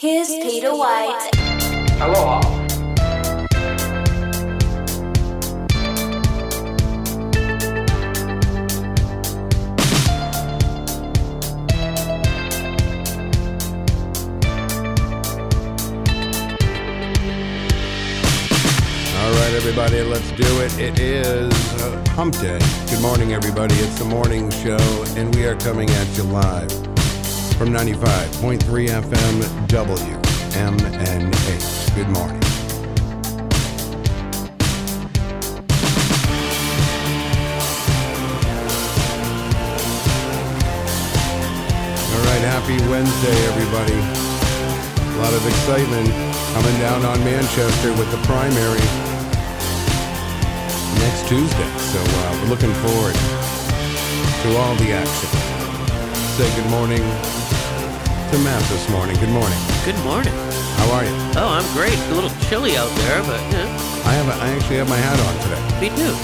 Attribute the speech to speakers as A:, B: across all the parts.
A: Here's Peter White.
B: Aloha.
C: All right, everybody, let's do it. It is uh, Hump Day. Good morning, everybody. It's the morning show, and we are coming at you live from 95.3 FM WMNH. Good morning. All right, happy Wednesday, everybody. A lot of excitement coming down on Manchester with the primary next Tuesday. So uh, we're looking forward to all the action. Say good morning to Matt this morning. Good morning.
D: Good morning.
C: How are you?
D: Oh, I'm great. A little chilly out there, but yeah,
C: I have. A, I actually have my hat on today.
D: me too.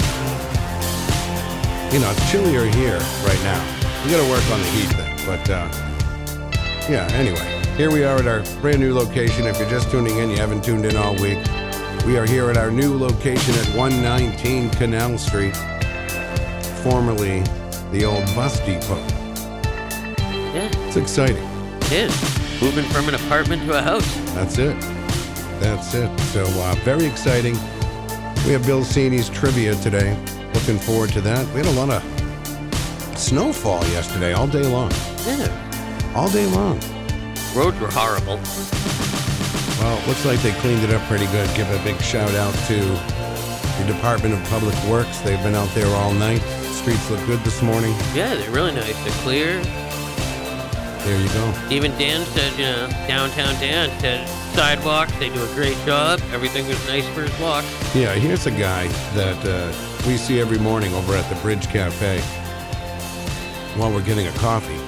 C: You know, it's chillier here right now. We got to work on the heat thing, but uh, yeah. Anyway, here we are at our brand new location. If you're just tuning in, you haven't tuned in all week. We are here at our new location at 119 Canal Street, formerly the old bus depot.
D: Yeah,
C: It's exciting.
D: it is. Moving from an apartment to a house.
C: That's it. That's it. So uh, very exciting. We have Bill Sini's trivia today. Looking forward to that. We had a lot of snowfall yesterday, all day long.
D: Yeah.
C: All day long.
D: Roads were horrible.
C: Well, it looks like they cleaned it up pretty good. Give a big shout out to the Department of Public Works. They've been out there all night. Streets look good this morning.
D: Yeah, they're really nice. They're clear.
C: There you go.
D: Even Dan said, you know, downtown Dan said sidewalks. They do a great job. Everything was nice for his walk.
C: Yeah, here's a guy that uh, we see every morning over at the Bridge Cafe while we're getting a coffee.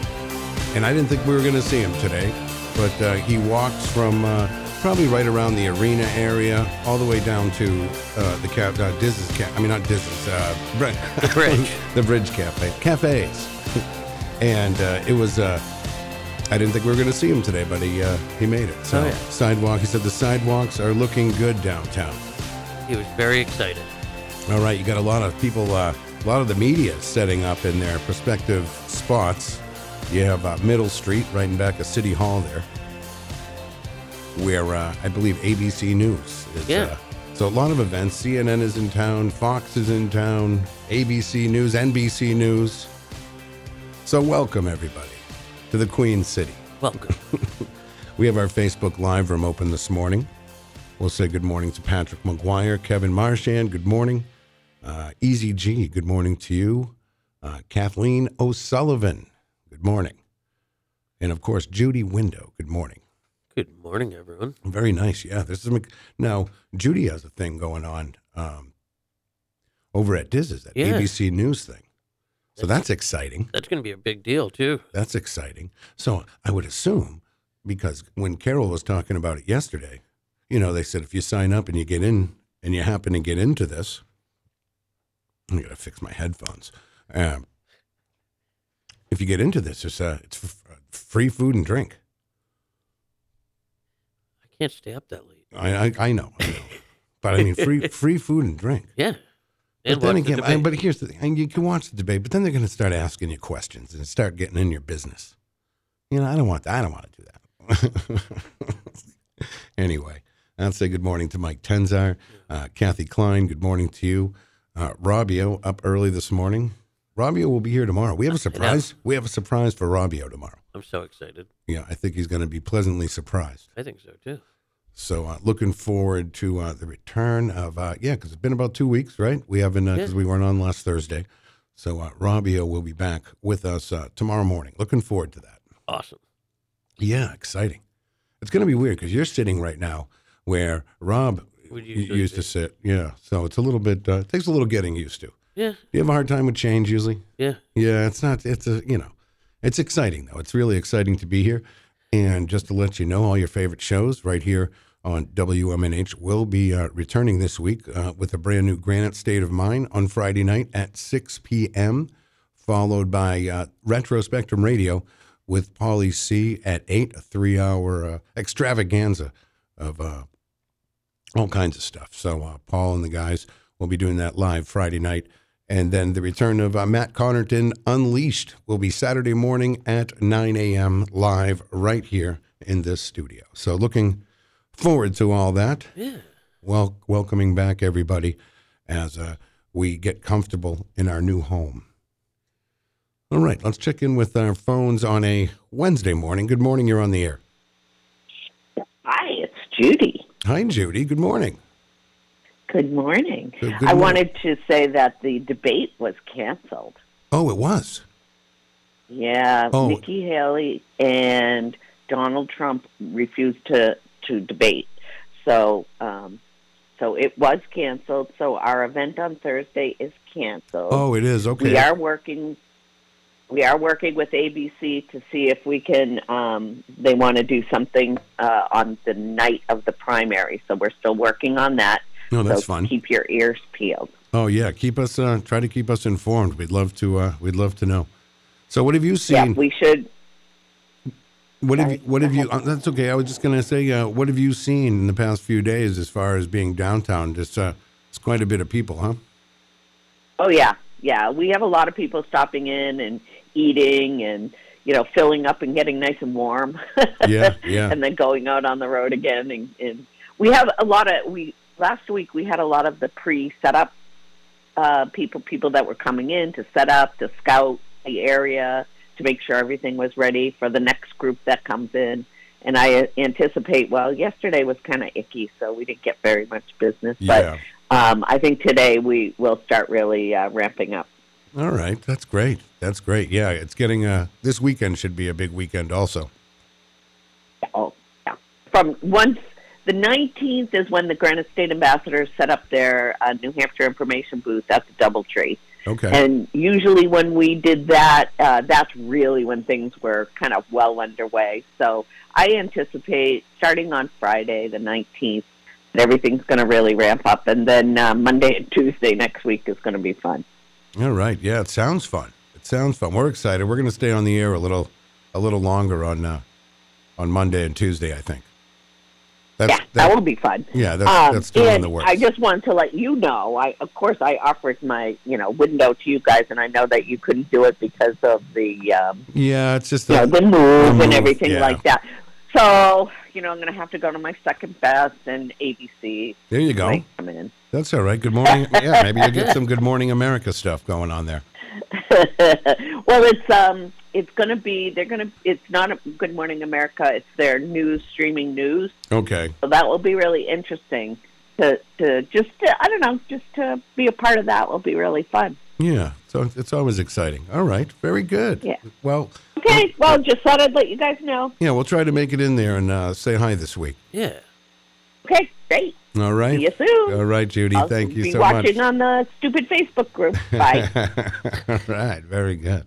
C: And I didn't think we were going to see him today, but uh, he walks from uh, probably right around the arena area all the way down to uh, the cap, uh, Diz's Cafe. I mean, not Diz's, uh, the
D: Bridge.
C: the Bridge Cafe. Cafes. and uh, it was. Uh, I didn't think we were going to see him today, but he uh, he made it. So
D: Oh, yeah.
C: sidewalk. He said the sidewalks are looking good downtown.
D: He was very excited.
C: All right, you got a lot of people, uh, a lot of the media setting up in their prospective spots. You have uh, Middle Street, right in back of City Hall there, where uh, I believe ABC News is.
D: Yeah.
C: Uh, so a lot of events. CNN is in town, Fox is in town, ABC News, NBC News. So welcome everybody to the Queen City.
D: Welcome.
C: We have our Facebook Live room open this morning. We'll say good morning to Patrick McGuire, Kevin Marchand, good morning. Uh, Easy G, good morning to you. Uh, Kathleen O'Sullivan, good morning. And of course, Judy Window, good morning.
D: Good morning, everyone.
C: Very nice. Yeah, there's some. Now, Judy has a thing going on um, over at Diz's, that
D: Yeah.
C: ABC News thing. So that's exciting.
D: That's going to be a big deal too.
C: That's exciting. So I would assume because when Carol was talking about it yesterday, you know, they said if you sign up and you get in and you happen to get into this, I gotta fix my headphones. Um, if you get into this, it's uh, it's f- free food and drink.
D: I can't stay up that late.
C: I I, I know, I know, but I mean free free food and drink.
D: Yeah.
C: But then
D: watch the
C: again, I,
D: debate.
C: but here's the thing: and you can watch the debate, but then they're going to start asking you questions and start getting in your business. You know, I don't want that. I don't want to do that. anyway, I'll say good morning to Mike Tenzar, uh, Kathy Klein. Good morning to you, uh, Robbio. Up early this morning. Robbio will be here tomorrow. We have a surprise. We have a surprise for Robbio tomorrow.
D: I'm so excited.
C: Yeah, I think he's going to be pleasantly surprised.
D: I think so too.
C: So uh, looking forward to uh, the return of uh, yeah, because it's been about two weeks, right? We haven't because
D: Yeah.
C: we weren't on last Thursday. So uh, Robbio will be back with us uh, tomorrow morning. Looking forward to that.
D: Awesome.
C: Yeah, exciting. It's going to be weird because you're sitting right now where Rob
D: Would
C: y-
D: usually
C: used to
D: be.
C: sit. Yeah, so it's a little bit uh, takes a little getting used to.
D: Yeah.
C: You have a hard time with change usually.
D: Yeah.
C: Yeah, it's not. It's a you know, it's exciting though. It's really exciting to be here, and just to let you know, all your favorite shows right here on WMNH will be uh, returning this week uh, with a brand new Granite State of Mind on Friday night at 6 p.m., followed by uh, Retro Spectrum Radio with Polly C at eight, a three hour uh, extravaganza of uh, all kinds of stuff. So uh, Paul and the guys will be doing that live Friday night. And then the return of uh, Matt Connerton Unleashed will be Saturday morning at 9 a.m. live right here in this studio. So looking forward to all that.
D: Yeah.
C: Well, welcoming back everybody as uh, we get comfortable in our new home. All right, let's check in with our phones on a Wednesday morning. Good morning, you're on the air.
A: Hi, it's Judy.
C: Hi, Judy. Good morning.
A: Good morning.
C: Good- good
A: I
C: morning.
A: wanted to say that the debate was canceled.
C: Oh, it was.
A: Yeah,
C: Oh.
A: Nikki Haley and Donald Trump refused to to debate. So, um, so it was canceled. So our event on Thursday is canceled.
C: Oh, it is. Okay.
A: We are working. We are working with ABC to see if we can. Um, they want to do something uh, on the night of the primary, so we're still working on that.
C: No, Oh, that's
A: so
C: fun.
A: Keep your ears peeled.
C: Oh yeah, keep us uh, try to keep us informed. We'd love to uh, we'd love to know. So what have you
A: Yeah,
C: seen?
A: we should.
C: what have you,
A: sorry,
C: what
A: go
C: have you? Uh,
A: ahead.
C: that's okay. I was just gonna say, uh, what have you seen in the past few days as far as being downtown? Just uh, it's quite a bit of people, huh?
A: Oh yeah, yeah. We have a lot of people stopping in and eating and you know filling up and getting nice and warm.
C: Yeah, yeah.
A: and then going out on the road again. And, and we have a lot of we last week we had a lot of the pre-setup uh, people, people that were coming in to set up, to scout the area, to make sure everything was ready for the next group that comes in. And I uh, anticipate. Well, yesterday was kind of icky, so we didn't get very much business. But
C: yeah.
A: um, I think today we will start really uh, ramping up.
C: All right, that's great. That's great. Yeah, it's getting uh this weekend should be a big weekend also.
A: Oh, yeah. From once the 19th is when the Granite State ambassadors set up their uh, New Hampshire information booth at the DoubleTree,
C: Okay.
A: and usually when we did that, uh, that's really when things were kind of well underway. So I anticipate starting on Friday the 19th. that Everything's going to really ramp up, and then uh, Monday and Tuesday next week is going to be fun.
C: All right. Yeah, it sounds fun. It sounds fun. We're excited. We're gonna stay on the air a little a little longer on uh, on Monday and Tuesday, I think. That's,
A: yeah, that will be fun.
C: Yeah, that's, that's still in
A: Um, and
C: the works.
A: I just wanted to let you know. I, of course, I offered my you know window to you guys, and I know that you couldn't do it because of the um,
C: yeah, it's just
A: you know,
C: that.
A: the move
C: move,
A: and everything
C: yeah.
A: like that. So you know, I'm going to have to go to my second best and ABC.
C: There you go.
A: when I come in.
C: That's all right. Good morning. yeah, maybe you get some Good Morning America stuff going on there.
A: well, it's um, it's going to be they're going to it's not a Good Morning America. It's their news streaming news.
C: Okay.
A: So that will be really interesting to to just to, I don't know just to be a part of that will be really fun.
C: Yeah. So it's- it's always exciting. All right. Very good.
A: Yeah.
C: Well,
A: Okay, well, just thought I'd let you guys know.
C: yeah, we'll try to make it in there and uh, say hi this week.
D: Yeah.
A: Okay, great.
C: All right.
A: See you soon.
C: All right, Judy.
A: I'll
C: thank you
A: be
C: so
A: watching
C: much.
A: on the stupid Facebook group. Bye.
C: all right. Very good.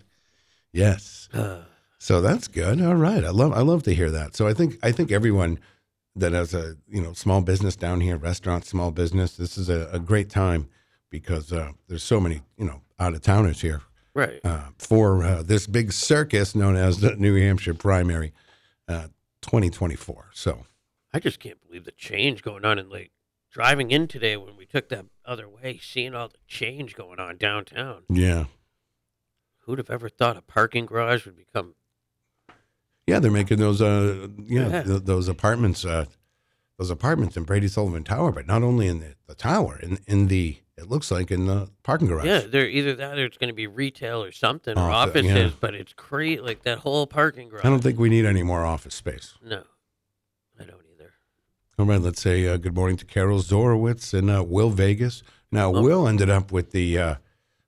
C: Yes.
D: Uh,
C: So that's good. All right. I love I love to hear that. So I think I think everyone that has a you know small business down here, restaurant, small business, this is a, a great time because uh, there's so many you know out of towners here
D: right.
C: uh, for uh, this big circus known as the New Hampshire primary uh, 2024. So
D: I just can't believe the change going on in like driving in today when we took that other way, seeing all the change going on downtown.
C: yeah,
D: Who'd have ever thought a parking garage would become
C: yeah, they're making those uh yeah,
D: Yeah.
C: Th- those apartments uh, those apartments in Brady Sullivan Tower, but not only in the, the tower in in the it looks like in the parking garage.
D: Yeah, they're either that or it's going to be retail or something or
C: Oh, th-
D: offices,
C: yeah.
D: but it's crazy. Like that whole parking garage.
C: I don't think we need any more office space.
D: No, I don't either.
C: All right, let's say uh, good morning to Carol Zorowitz and uh, Will Vegas. Now,
D: Oh.
C: Will ended up with the uh,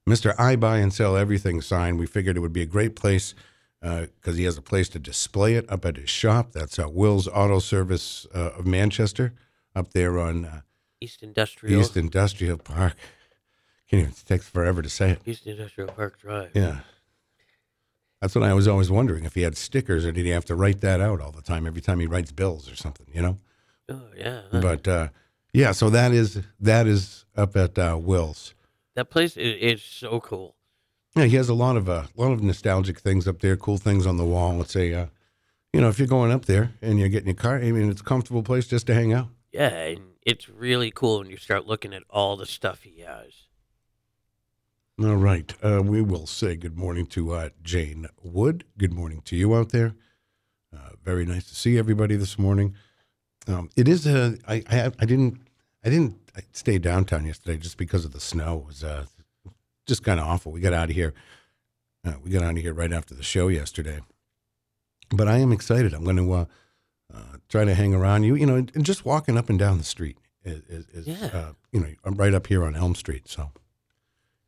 C: Mr. I Buy and Sell Everything sign. We figured it would be a great place because he has a place to display it up at his shop. That's uh, Will's Auto Service uh, of Manchester up there on uh,
D: East Industrial.
C: East Industrial Park. Can't even, it takes forever to say it.
D: East Industrial Park Drive.
C: Yeah. That's what I was always wondering if he had stickers or did he have to write that out all the time, every time he writes bills or something, you know?
D: Oh yeah. huh?
C: but uh, yeah, so that is that is up at uh, Will's.
D: that place is, is so cool.
C: Yeah, he has a lot of a uh, lot of nostalgic things up there, cool things on the wall. It's a, uh, you know, if you're going up there and you're getting your car, I mean, it's a comfortable place just to hang out.
D: Yeah, and it's really cool when you start looking at all the stuff he has.
C: All right. Uh, we will say good morning to uh, Jane Wood. Good morning to you out there. Uh, very nice to see everybody this morning. Um, it is a. I, I I didn't I didn't stay downtown yesterday just because of the snow. It was uh, just kind of awful. We got out of here. Uh, we got out of here right after the show yesterday. But I am excited. I'm going to uh, uh, try to hang around you. You know, and, and just walking up and down the street is, is, is
D: Yeah.
C: uh, you know I'm right up here on Elm Street. So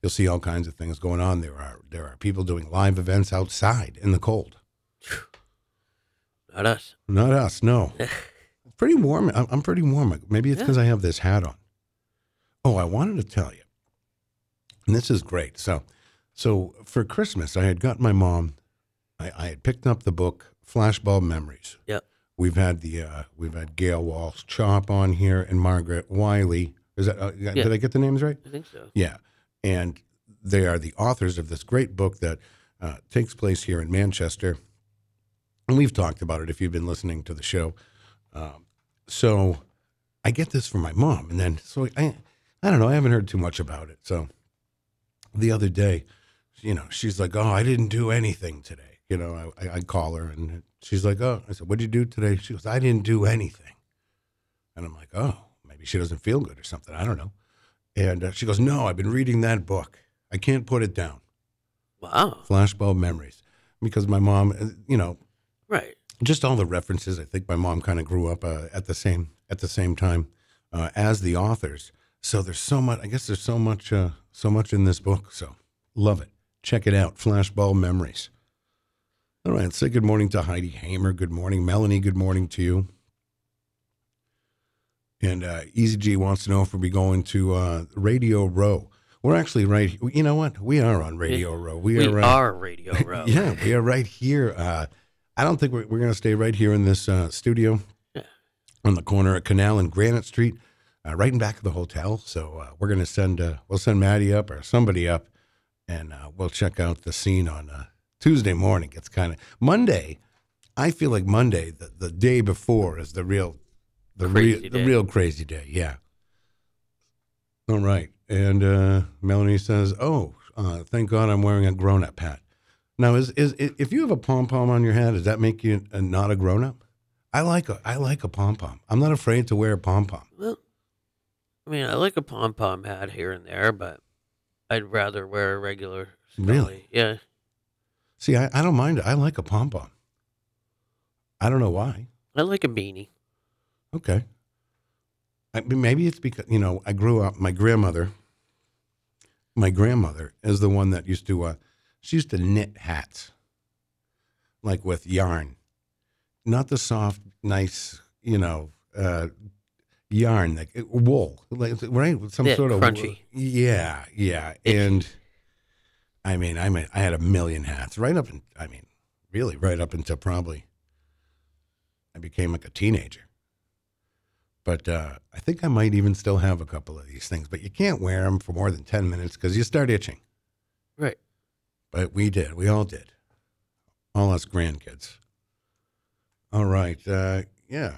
C: you'll see all kinds of things going on. There are there are people doing live events outside in the cold.
D: Not us.
C: Not us, no. It's pretty warm. I'm, I'm pretty warm. Maybe it's
D: Yeah.
C: because I have this hat on. Oh, I wanted to tell you, and this is great. So, so for Christmas, I had got my mom. I, I had picked up the book Flashbulb Memories.
D: Yep.
C: We've had the uh, we've had Gail Walsh Chop on here and Margaret Wiley. Is that uh, did I get the names right?
D: I think so.
C: Yeah. And they are the authors of this great book that uh, takes place here in Manchester. And we've talked about it if you've been listening to the show. Um, so I get this from my mom. And then, so I, I don't know, I haven't heard too much about it. So the other day, you know, she's like, oh, I didn't do anything today. You know, I, I- I call her and she's like, oh, I said, what did you do today? She goes, I didn't do anything. And I'm like, oh, maybe she doesn't feel good or something. I don't know. And uh, she goes, No, I've been reading that book. I can't put it down.
D: Wow.
C: Flashbulb Memories. Because my mom, uh, you know,
D: Right.
C: just all the references. I think my mom kind of grew up uh, at the same at the same time uh, as the authors. So there's so much. I guess there's so much uh, so much in this book. So love it. Check it out. Flashball memories. All right. Say good morning to Heidi Hamer. Good morning, Melanie. Good morning to you. And uh, Easy G wants to know if we'll be going to uh, Radio Row. We're actually right. You know what? We are on Radio Row. We,
D: We
C: are. Uh,
D: are Radio Row.
C: yeah, we are right here. Uh, I don't think we're, we're going to stay right here in this uh, studio
D: Yeah.
C: on the corner of Canal and Granite Street, uh, right in back of the hotel. So uh, we're going to send uh, we'll send Maddie up or somebody up, and uh, we'll check out the scene on uh, Tuesday morning. It's kind of Monday. I feel like Monday, the, the day before, is the real the
D: Crazy
C: real
D: day.
C: the real crazy day. Yeah. All right, and uh, Melanie says, "Oh, uh, thank God I'm wearing a grown up hat." Now, is is i- if you have a pom pom on your head, does that make you uh not a grown up? I like a I like a pom pom. I'm not afraid to wear a pom pom.
D: Well, I mean, I like a pom pom hat here and there, but I'd rather wear a regular. Scully.
C: Really?
D: Yeah.
C: See, I, I don't mind it. I like a pom pom. I don't know why.
D: I like a beanie.
C: Okay. I, but maybe it's because you know I grew up. My grandmother, my grandmother is the one that used to. Uh, she used to knit hats, like with yarn, not the soft, nice, you know, uh, yarn like uh, wool, like right, with some
D: Yeah,
C: sort of
D: crunchy.
C: Yeah, yeah,
D: Itchy.
C: and I mean, I mean, I had a million hats right up. In, I mean, really, right up until probably I became like a teenager but uh, I think I might even still have a couple of these things. But you can't wear them for more than ten minutes because you start itching.
D: Right.
C: But we did. We all did. All us grandkids. All right. Uh, yeah.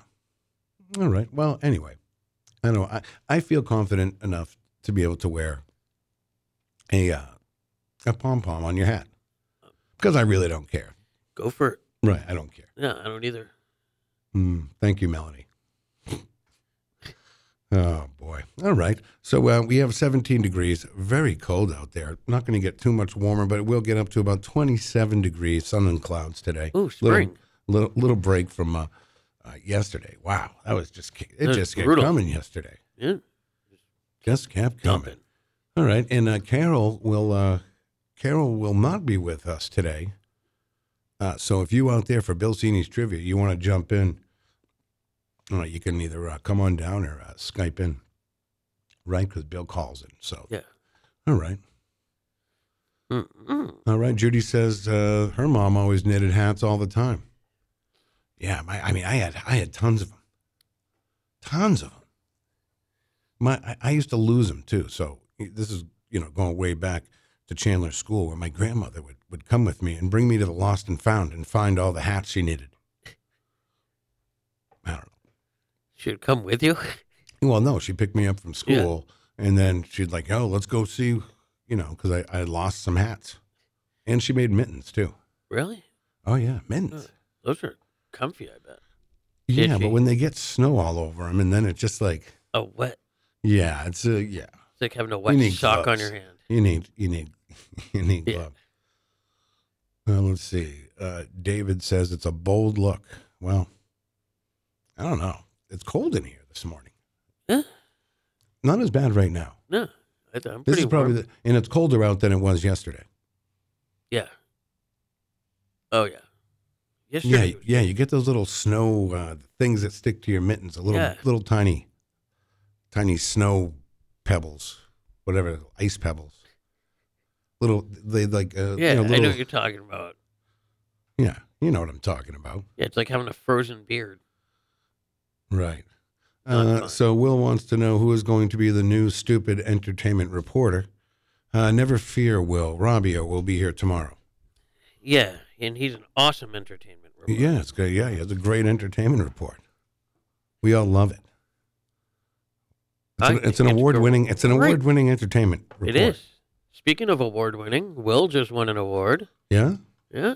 C: All right. Well, anyway, I know I, I feel confident enough to be able to wear a uh, a pom pom on your hat because I really don't care.
D: Go for it.
C: Right. I don't care.
D: No, I don't either.
C: Mm, thank you, Melanie. Oh boy! All right, so uh, we have 17 degrees. Very cold out there. Not going to get too much warmer, but it will get up to about 27 degrees. Sun and clouds today.
D: Ooh,
C: Little-
D: spring.
C: Little little break from uh, uh, yesterday. Wow, that was just ki- it
D: was
C: just kept
D: brutal.
C: coming yesterday.
D: Yeah.
C: Just kept coming.
D: Dumping.
C: All right, and uh, Carol will uh, Carol will not be with us today. Uh, so if you out there for Bill Cini's trivia, you want to jump in, uh, you can either uh, come on down or uh, Skype in, right? Because Bill calls in. So
D: Yeah.
C: all right,
D: Mm-mm.
C: all right. Judy says uh, her mom always knitted hats all the time. Yeah, my, I mean, I had I had tons of them, tons of them. My I, I used to lose them too. So this is you know going way back. to Chandler School where my grandmother would, would come with me and bring me to the lost and found and find all the hats she needed. I don't
D: Should come with you.
C: know. Well, no, she picked me up from school and then she'd like, oh, let's go see, you know, because I, I lost some hats. And she made mittens too.
D: Really?
C: Oh, yeah, mittens.
D: Huh. Those are comfy, I bet. did
C: yeah,
D: she?
C: but when they get snow all over them and then it's just like,
D: A wet.
C: yeah, it's a, yeah.
D: It's like having a wet
C: need
D: sock on
C: gloves.
D: your hand.
C: You need you need you need
D: Yeah.
C: glove. Uh, let's see. Uh, David says it's a bold look. Well, I don't know. It's cold in here this morning.
D: Yeah.
C: Not as bad right now.
D: No, I th- I'm
C: This
D: pretty
C: is probably
D: warm.
C: the, and it's colder out than it was yesterday.
D: yeah. Oh yeah. Yesterday.
C: yeah, yeah. You get those little snow uh, things that stick to your mittens. A little
D: Yeah.
C: little tiny, tiny snow pebbles, whatever ice pebbles. Little they like uh,
D: yeah.
C: you know,
D: I know
C: little-
D: what you're talking about.
C: yeah. You know what I'm talking about.
D: Yeah, it's like having a frozen beard.
C: Right.
D: Not
C: Uh,
D: fun.
C: so Will wants to know who is going to be the new stupid entertainment reporter. Uh, never fear, Will. Robbio will be here tomorrow.
D: Yeah, and he's an awesome entertainment. reporter.
C: Yeah, it's great. Yeah, he has a great entertainment report. We all love it. It's
D: I
C: an, it's
D: think
C: an
D: it's
C: award-winning. It's an
D: great.
C: award-winning entertainment report.
D: it is. Speaking of award winning, Will just won an award.
C: Yeah.
D: Yeah,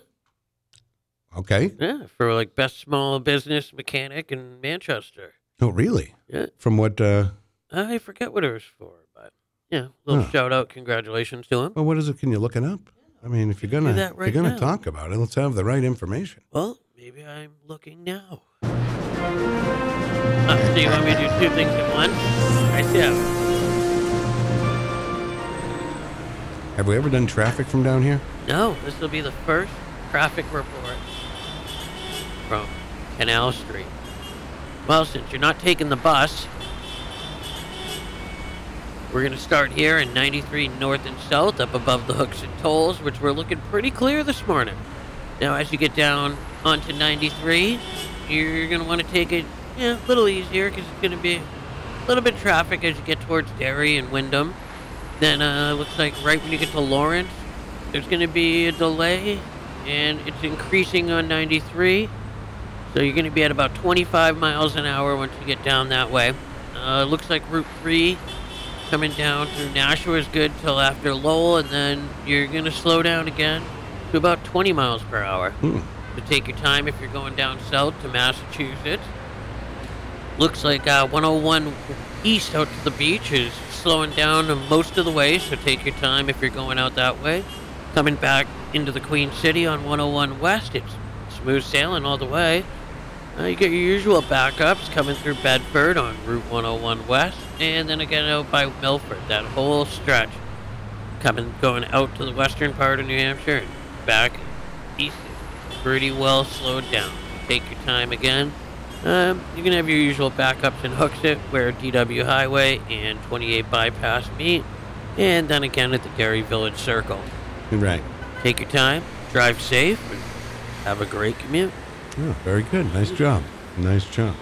C: Okay.
D: yeah, for like best small business mechanic in Manchester.
C: No, really.
D: Yeah,
C: From what? Uh,
D: I forget what it was for, but yeah, little
C: Huh.
D: shout out, congratulations to him.
C: well, what is it? Can you look it up? I mean, if you're gonna,
D: that
C: if
D: right
C: you're gonna
D: now.
C: talk about it, let's have the right information.
D: Well, maybe I'm looking now. Uh, do you want me to do two things at once? I see.
C: Have we ever done traffic from down here?
D: No, this will be the first traffic report from Canal Street. Well, since you're not taking the bus, we're going to start here in 93 North and South up above the hooks and tolls, which were looking pretty clear this morning. Now, as you get down onto 93, you're going to want to take it yeah, a little easier because it's going to be a little bit of traffic as you get towards Derry and Wyndham. Then, uh, looks like right when you get to Lawrence, there's going to be a delay, and it's increasing on 93. So you're going to be at about 25 miles an hour once you get down that way. Uh, looks like Route 3 coming down through Nashua is good till after Lowell, and then you're going to slow down again to about 20 miles per hour.
C: Hmm.
D: So take your time if you're going down south to Massachusetts. Looks like uh, 101 east out to the beach is slowing down most of the way, so take your time if you're going out that way. Coming back into the Queen City on 101 west, it's smooth sailing all the way. Uh, you get your usual backups coming through Bedford on Route 101 west, and then again out by Milford, that whole stretch. Coming, going out to the western part of New Hampshire and back east is pretty well slowed down. Take your time again. Um, you're gonna have your usual backups and hooks it where DW Highway and 28 bypass meet, and then again at the Dairy Village Circle.
C: Right.
D: Take your time, drive safe, and have a great commute.
C: Yeah, very good. Nice job. Nice job.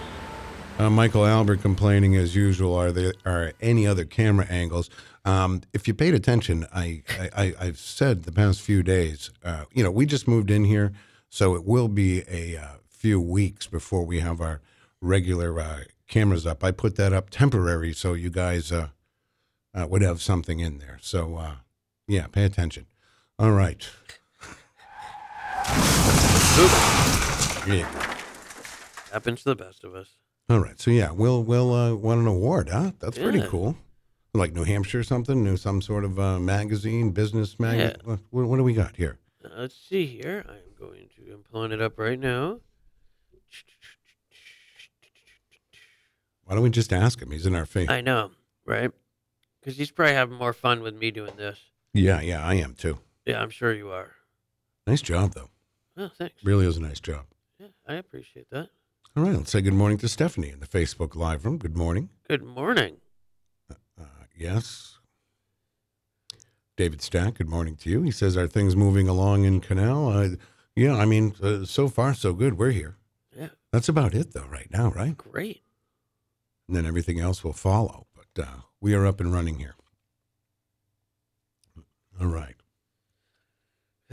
C: Uh, Michael Albert complaining as usual. Are there are any other camera angles? Um, if you paid attention, I, I, I I've said the past few days. Uh, you know, we just moved in here, so it will be a uh, few weeks before we have our regular uh, cameras up. I put that up temporary so you guys uh, uh, would have something in there. So uh, yeah, pay attention. All right. Yeah.
D: Happens to the best of us.
C: All right. So yeah, Will Will uh, won an award, huh? That's pretty
D: Yeah.
C: cool. Like New Hampshire or something, new some sort of uh, magazine, business magazine.
D: Yeah.
C: What, what do we got here?
D: Uh, let's see here. I'm going to. I'm pulling it up right now.
C: Why don't we just ask him? He's in our face.
D: I know, right? Because he's probably having more fun with me doing this.
C: yeah, yeah, I am too.
D: Yeah, I'm sure you are.
C: Nice job though.
D: Oh, thanks.
C: Really is a nice job.
D: Yeah, I appreciate that.
C: All right, let's say good morning to Stephanie in the Facebook live room. Good morning.
D: Good morning.
C: Uh, yes. David Stack, good morning to you. He says, "Are things moving along in Canal?" Uh, yeah, I mean, uh, so far so good. We're here.
D: Yeah,
C: That's about it though, right now, right?
D: great.
C: and then everything else will follow. But uh, we are up and running here. All right.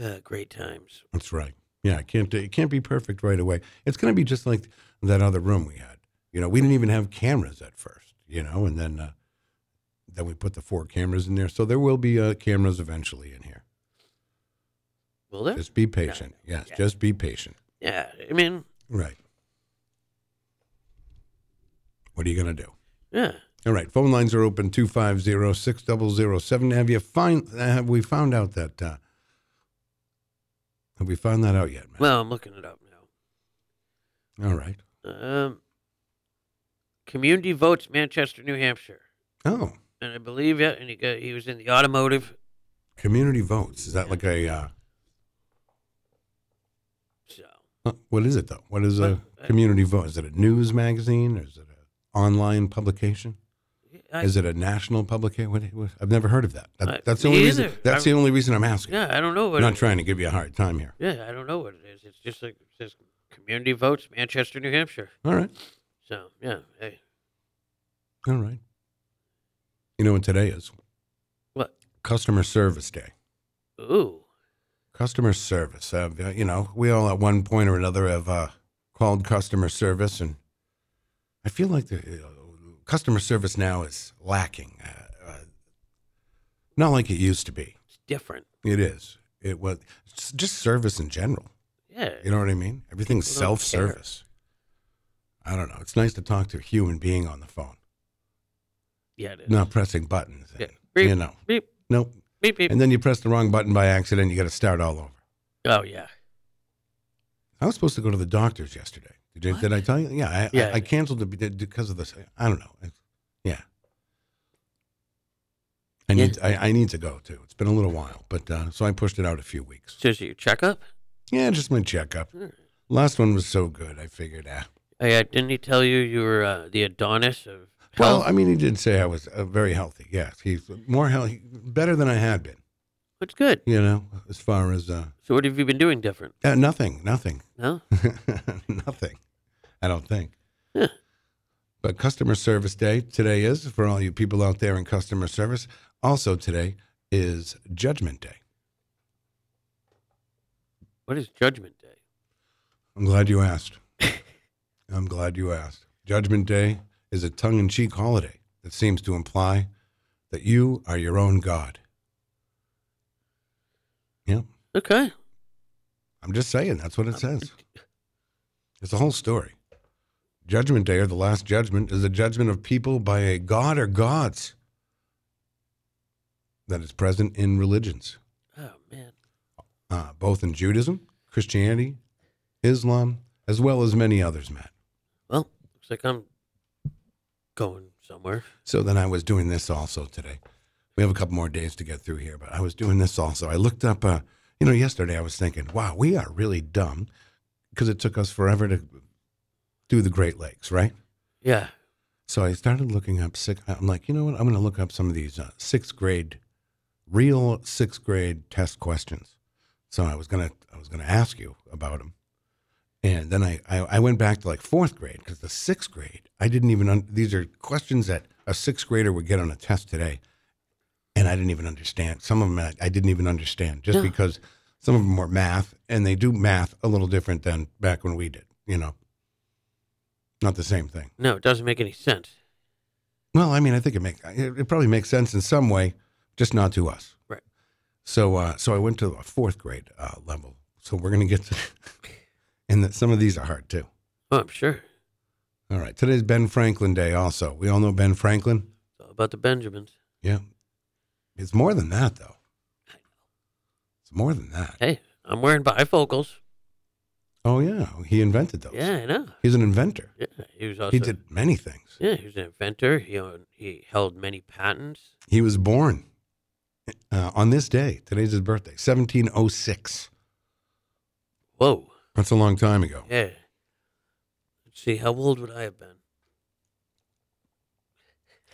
D: Uh, great times.
C: That's right. Yeah, it can't it can't be perfect right away. It's going to be just like that other room we had. You know, we didn't even have cameras at first. You know, and then uh, then we put the four cameras in there. So there will be uh, cameras eventually in here.
D: Will there?
C: Just be patient. Yes,
D: Yeah.
C: just be patient.
D: Yeah. I mean,
C: Right. What are you going to do?
D: yeah.
C: All right, phone lines are open 250-6007. Have you find have we found out that uh, have we found that out yet, man?
D: Well, I'm looking it up now.
C: All right.
D: Um, community votes Manchester, New Hampshire,
C: Oh,
D: and I believe yeah, and he got he was in the automotive
C: community votes. Is that like a uh,
D: so.
C: uh, what is it though? What is a
D: What?
C: community vote? Is it a news magazine or is it an online publication?
D: I,
C: Is it a national publication? What, what, I've never heard of that. that
D: I-
C: that's the
D: me
C: only reason.
D: either.
C: That's
D: I-
C: the only reason I'm asking.
D: yeah, I don't know what.
C: I'm not
D: it-
C: trying to give you a hard time here.
D: Yeah, I don't know what it is. It's just like it says community votes Manchester, New Hampshire.
C: All right.
D: So yeah, hey,
C: All right. You know what today is?
D: what?
C: Customer service day.
D: Ooh,
C: Customer service. Uh, you know, we all at one point or another have uh, called customer service, and I feel like the uh, customer service now is lacking. Uh, uh, not like it used to be.
D: it's different.
C: It is. It was it's just service in general.
D: Yeah,
C: You know what I mean? Everything's
D: People don't care.
C: self service. I don't know. It's nice to talk to a human being on the phone,
D: yeah, it is.
C: not pressing buttons.
D: Yeah.
C: and,
D: Beep.
C: You know,
D: Beep,
C: nope.
D: beep, beep.
C: And then you press the wrong button by accident. You got to start all over.
D: oh yeah.
C: I was supposed to go to the doctor's yesterday. Did, I- did I tell you? Yeah, I,
D: Yeah.
C: I, I canceled it be- because of this. I don't know. It's- yeah, I
D: Yeah.
C: need I, I need to go too. It's been a little while, but uh, so I pushed it out a few weeks.
D: So is it your checkup?
C: Yeah, just my checkup.
D: Hmm.
C: Last one was so good. I figured, ah.
D: Oh, yeah, didn't he tell you you were uh, the Adonis of
C: Well,
D: health?
C: I mean, he did say I was uh, very healthy. Yes, he's more healthy, better than I had been.
D: That's good.
C: You know, as far as uh,
D: So what have you been doing different?
C: uh nothing, nothing.
D: No.
C: Nothing, I don't think.
D: Huh.
C: But Customer Service Day today is for all you people out there in customer service. Also today is Judgment Day.
D: What is Judgment Day?
C: I'm glad you asked. I'm glad you asked. Judgment Day is a tongue-in-cheek holiday that seems to imply that you are your own god. Yeah,
D: Okay.
C: I'm just saying that's what it says. It's a whole story. Judgment Day or the Last Judgment is a judgment of people by a god or gods that is present in religions,
D: Oh man.
C: uh, both in Judaism, Christianity, Islam, as well as many others, Matt.
D: Well, looks like I'm going somewhere.
C: So then I was doing this also today. We have a couple more days to get through here, but I was doing this also. I looked up, uh, you know, yesterday I was thinking, wow, we are really dumb because it took us forever to do the Great Lakes, right?
D: Yeah.
C: So I started looking up six. I'm like, you know what? I'm going to look up some of these uh, sixth grade, real sixth grade test questions. So I was gonna, I was gonna ask you about them, and then I, I, I went back to like fourth grade because the sixth grade, I didn't even. Un- these are questions that a sixth grader would get on a test today, and I didn't even understand some of them. I, I didn't even understand just
D: Yeah.
C: because some of them were math, and they do math a little different than back when we did. You know, not the same thing.
D: No, it doesn't make any sense.
C: Well, I mean, I think it make it it probably makes sense in some way, just not to us.
D: Right.
C: So, uh, so I went to a fourth grade uh, level. So we're gonna get to, and that some of these are hard too.
D: Oh, I'm sure. It's
C: All right, today's Ben Franklin Day. Also, we all know Ben Franklin.
D: all about the Benjamins.
C: Yeah. It's more than that, though. It's more than that.
D: Hey, I'm wearing bifocals.
C: Oh yeah, he invented those.
D: Yeah, I know.
C: He's an inventor.
D: Yeah, he was also.
C: He did many things.
D: Yeah, he was an inventor. He owned, he held many patents.
C: He was born uh, on this day. Today's his birthday, 1706.
D: Whoa.
C: That's a long time ago.
D: Yeah. Let's see. How old would I have been?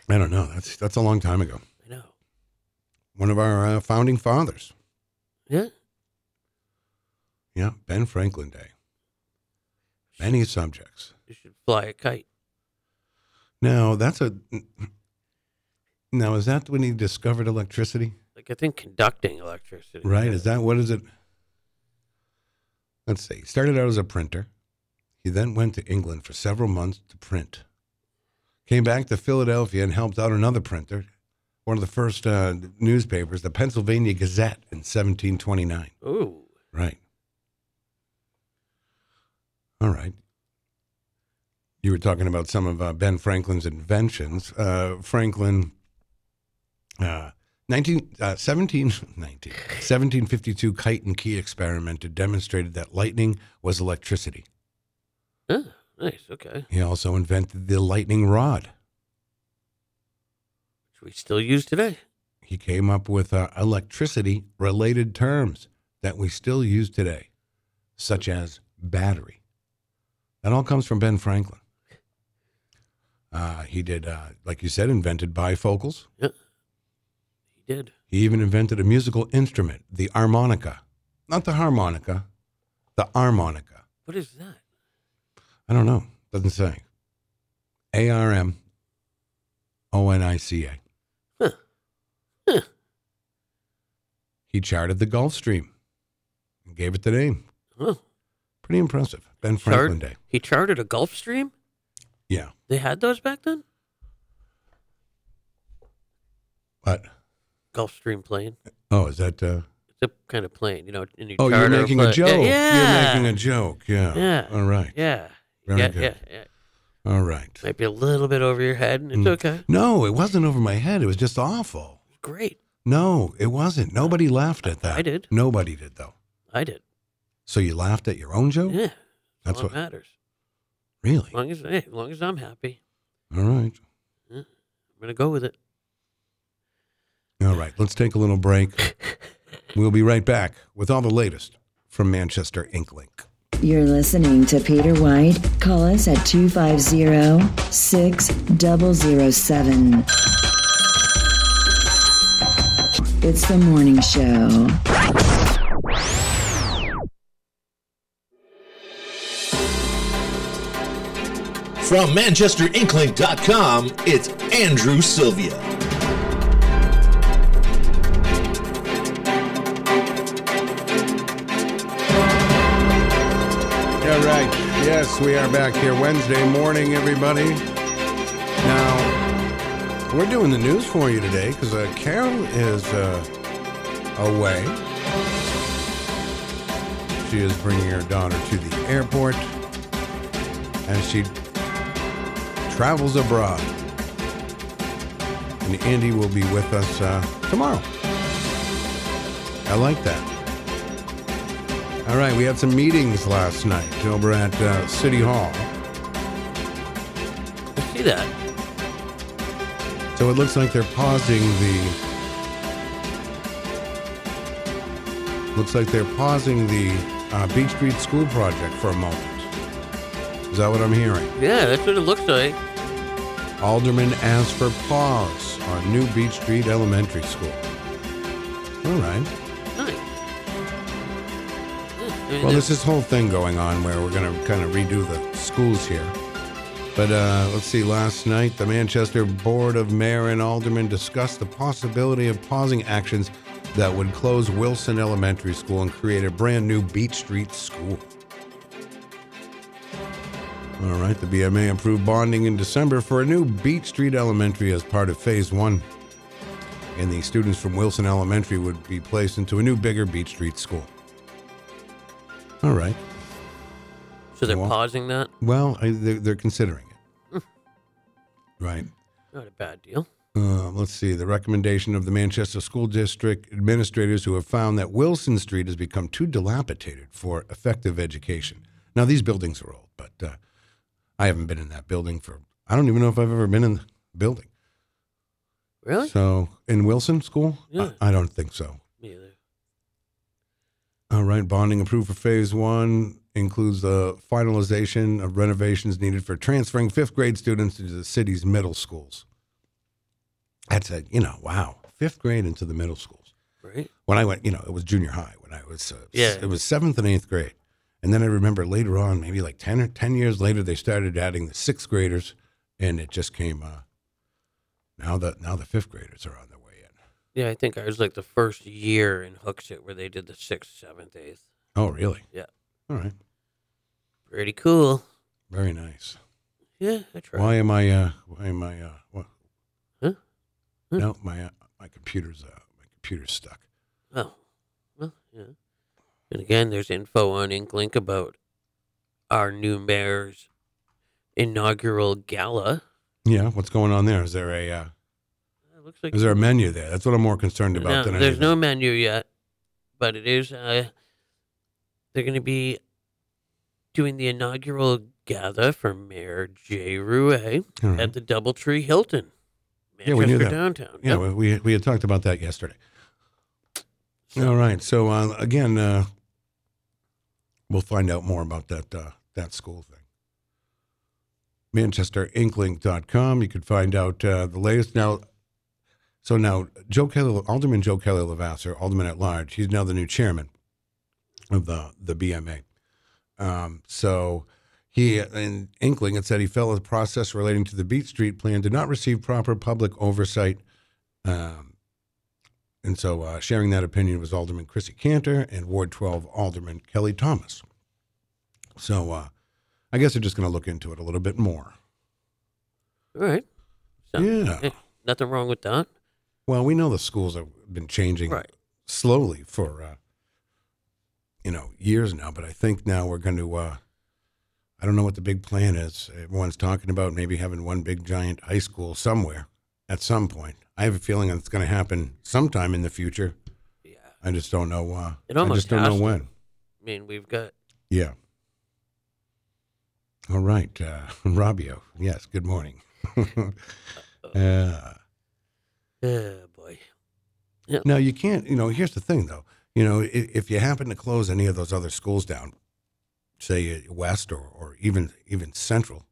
C: I don't know. That's that's a long time ago.
D: I know.
C: One of our uh, founding fathers.
D: Yeah.
C: Yeah, Ben Franklin Day. Many subjects.
D: You should fly a kite.
C: Now that's a. Now is that when he discovered electricity?
D: Like I think conducting electricity.
C: Right?
D: yeah.
C: Is that what is it? let's see, he started out as a printer. He then went to England for several months to print. Came back to Philadelphia and helped out another printer, one of the first uh, newspapers, the Pennsylvania Gazette in 1729.
D: Ooh.
C: Right. All right. You were talking about some of uh, Ben Franklin's inventions. Uh, Franklin, uh, 19, uh, 17, 19, 1752 kite and key experiment had demonstrated that lightning was electricity.
D: Huh, nice. Okay.
C: He also invented the lightning rod.
D: Which we still use today.
C: He came up with uh, electricity related terms that we still use today, such as battery. That all comes from Ben Franklin. Uh, he did, uh, like you said, invented bifocals.
D: He did.
C: He even invented a musical instrument, the harmonica. Not the harmonica, the harmonica.
D: What is that?
C: I don't know. Doesn't say. A R M O N I C A.
D: Huh. Huh.
C: He charted the Gulf Stream and gave it the name.
D: Huh.
C: Pretty impressive. Ben
D: Chart-
C: Franklin Day.
D: He charted a Gulf Stream?
C: Yeah.
D: They had those back then?
C: But,
D: Gulf Stream plane.
C: oh, is that. Uh,
D: It's a kind of plane, you know, and you
C: oh, you're
D: charter
C: making a
D: plane.
C: joke.
D: Yeah.
C: You're making a joke. Yeah.
D: Yeah.
C: All right.
D: Yeah.
C: Very
D: yeah,
C: good.
D: yeah, yeah.
C: All right.
D: Might be a little bit over your head, and it's
C: Mm.
D: okay.
C: No, it wasn't over my head. It was just awful.
D: Great.
C: No, it wasn't. Nobody laughed at that.
D: I did.
C: Nobody did, though.
D: I did.
C: So you laughed at your own joke?
D: Yeah. That's
C: That's
D: all what
C: what.
D: matters.
C: Really?
D: As long as, hey, as long as I'm happy,
C: All right.
D: I'm going to go with it.
C: All right. Let's take a little break. We'll be right back with all the latest from Manchester Inklink.
B: You're listening to Peter White. Call us at 250 6007. It's the morning show.
E: From ManchesterInklink.com, it's Andrew Sylvia.
C: All right. Yes, we are back here Wednesday morning, everybody. Now, we're doing the news for you today because uh, Carol is uh, away. She is bringing her daughter to the airport as she travels abroad. And Andy will be with us uh, tomorrow. I like that. All right, we had some meetings last night over at uh, City Hall.
D: I see that.
C: So it looks like they're pausing the. Looks like they're pausing the uh, Beach Street School project for a moment. Is that what I'm hearing?
D: Yeah, that's what it looks like.
C: Alderman asked for pause on New Beach Street Elementary School. All right.
D: Nice. Yeah, I mean,
C: Well,
D: there's-
C: there's this whole thing going on where we're going to kind of redo the schools here. But uh, let's see, last night, the Manchester Board of Mayor and Aldermen discussed the possibility of pausing actions that would close Wilson Elementary School and create a brand new Beach Street school. All right, the BMA approved bonding in December for a new Beach Street Elementary as part of Phase 1. And the students from Wilson Elementary would be placed into a new, bigger Beach Street school. All right.
D: so they're
C: well-
D: pausing that?
C: Well, I, they're, they're considering it.
D: Mm.
C: right.
D: Not a bad deal.
C: Um, let's see. The recommendation of the Manchester School District administrators who have found that Wilson Street has become too dilapidated for effective education. Now, these buildings are old, but uh, I haven't been in that building for, I don't even know if I've ever been in the building.
D: Really?
C: So, in Wilson School?
D: Yeah.
C: I, I don't think so.
D: Me either.
C: All right, bonding approved for phase one includes the finalization of renovations needed for transferring fifth grade students into the city's middle schools. That's a, you know, wow, fifth grade into the middle schools.
D: Right?
C: When I went, you know, it was junior high when I was, uh, s-
D: Yeah.
C: it was seventh and eighth grade. And then I remember later on, maybe like 10 or 10 years later, they started adding the sixth graders and it just came, uh, now the, now the fifth graders are on their way in.
D: Yeah, I think I was like the first year in Hooksett where they did the sixth, seventh, eighth.
C: Oh, really?
D: Yeah.
C: All right.
D: Pretty cool.
C: Very nice.
D: Yeah, I tried.
C: Why am I? Uh, why am I? Uh, what?
D: Huh? Huh?
C: No, my uh, my computer's uh, my computer's stuck.
D: Oh, well, yeah. And again, there's info on Inklink about our new mayor's inaugural gala.
C: Yeah, what's going on there? Is there a uh,
D: It looks like
C: is there a menu there? That's what I'm more concerned about
D: no,
C: than
D: there's
C: anything.
D: no menu yet, but it is. Uh, they're going to be doing the inaugural gala for Mayor Jay Rue
C: All right.
D: at the DoubleTree Hilton, Manchester
C: Mm-hmm. Yeah, we knew that.
D: downtown.
C: Yeah, we, we we had talked about that yesterday. All right. So uh, again, uh, we'll find out more about that uh, that school thing. ManchesterInklink.com. You can find out uh, the latest now. So now, Joe Kelly, Alderman Joe Kelly Lavasser, Alderman at large, he's now the new chairman of the the BMA. Um, so he in Inkling had said he felt the process relating to the Beat Street plan did not receive proper public oversight. Um, and so uh, sharing that opinion was Alderman Chrissy Cantor and Ward 12 Alderman Kelly Thomas. So uh, I guess they're just going to look into it a little bit more.
D: All right. So,
C: Yeah.
D: eh, nothing wrong with that.
C: Well, we know the schools have been changing
D: Right.
C: slowly for uh, you know years now, but I think now we're going to. Uh, I don't know what the big plan is. Everyone's talking about maybe having one big giant high school somewhere at some point. I have a feeling it's going to happen sometime in the future.
D: Yeah. I
C: I just don't know. Uh,
D: It almost
C: I just don't
D: has
C: know
D: to.
C: when.
D: mean, we've got
C: Yeah. All right, uh, Robbio. Yes. Good morning. uh,
D: Oh boy.
C: Now you can't. You know, here's the thing, though. You know, if, if you happen to close any of those other schools down, say uh, West or, or even even Central,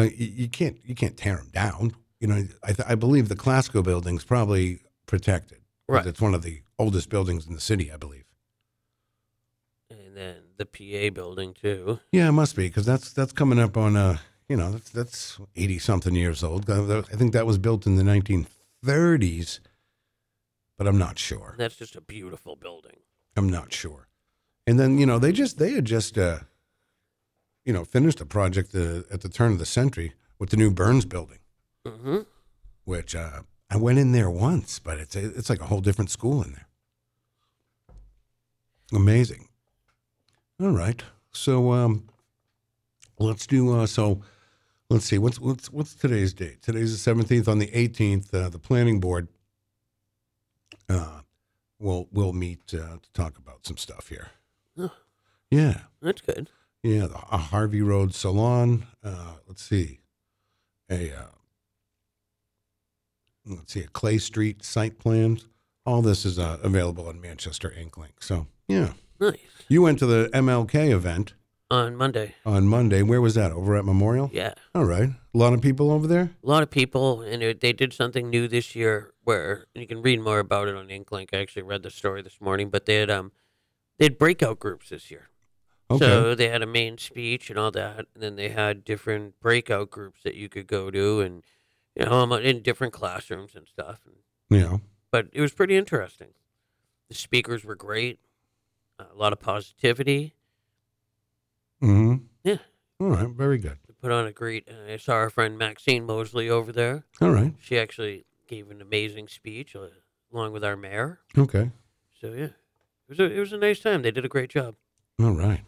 C: uh, you, you can't you can't tear them down. You know, I, th- I believe the Clasco building's probably protected. 'cause
D: Right.
C: It's one of the oldest buildings in the city, I believe.
D: And then the PA building too.
C: Yeah, it must be because that's that's coming up on uh you know that's that's eighty something years old. I think that was built in the 1930s, but I'm not sure.
D: That's just a beautiful building.
C: I'm not sure. And then you know they just they had just uh, you know finished a project uh, at the turn of the century with the new Burns building,
D: Mm-hmm.
C: which uh, I went in there once, but it's it's like a whole different school in there. Amazing. All right, so um, let's do uh, so. Let's see what's what's what's today's date. Today's the seventeenth. On the eighteenth, uh, the planning board uh, will will meet uh, to talk about some stuff here.
D: Huh.
C: Yeah,
D: That's good.
C: yeah. The a Harvey Road Salon. Uh, let's see, a uh, let's see a Clay Street site plans. All this is uh, available on Manchester Inklink. So yeah,
D: Nice.
C: you went to the MLK event
D: On Monday.
C: on Monday. Where was that? Over at Memorial.
D: Yeah.
C: All right. A lot of people over there.
D: A lot of people, and it, they did something new this year where and you can read more about it on Inklink. I actually read the story this morning, but they had um, they had breakout groups this year.
C: Okay.
D: So they had a main speech and all that, and then they had different breakout groups that you could go to, and you know, I'm in different classrooms and stuff.
C: yeah.
D: But it was pretty interesting. The speakers were great. uh, A lot of positivity.
C: hmm
D: Yeah.
C: All right. Very good.
D: They put on a great. Uh, I saw our friend Maxine Mosley over there.
C: All right.
D: She actually gave an amazing speech uh, along with our mayor.
C: Okay.
D: So yeah, it was a, it was a nice time. They did a great job.
C: All right.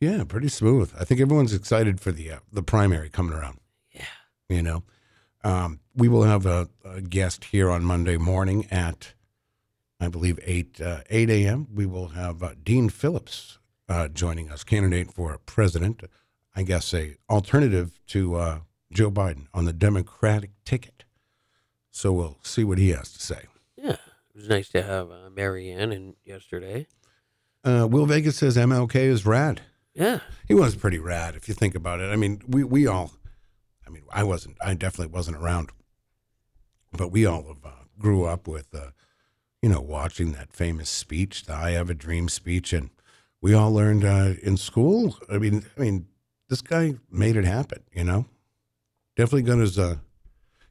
C: Yeah, pretty smooth. I think everyone's excited for the uh, the primary coming around.
D: Yeah.
C: You know, um, we will have a, a guest here on Monday morning at, I believe eight uh, eight a.m. We will have uh, Dean Phillips uh, joining us, candidate for president. I guess a alternative to uh, Joe Biden on the Democratic ticket. So we'll see what he has to say.
D: Yeah, it was nice to have uh, Mary Ann and yesterday.
C: Uh, Will Vegas says MLK is rad.
D: Yeah,
C: he was pretty rad if you think about it. I mean, we we all, I mean, I wasn't, I definitely wasn't around, but we all have, uh, grew up with, uh, you know, watching that famous speech, the "I Have a Dream" speech, and we all learned uh, in school. I mean, I mean, this guy made it happen. You know, definitely got his, uh,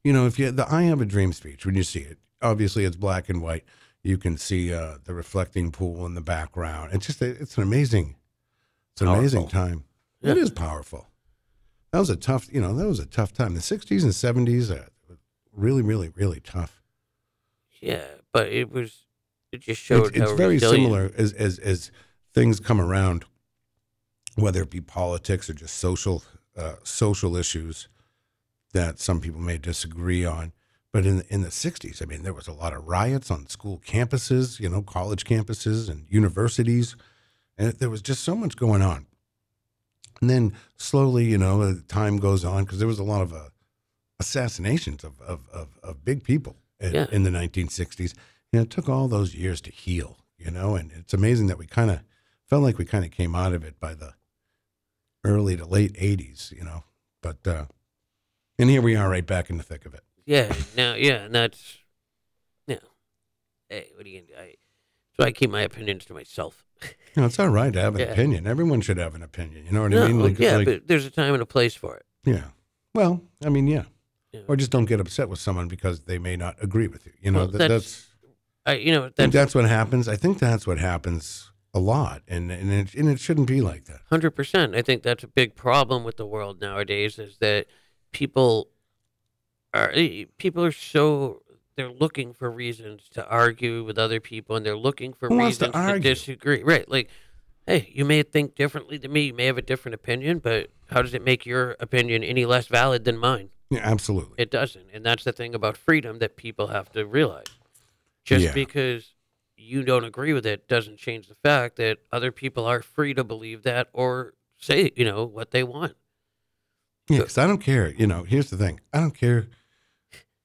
C: you know, if you the "I Have a Dream" speech when you see it, obviously it's black and white. You can see uh, the reflecting pool in the background. It's just it's an amazing, it's an amazing
D: Powerful.
C: time. It
D: Yeah.
C: is powerful. That was a tough, you know, that was a tough time. The '60s and '70s are really, really, really tough.
D: Yeah, but it was it just
C: It's-
D: showed
C: it's
D: how
C: very
D: resilient.
C: similar as, as as things come around, whether it be politics or just social uh, social issues that some people may disagree on. But in in the '60s, I mean, there was a lot of riots on school campuses, you know, college campuses and universities, and there was just so much going on. And then slowly, you know, as time goes on because there was a lot of uh, assassinations of, of of of big people in,
D: Yeah.
C: in the 1960s. And it took all those years to heal, you know. And it's amazing that we kind of felt like we kind of came out of it by the early to late 80s, you know. But uh, and here we are, right back in the thick of it.
D: Yeah, now yeah, and that's no. Hey, what are you gonna do? I, so I keep my opinions to myself.
C: You know, it's all right to have an
D: Yeah.
C: opinion. Everyone should have an opinion. You know what
D: no,
C: I mean?
D: like, yeah, but there's a time and a place for it.
C: yeah. Well, I mean, yeah.
D: Yeah.
C: Or just don't get upset with someone because they may not agree with you. You know,
D: Well,
C: that,
D: that's-
C: that's
D: I, you know,
C: I think
D: that's
C: that's what happens. I think that's what happens a lot, and and it, and it shouldn't be like that.
D: hundred percent. I think that's a big problem with the world nowadays is that people are eh, people are so they're looking for reasons to argue with other people and they're looking for
C: Who wants to
D: reasons
C: argue?
D: disagree. Right? Like, hey, you may think differently than me. You may have a different opinion, but how does it make your opinion any less valid than mine?
C: Yeah, absolutely.
D: It doesn't. And that's the thing about freedom that people have to realize. Just
C: Yeah.
D: because you don't agree with it doesn't change the fact that other people are free to believe that or say, you know, what they want.
C: Yeah, because I don't care. You know, here's the thing: I don't care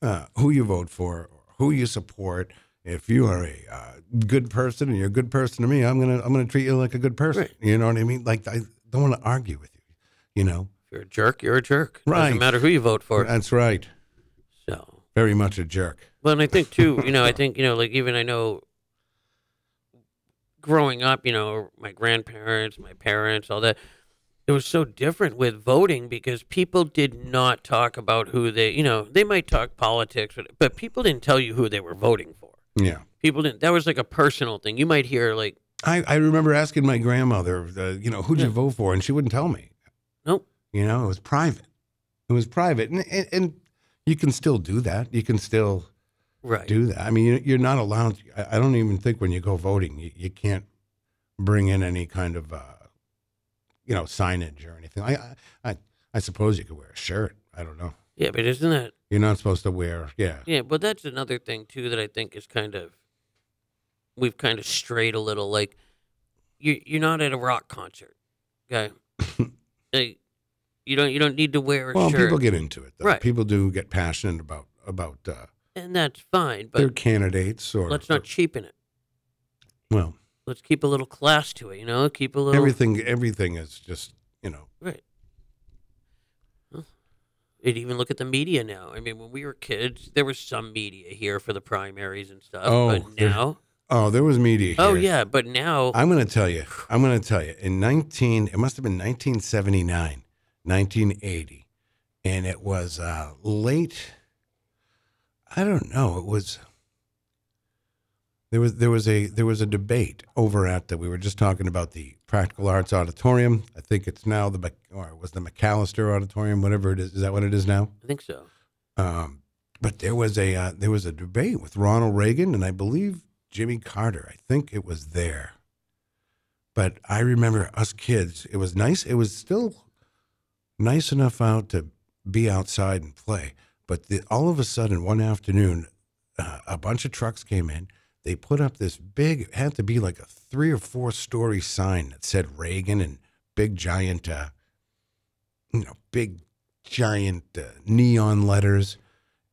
C: uh, who you vote for, or who you support. If you are a uh, good person and you're a good person to me, I'm gonna I'm gonna treat you like a good person.
D: Right.
C: You know what I mean? Like I don't want to argue with you. You know,
D: If you're a jerk, you're a jerk.
C: Right.
D: Doesn't matter who you vote for.
C: that's right.
D: So
C: Very much a jerk.
D: Well, and I think too, you know, I think you know, like even I know, growing up, you know, my grandparents, my parents, all that, it was so different with voting because people did not talk about who they, you know, they might talk politics, but, but people didn't tell you who they were voting for.
C: Yeah.
D: People didn't. That was like a personal thing. You might hear like,
C: I, I remember asking my grandmother, uh, you know, who'd you
D: Yeah.
C: vote for? And she wouldn't tell me.
D: Nope.
C: You know, it was private. It was private. And, and, and you can still do that. You can still
D: right,
C: do that. I mean, you- you're not allowed. I I don't even think when you go voting, you, you can't bring in any kind of, uh, you know, signage or anything. I, I, I, I suppose you could wear a shirt. I don't know.
D: yeah, but isn't that
C: You're not supposed to wear, yeah.
D: Yeah, but that's another thing too that I think is kind of we've kind of strayed a little. Like you you're not at a rock concert, okay? like you don't you don't need to wear a
C: Well,
D: shirt,
C: people get into it. Though.
D: Right.
C: People do get passionate about about uh,
D: and that's fine.
C: their
D: But
C: candidates or
D: let's not cheapen it.
C: well.
D: Let's keep a little class to it. You know, keep a little
C: everything everything is just you know
D: Right. Well, And even look at the media now. I mean, when we were kids, there was some media here for the primaries and stuff.
C: Oh,
D: but
C: there-
D: now,
C: oh there was media
D: oh
C: here.
D: yeah, but now,
C: i'm gonna tell you i'm gonna tell you in 19 it must have been 1979 1980 and it was uh late i don't know it was there was there was a there was a debate over at the we were just talking about the practical arts auditorium i think it's now the Mc- or it was the mcallister auditorium whatever it is is that what it is now
D: I think so.
C: Um, but there was a uh, there was a debate with Ronald Reagan and I believe Jimmy Carter. I think it was there. But I remember us kids. It was nice. It was still nice enough out to be outside and play. But the, all of a sudden, one afternoon, uh, a bunch of trucks came in. They put up this big. It had to be like a three or four story sign that said Reagan and big giant. Uh, you know, big giant uh, neon letters.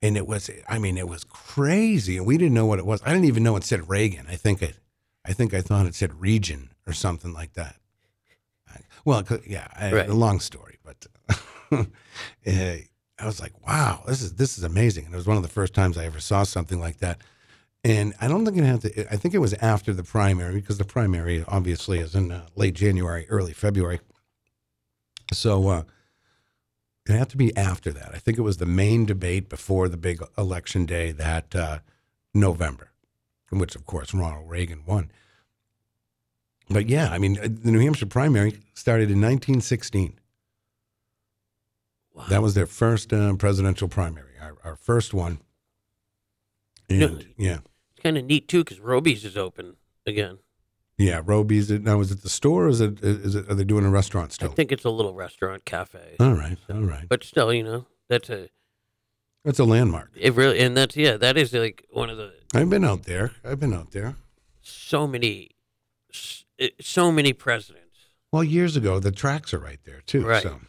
C: And it was, I mean, it was crazy. And we didn't know what it was. I didn't even know it said Reagan. I think it, I think I thought it said region or something like that. I- well, 'cause- yeah, I,
D: Right.
C: a long story, but uh, I was like, wow, this is, this is amazing. And it was one of the first times I ever saw something like that. And I don't think it had to, I think it was after the primary because the primary obviously is in uh, late January, early February. So, uh, it had to be after that. I think it was the main debate before the big election day that uh, November in which, of course, Ronald Reagan won. But yeah, I mean, uh, the New Hampshire primary started in 1916.
D: Wow.
C: That was their first uh, presidential primary, our, our first one.
D: No.
C: And yeah,
D: It's kind of neat too, because Roby's is open again.
C: yeah, Roby's. At, now, is it the store? Or is it? uh, Is it? Are they doing a restaurant
D: I
C: still?
D: think it's a little restaurant cafe.
C: all right, all right.
D: But still, you know, that's a
C: That's a landmark.
D: it really, and that's yeah, that is like one of the
C: I've been out there. I've been out there.
D: so many, s- it- so many presidents.
C: Well, years ago, the tracks are right there too.
D: Right.
C: So,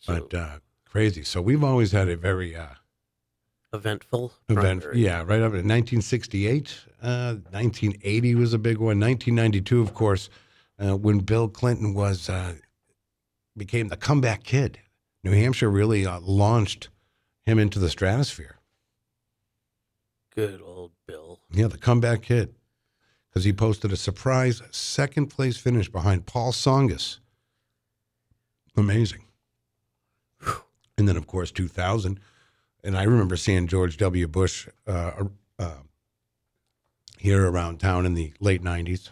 D: So
C: but uh, crazy. So we've always had a very uh,
D: eventful.
C: event.
D: primary.
C: Yeah, right up in 1968, uh, 1980 was a big one. 1992, of course, uh, when Bill Clinton was uh, became the comeback kid. New Hampshire really uh, launched him into the stratosphere.
D: Good old Bill.
C: Yeah, the comeback kid, because he posted a surprise second place finish behind Paul Songus. Amazing. And then, of course, 2000. And I remember seeing George W. Bush uh, uh, here around town in the late 90s.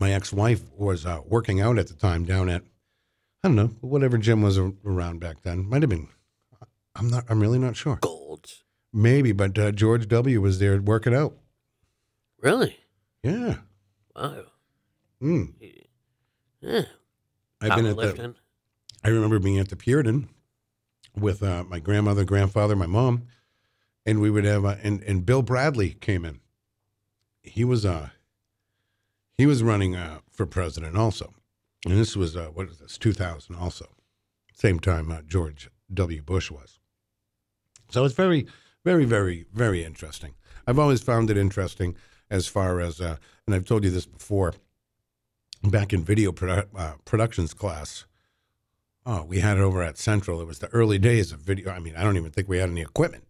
C: My ex wife was uh, working out at the time down at, I don't know, whatever gym was a- around back then. Might have been, I'm not, I'm really not sure.
D: Golds.
C: Maybe, but uh, George W. was there working out.
D: Really?
C: Yeah.
D: Wow.
C: Mm.
D: Yeah.
C: I've been at the,
D: Powerlifting.
C: I remember being at the Puritan with uh, my grandmother, grandfather, my mom, and we would have uh, and and Bill Bradley came in. He was uh he was running uh, for president also, and this was uh, what is this 2000 also, same time uh, George W. Bush was. So it's very, very, very, very interesting. I've always found it interesting as far as uh, and I've told you this before. Back in video produ- uh, productions class, Oh, we had it over at Central. It was the early days of video. I mean, I don't even think we had any equipment,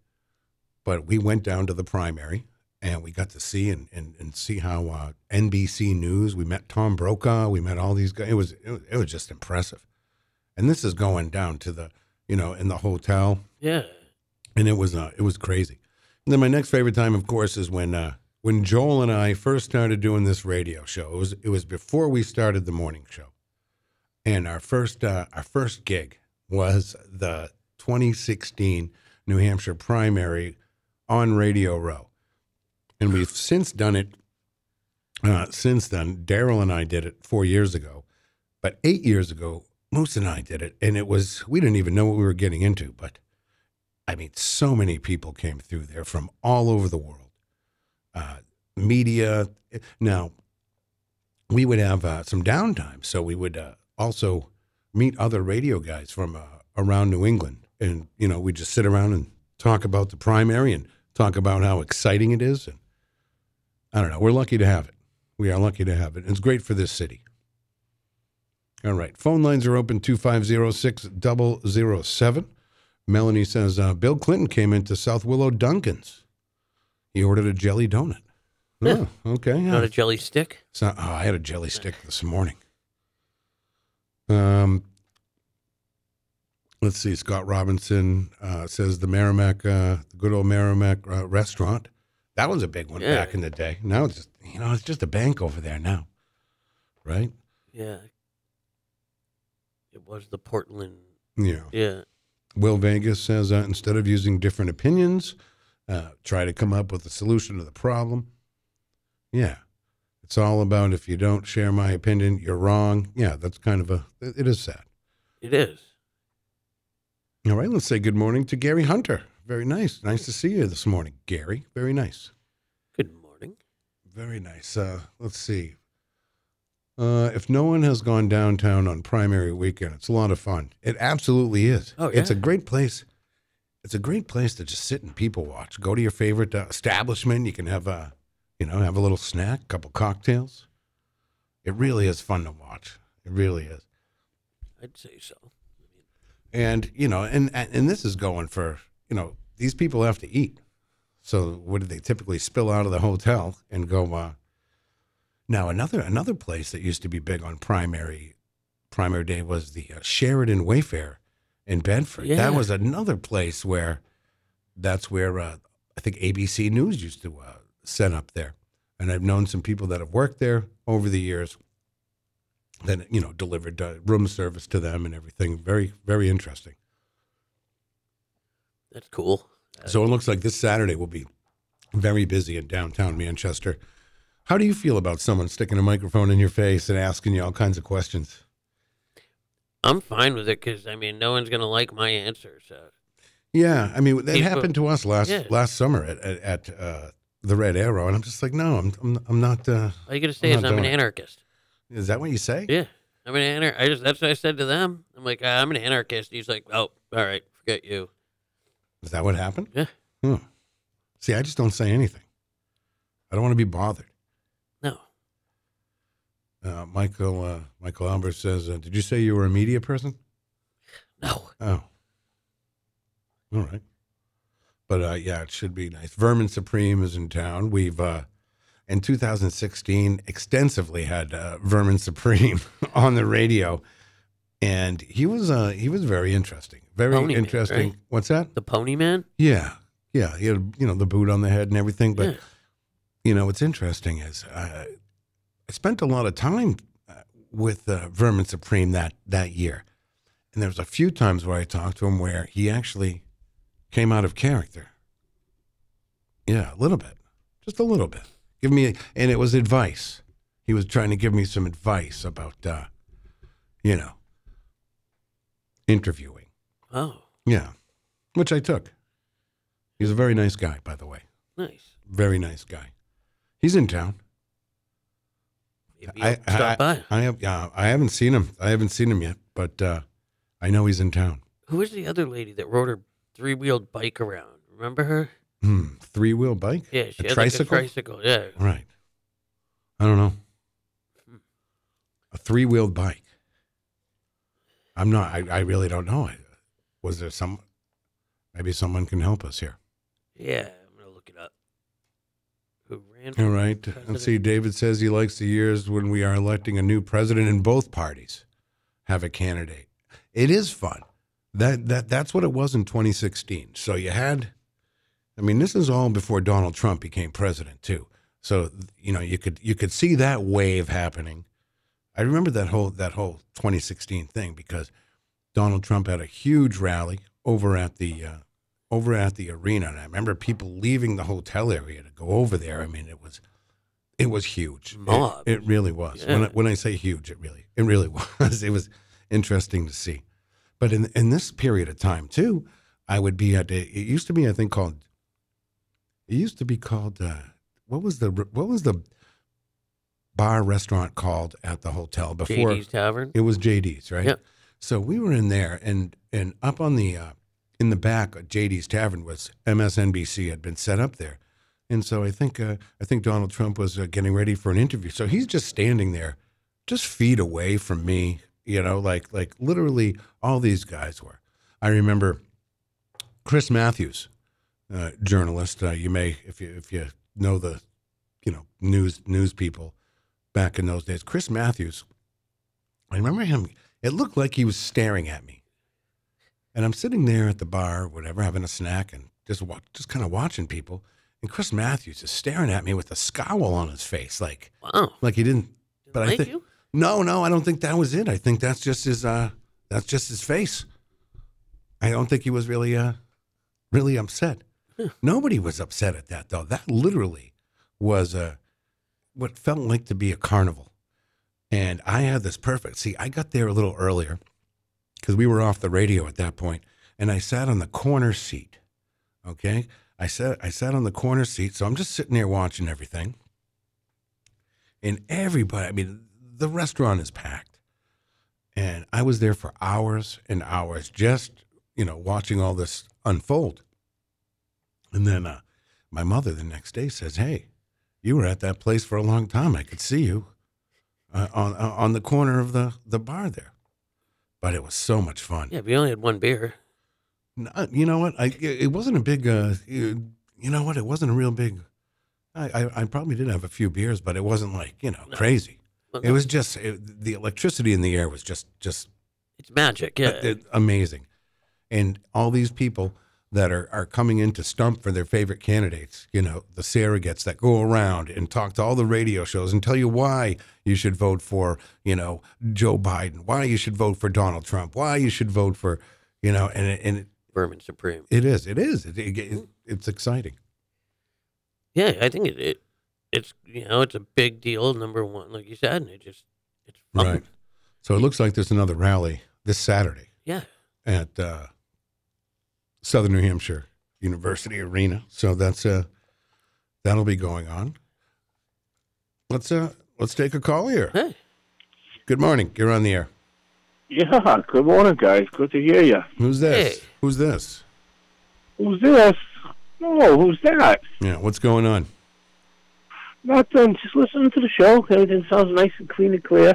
C: but we went down to the primary and we got to see and, and, and see how uh, NBC News. We met Tom Brokaw. We met all these guys. It was, it was it was just impressive. And this is going down to the you know in the hotel
D: Yeah.
C: and it was uh, it was crazy. And then my next favorite time, of course, is when uh, when Joel and I first started doing this radio show. It was it was before we started the morning show, and our first uh, our first gig was the 2016 New Hampshire primary on Radio Row, and we've since done it. Uh, since then, Daryl and I did it four years ago, but eight years ago, Moose and I did it, and it was we didn't even know what we were getting into, but I mean, so many people came through there from all over the world. Uh, media. eh, Now, we would have uh, some downtime, so we would uh, also meet other radio guys from uh, around New England, and you know, we just sit around and talk about the primary and talk about how exciting it is. And I don't know, we're lucky to have it. We are lucky to have it. It's great for this city. All right, phone lines are open 2506 007. Melanie says uh, Bill Clinton came into South Willow Duncan's. He ordered a jelly donut.
D: Huh.
C: Oh, okay. yeah.
D: Not a jelly stick.
C: So, oh, I had a jelly stick this morning. Um, let's see. Scott Robinson uh, says the Merrimack, uh, the good old Merrimack uh, restaurant. That was a big one
D: Yeah.
C: back in the day. Now it's just you know it's just a bank over there now, right?
D: Yeah. It was the Portland.
C: Yeah.
D: Yeah.
C: Will Vegas says uh, instead of using different opinions, uh, try to come up with a solution to the problem. Yeah. It's all about if you don't share my opinion, you're wrong. Yeah, that's kind of a, it is sad.
D: It is.
C: All right, let's say good morning to Gary Hunter. Very nice. Nice to see you this morning, Gary. Very nice.
D: Good morning.
C: Very nice. Uh, let's see. Uh, if no one has gone downtown on primary weekend, it's a lot of fun. It absolutely is.
D: Oh,
C: It's a
D: yeah.
C: great place. It's a great place to just sit and people watch. Go to your favorite uh, establishment. You can have a, you know, have a little snack, couple cocktails. It really is fun to watch. It really is.
D: I'd say so.
C: and you know and and and this is going for you know these people have to eat so what do they typically spill out of the hotel and go uh now another another place that used to be big on primary primary day was the uh, sheridan wayfair in bedford
D: Yeah.
C: that was another place where that's where uh, I think ABC News used to uh, set up there. And I've known some people that have worked there over the years that, you know, delivered uh, room service to them and everything. Very, very interesting.
D: That's cool.
C: So it looks like this Saturday will be very busy in downtown Manchester. How do you feel about someone sticking a microphone in your face and asking you all kinds of questions?
D: I'm fine with it because I mean, no one's gonna like my answer. So
C: Yeah, I mean that
D: People-
C: happened to us last
D: Yeah.
C: last summer at at, at uh, the Red Arrow, and I'm just like, no, I'm I'm, I'm not. Uh,
D: all you gotta say
C: I'm
D: is
C: not
D: I'm an
C: doing it.
D: anarchist.
C: is that what you say?
D: Yeah, I'm an anarch. I just that's what I said to them. I'm like, uh, I'm an anarchist. He's like, oh, all right, forget you.
C: Is that what happened?
D: Yeah.
C: Hmm. See, I just don't say anything. I don't want to be bothered.
D: No,
C: Uh, Michael uh, Michael Albert says, uh, "Did you say you were a media person?"
D: no.
C: Oh. All right. But uh, yeah, it should be nice. Vermin Supreme is in town. We've uh, in 2016 extensively had uh, Vermin Supreme on the radio, and he was uh, he was very interesting. Very
D: Pony Man,
C: interesting.
D: right?
C: What's that?
D: The Pony Man.
C: Yeah, yeah. He had you know the boot on the head and everything. But
D: Yeah.
C: you know what's interesting is I, I spent a lot of time uh, with uh, Vermin Supreme that that year, and there was a few times where I talked to him where he actually came out of character. Yeah, a little bit, just a little bit. Give me, and it was advice. He was trying to give me some advice about, uh, you know, interviewing.
D: Oh,
C: Yeah, which I took. He's a very nice guy, by the way.
D: nice.
C: Very nice guy. He's in town.
D: Maybe I'll stop by.
C: I have. Uh, I haven't seen him. I haven't seen him yet, but uh, I know he's in town.
D: Who was the other lady that rode her three wheeled bike around? Remember her?
C: Hmm. Three wheel bike.
D: Yeah, she
C: a
D: had
C: tricycle.
D: like a tricycle. Yeah,
C: Right. I don't know.
D: Hmm.
C: A three wheeled bike. I'm not. I, I really don't know. I- Was there some? Maybe someone can help us here.
D: yeah. I'm gonna look it up. Who ran? for
C: All right.
D: president?
C: Let's see. David says he likes the years when we are electing a new president and both parties have a candidate. It is fun. That that that's what it was in 2016. So you had, I mean, this is all before Donald Trump became president too. So you know you could you could see that wave happening. I remember that whole that whole 2016 thing because Donald Trump had a huge rally over at the uh, over at the arena, and I remember people leaving the hotel area to go over there. I mean, it was it was huge. It-
D: Mob.
C: It, really was. When, I,
D: Yeah.
C: when I say huge, it really it really was. It was interesting to see. But in in this period of time too, I would be at a, it used to be I think called it used to be called uh, what was the what was the bar restaurant called at the hotel before
D: JD's Tavern.
C: it was JD's, right?
D: Yep.
C: So we were in there, and and up on the uh, in the back of JD's Tavern was MSNBC had been set up there, and so I think uh, I think Donald Trump was uh, getting ready for an interview. So he's just standing there, just feet away from me, you know, like like literally all these guys were. I remember Chris Matthews, uh, journalist. Uh, you may if you if you know the you know news news people back in those days. Chris Matthews I remember him. It looked like he was staring at me. And I'm sitting there at the bar, whatever, having a snack and just wa- just kind of watching people. And Chris Matthews is staring at me with a scowl on his face, like
D: Wow.
C: like he didn't. But I
D: Thank
C: think
D: you.
C: no, no, I don't think that was it. I think that's just his uh, that's just his face. I don't think he was really uh, really upset. Nobody was upset at that though. That literally was uh, what felt like to be a carnival. And I had this perfect. See, I got there a little earlier because we were off the radio at that point, and I sat on the corner seat. Okay, I sat I sat on the corner seat, so I'm just sitting there watching everything. And everybody, I mean, the restaurant is packed, and I was there for hours and hours, just you know, watching all this unfold. And then uh, my mother the next day says, "Hey, you were at that place for a long time. I could see you uh, on uh, on the corner of the the bar there." But it was so much fun.
D: Yeah, we only had one beer.
C: No, you know what? I it wasn't a big. Uh, you you know what? It wasn't a real big. I, I I probably did have a few beers, but it wasn't like you know crazy.
D: Well,
C: It was just it, the electricity in the air was just just
D: It's magic. Yeah.
C: uh, uh, amazing, and all these people that are, are coming in to stump for their favorite candidates, you know, the surrogates that go around and talk to all the radio shows and tell you why you should vote for, you know, Joe Biden, why you should vote for Donald Trump, why you should vote for, you know, and, it- and it,
D: Vermin Supreme.
C: it is, it is, it, it, it, it's exciting.
D: Yeah, I think it, it it's you know it's a big deal. Number one, like you said, and it just it's fun.
C: Right. So it looks like there's another rally this Saturday
D: Yeah,
C: at uh, Southern New Hampshire University Arena. So that's uh, that'll be going on. Let's uh, let's take a call here.
D: Hey.
C: Good morning. You're on the air.
F: Yeah, good morning, guys. Good to hear you.
C: Who's this?
D: Hey.
C: Who's this?
F: Who's this? Oh, who's that?
C: Yeah. What's going on?
F: Nothing. Just listening to the show. Everything sounds nice and clean and clear.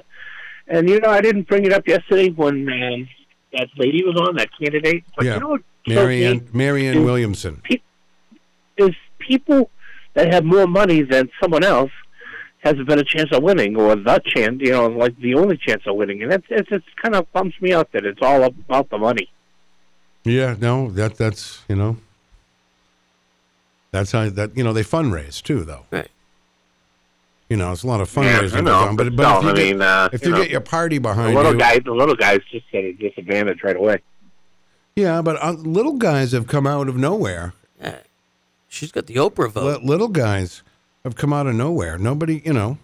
F: And you know, I didn't bring it up yesterday when um, that lady was on that candidate. But
C: Yeah.
F: you know Mm. what? struck me
C: Marianne Marianne
F: Who-
C: Williamson.
F: Is people that have more money than someone else has a better chance of winning, or the chance, you know, like the only chance of winning. And that's it's, it's kind of bumps me out that it's all about the money.
C: Yeah. No. That that's you know. That's how that you know they fundraise too though.
D: right.
C: You know, it's a lot of fundraising. going on, but, but
F: no,
C: if you
F: I
C: get-
F: mean, uh,
C: if
F: you
C: you
F: know,
C: get your party
F: the
C: behind
F: little
C: you,
F: guys, the little guys just get a disadvantage right away.
C: yeah, but uh, little guys have come out of nowhere.
D: Yeah. She's got the Oprah vote.
C: Li- little guys have come out of nowhere. Nobody, you know,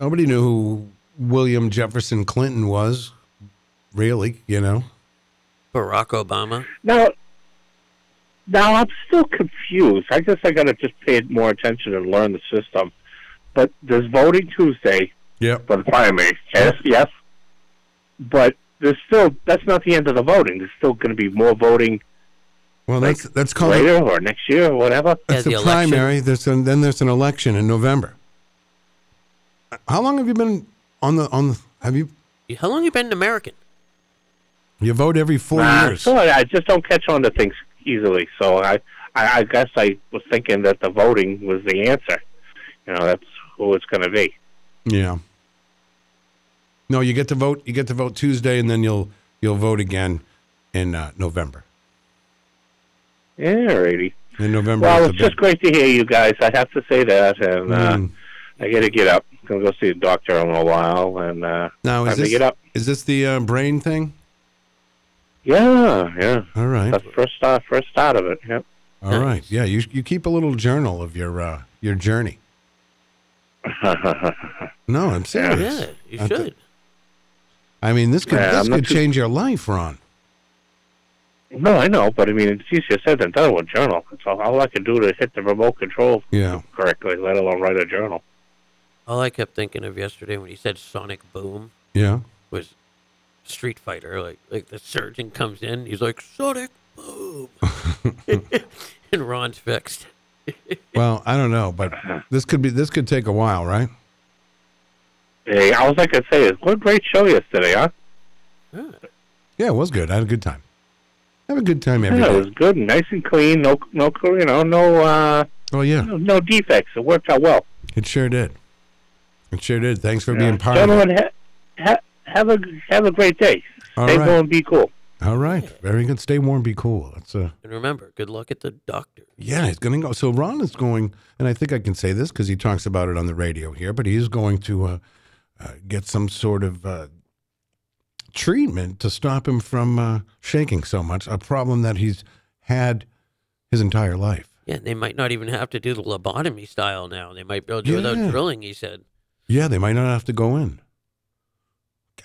C: nobody knew who William Jefferson Clinton was, really. You know,
D: Barack Obama.
F: Now, now I'm still confused. I guess I got to just pay more attention and learn the system. But there's voting Tuesday
C: yep,
F: for the primary. Yes, yes. But there's still that's not the end of the voting. There's still going to be more voting
C: Well, that's that's called
F: later or next year or whatever.
D: Yeah,
C: that's
D: the
C: the,
D: election.
C: primary. There's an, then there's an election in November. How long have you been on the on the? Have you
D: How long you been an American?
C: you vote every four
F: Nah,
C: years?
F: Uh, So I I just don't catch on to things easily. So I, I, I guess I was thinking that the voting was the answer. You know, that's who it's going to be.
C: Yeah. No, you get to vote. You get to vote Tuesday, and then you'll you'll vote again in uh, November.
F: Yeah, alrighty.
C: In November.
F: Well,
C: is the
F: it's just
C: big-
F: great to hear you guys. I have to say that, and uh,
C: Mm.
F: I got to get up. Gonna go see the doctor in a while, and uh,
C: now
F: I
C: is
F: have to
C: this
F: get up.
C: is this the uh, brain thing?
F: Yeah, yeah.
C: All right,
F: That's the first start, first start of it. Yep.
C: all right. Yeah, you you keep a little journal of your uh, your journey. No, I'm serious.
D: Yeah, you
C: I
D: should.
C: th- I mean, this could
F: Yeah,
C: this
F: I'm not
C: could
F: too-
C: change your life, Ron.
F: no, I know, but I mean, it's easier said than done with journal. That's all, all I can do to hit the remote control
C: Yeah.
F: correctly, let alone write a journal.
D: All I kept thinking of yesterday when he said Sonic Boom
C: Yeah.
D: was Street Fighter. Like, like the surgeon comes in, he's like Sonic Boom, and Ron's fixed.
C: Well, I don't know, but this could be this could take a while, right?
F: Hey, all I can say is, what a great show yesterday, huh?
D: Huh.
C: Yeah, it was good. I had a good time. Have a good time every
F: Yeah, it
C: day.
F: was good, and nice and clean. No, no, you know, no, uh,
C: Oh yeah,
F: no, no defects. It worked out well.
C: it sure did. It sure did. Thanks for
F: Yeah.
C: being part of it.
F: Gentlemen, ha- ha- have a have a great day.
C: All
F: Stay
C: right.
F: cool and be cool.
C: All right. Very good. Stay warm, be cool. That's uh
D: And remember, good luck at the doctor.
C: yeah, he's gonna go. So Ron is going, and I think I can say this because he talks about it on the radio here. But he is going to uh, uh, get some sort of uh, treatment to stop him from uh, shaking so much, a problem that he's had his entire life.
D: Yeah, and they might not even have to do the lobotomy style now. They might be able to do it
C: Yeah.
D: without drilling. He said.
C: Yeah, they might not have to go in.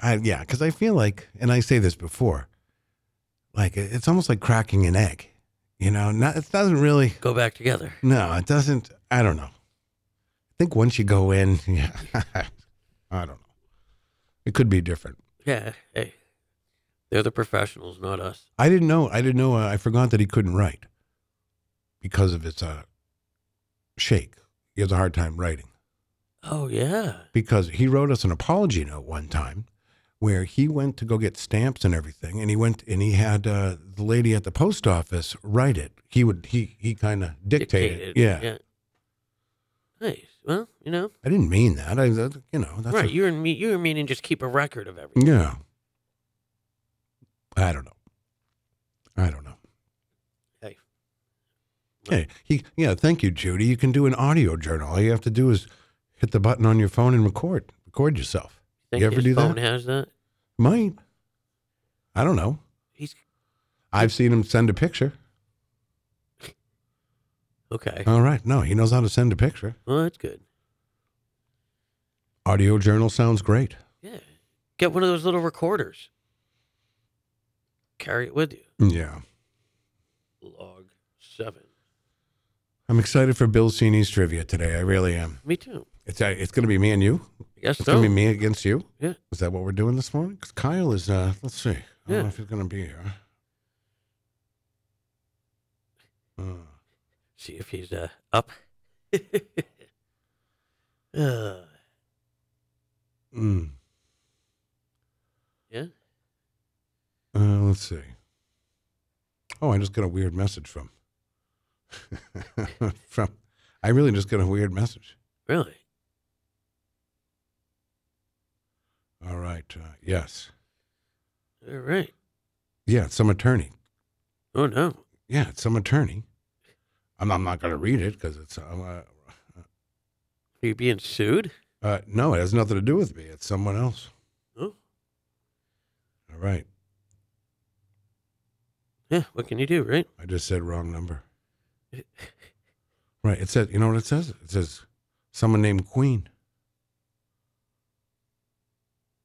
C: I, yeah, because I feel like, and I say this before, like it- it's almost like cracking an egg. You know, not, it doesn't really.
D: Go back together.
C: No, it doesn't. I don't know. I think once you go in, yeah, I don't know. It could be different.
D: Yeah, hey, they're the professionals, not us.
C: I didn't know. I didn't know. Uh, I forgot that he couldn't write because of his uh, shake. He has a hard time writing
D: Oh yeah,
C: because he wrote us an apology note one time where he went to go get stamps and everything, and he went and he had uh, the lady at the post office write it. He would. He he kind of dictated.
D: Dictated,
C: Yeah.
D: Nice. Well, you know,
C: I didn't mean that. I that, you know that's
D: right?
C: a-
D: you and me, you and me, and just keep a record of everything.
C: Yeah. I don't know. I don't know. Yeah, he, yeah. Thank you, Judy. You can do an audio journal. All you have to do is hit the button on your phone and record. Record yourself.
D: Think
C: you ever
D: his
C: do
D: phone
C: that?
D: has that?
C: Might. I don't know.
D: He's
C: I've seen him send a picture.
D: okay.
C: All right. No, he knows how to send a picture.
D: Well, that's good.
C: Audio journal sounds great.
D: Yeah. Get one of those little recorders. Carry it with you.
C: Yeah.
D: Log seven.
C: I'm excited for Bill Cini's trivia today. I really am.
D: Me too.
C: It's uh, it's going to be me and you.
D: I guess
C: It's
D: so.
C: going to be me against you.
D: Yeah.
C: Is that what we're doing this morning? 'Cause Kyle is. uh Let's see. I don't know
D: Yeah.
C: if he's going to be here. Uh,
D: See if he's uh, up. uh,
C: mm.
D: yeah.
C: Uh, let's see. Oh, I just got a weird message from. from, I really just got a weird message.
D: Really?
C: All right. Uh, yes.
D: All right.
C: Yeah, it's some attorney.
D: Oh no.
C: Yeah, it's some attorney. I'm, I'm not going to read it because it's. Uh,
D: Are you being sued?
C: uh, no, it has nothing to do with me. It's someone else.
D: Oh.
C: All right.
D: Yeah. What can you do, right?
C: I just said wrong number. Right. It says, you know what it says? It says someone named Queen.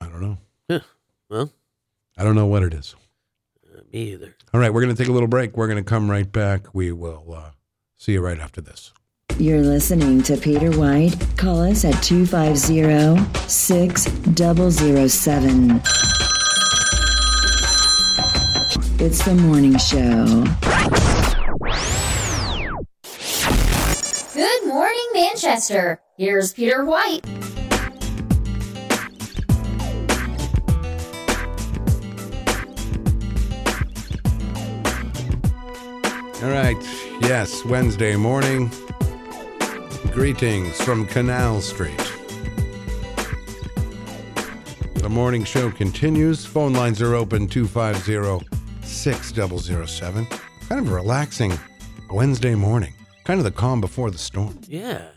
C: I don't know.
D: Yeah. Well,
C: I don't know what it is.
D: uh, me either.
C: All right, we're going to take a little break. We're going to come right back. We will uh, see you right after this.
B: You're listening to Peter White. Call us at 250 6007. It's the morning show.
G: Good morning, Manchester. Here's Peter White.
C: All right. Yes, Wednesday morning. Greetings from Canal Street. The morning show continues. Phone lines are open 250 6007. Kind of a relaxing Wednesday morning. Kind of the calm before the storm.
D: Yeah.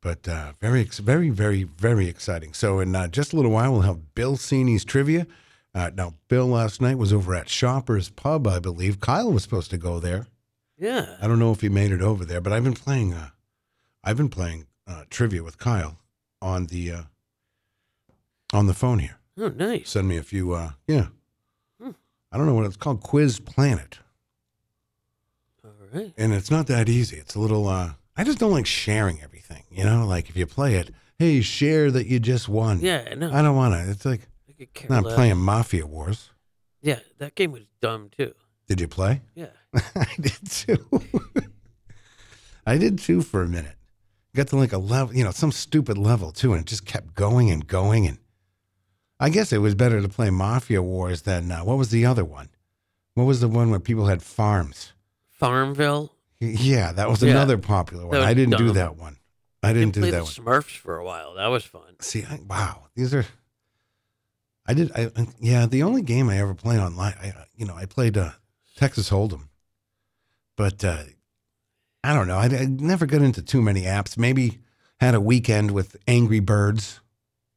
C: but uh, very, ex- very, very, very exciting. So, in uh, just a little while, we'll have Bill Cini's trivia. Uh, now, Bill last night was over at Shoppers Pub, I believe. Kyle was supposed to go there.
D: Yeah.
C: I don't know if he made it over there, but I've been playing. Uh, I've been playing uh, trivia with Kyle on the uh, on the phone here.
D: Oh, nice.
C: Send me a few. Uh, yeah,
D: Hmm.
C: I don't know what it's called. Quiz Planet,
D: All right.
C: and it's not that easy. It's a little. Uh, I just don't like sharing everything. You know, like if you play it, hey, share that you just won.
D: Yeah. No.
C: I don't want to. It's like
D: I could care
C: not
D: less.
C: playing Mafia Wars.
D: Yeah, that game was dumb too.
C: Did you play?
D: Yeah.
C: I did too. I did too for a minute. Got to like a level, you know, some stupid level too, and it just kept going and going. And I guess it was better to play Mafia Wars than uh, what was the other one? What was the one where people had farms?
D: Farmville.
C: Y- Yeah, that was
D: Yeah.
C: another popular one.
D: was
C: I didn't do
D: dumb.
C: that one. I
D: I
C: didn't
D: play
C: do that
D: the
C: one.
D: Smurfs for a while. That was fun.
C: See, I, wow, these are. I did. I I- yeah. The only game I ever play online, I uh, you know, I played uh, Texas Hold'em, but uh, I don't know. I, I never got into too many apps. Maybe had a weekend with Angry Birds,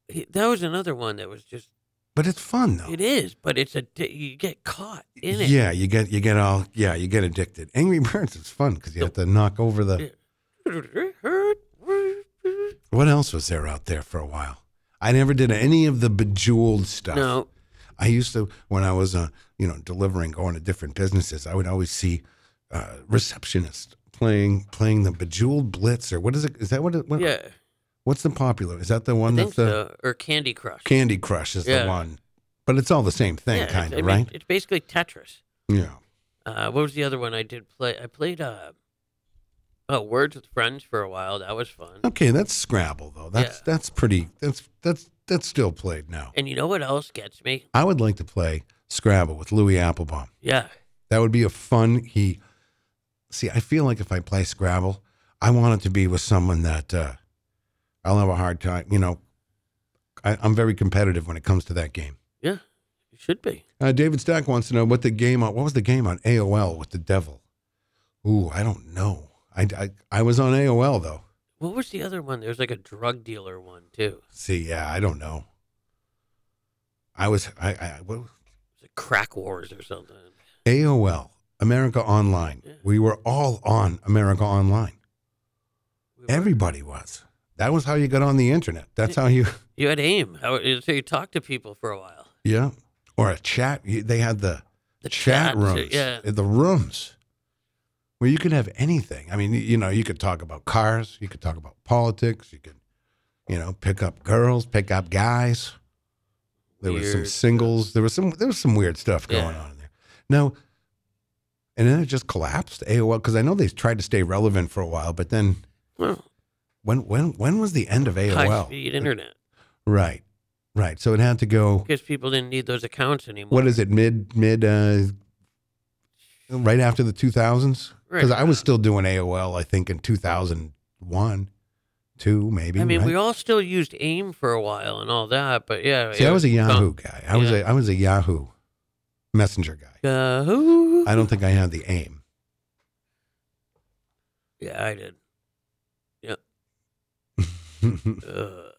D: He- That was another one that was just.
C: but it's fun though.
D: It is, but it's a. di- You get caught in it.
C: Yeah, you get you get all yeah, you get addicted. Angry Birds is fun because you have to knock over the. What else was there out there for a while? I never did any of the bejeweled stuff.
D: No.
C: I used to when I was uh, you know delivering going to different businesses, I would always see uh, receptionists playing playing the Bejeweled Blitz or what is it? Is that what? It, what
D: Yeah.
C: What's the popular? Is that the one
D: I
C: that's
D: think
C: the
D: so. Or Candy Crush.
C: Candy Crush is
D: Yeah.
C: the one? But it's all the same thing,
D: Yeah,
C: kind
D: it's, I
C: of,
D: mean,
C: right?
D: It's basically Tetris.
C: yeah.
D: Uh, what was the other one I did play? I played uh, oh, Words with Friends for a while. That was fun.
C: Okay, that's Scrabble though. That's
D: Yeah.
C: that's pretty. That's that's that's still played now.
D: And you know what else gets me?
C: I would like to play Scrabble with Louis Applebaum.
D: Yeah.
C: That would be a fun he. See, I feel like if I play Scrabble, I want it to be with someone that uh, I'll have a hard time. You know, I, I'm very competitive when it comes to that game.
D: Yeah. It should be.
C: Uh, David Stack wants to know what the game on what was the game on AOL with the devil, Ooh, I don't know. I, I, I was on AOL though.
D: What was the other one? There was like a drug dealer one too.
C: See, yeah, I don't know. I was I, I what,
D: It was like Crack Wars or something.
C: AOL America Online.
D: Yeah.
C: We were all on America Online.
D: We were-
C: Everybody was. That was how you got on the internet. That's how you
D: You had AIM. How, so you talked to people for a while.
C: yeah. Or a chat. You- They had the
D: The
C: chat,
D: chat,
C: rooms.
D: yeah.
C: The rooms where you could have anything. I mean, y- you know, you could talk about cars, you could talk about politics, you could, you know, pick up girls, pick up guys. There was some
D: Weird.
C: singles. There was some there was some weird stuff going
D: Yeah.
C: on in there. Now and then it just collapsed. AOL because I know they tried to stay relevant for a while, but then
D: Well,
C: when when when was the end of AOL?
D: high speed internet
C: Right, right. So it had to go.
D: because people didn't need those accounts anymore.
C: What is it? Mid mid. Uh, right after the two thousands, because
D: Right.
C: I was still doing AOL. I think in two thousand one, two maybe.
D: I mean,
C: right?
D: we all still used AIM for a while and all that, but yeah.
C: See, I was a Yahoo guy. I was
D: yeah.
C: a I was a Yahoo Messenger guy.
D: Yahoo.
C: I don't think I had the aim.
D: Yeah, I did. Uh,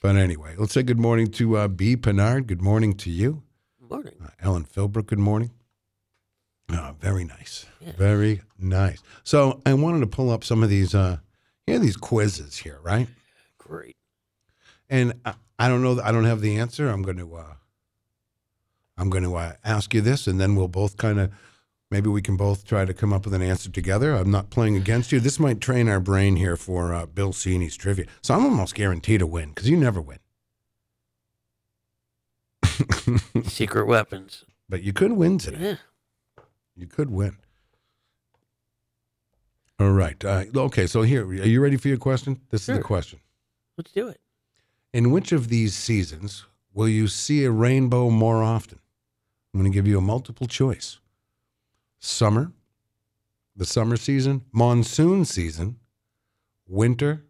C: but anyway, let's say good morning to uh, B. Pinard. Good morning to you.
D: morning.
C: Uh, Ellen Philbrook, good morning. Uh, very nice.
D: Yeah.
C: Very nice. So I wanted to pull up some of these, uh, yeah, these quizzes here, right?
D: Great.
C: And I, I don't know, I don't have the answer. I'm going to, uh, I'm going to uh, ask you this, and then we'll both kind of, maybe we can both try to come up with an answer together. I'm not playing against you. This might train our brain here for uh, Bill Cini's trivia. So I'm almost guaranteed to win because you never win.
D: Secret weapons.
C: but you could win today.
D: Yeah.
C: You could win. All right. Uh, okay. So here, are you ready for your question? This is
D: Sure.
C: the question.
D: Let's do it.
C: In which of these seasons will you see a rainbow more often? I'm going to give you a multiple choice. Summer, the summer season, monsoon season, winter,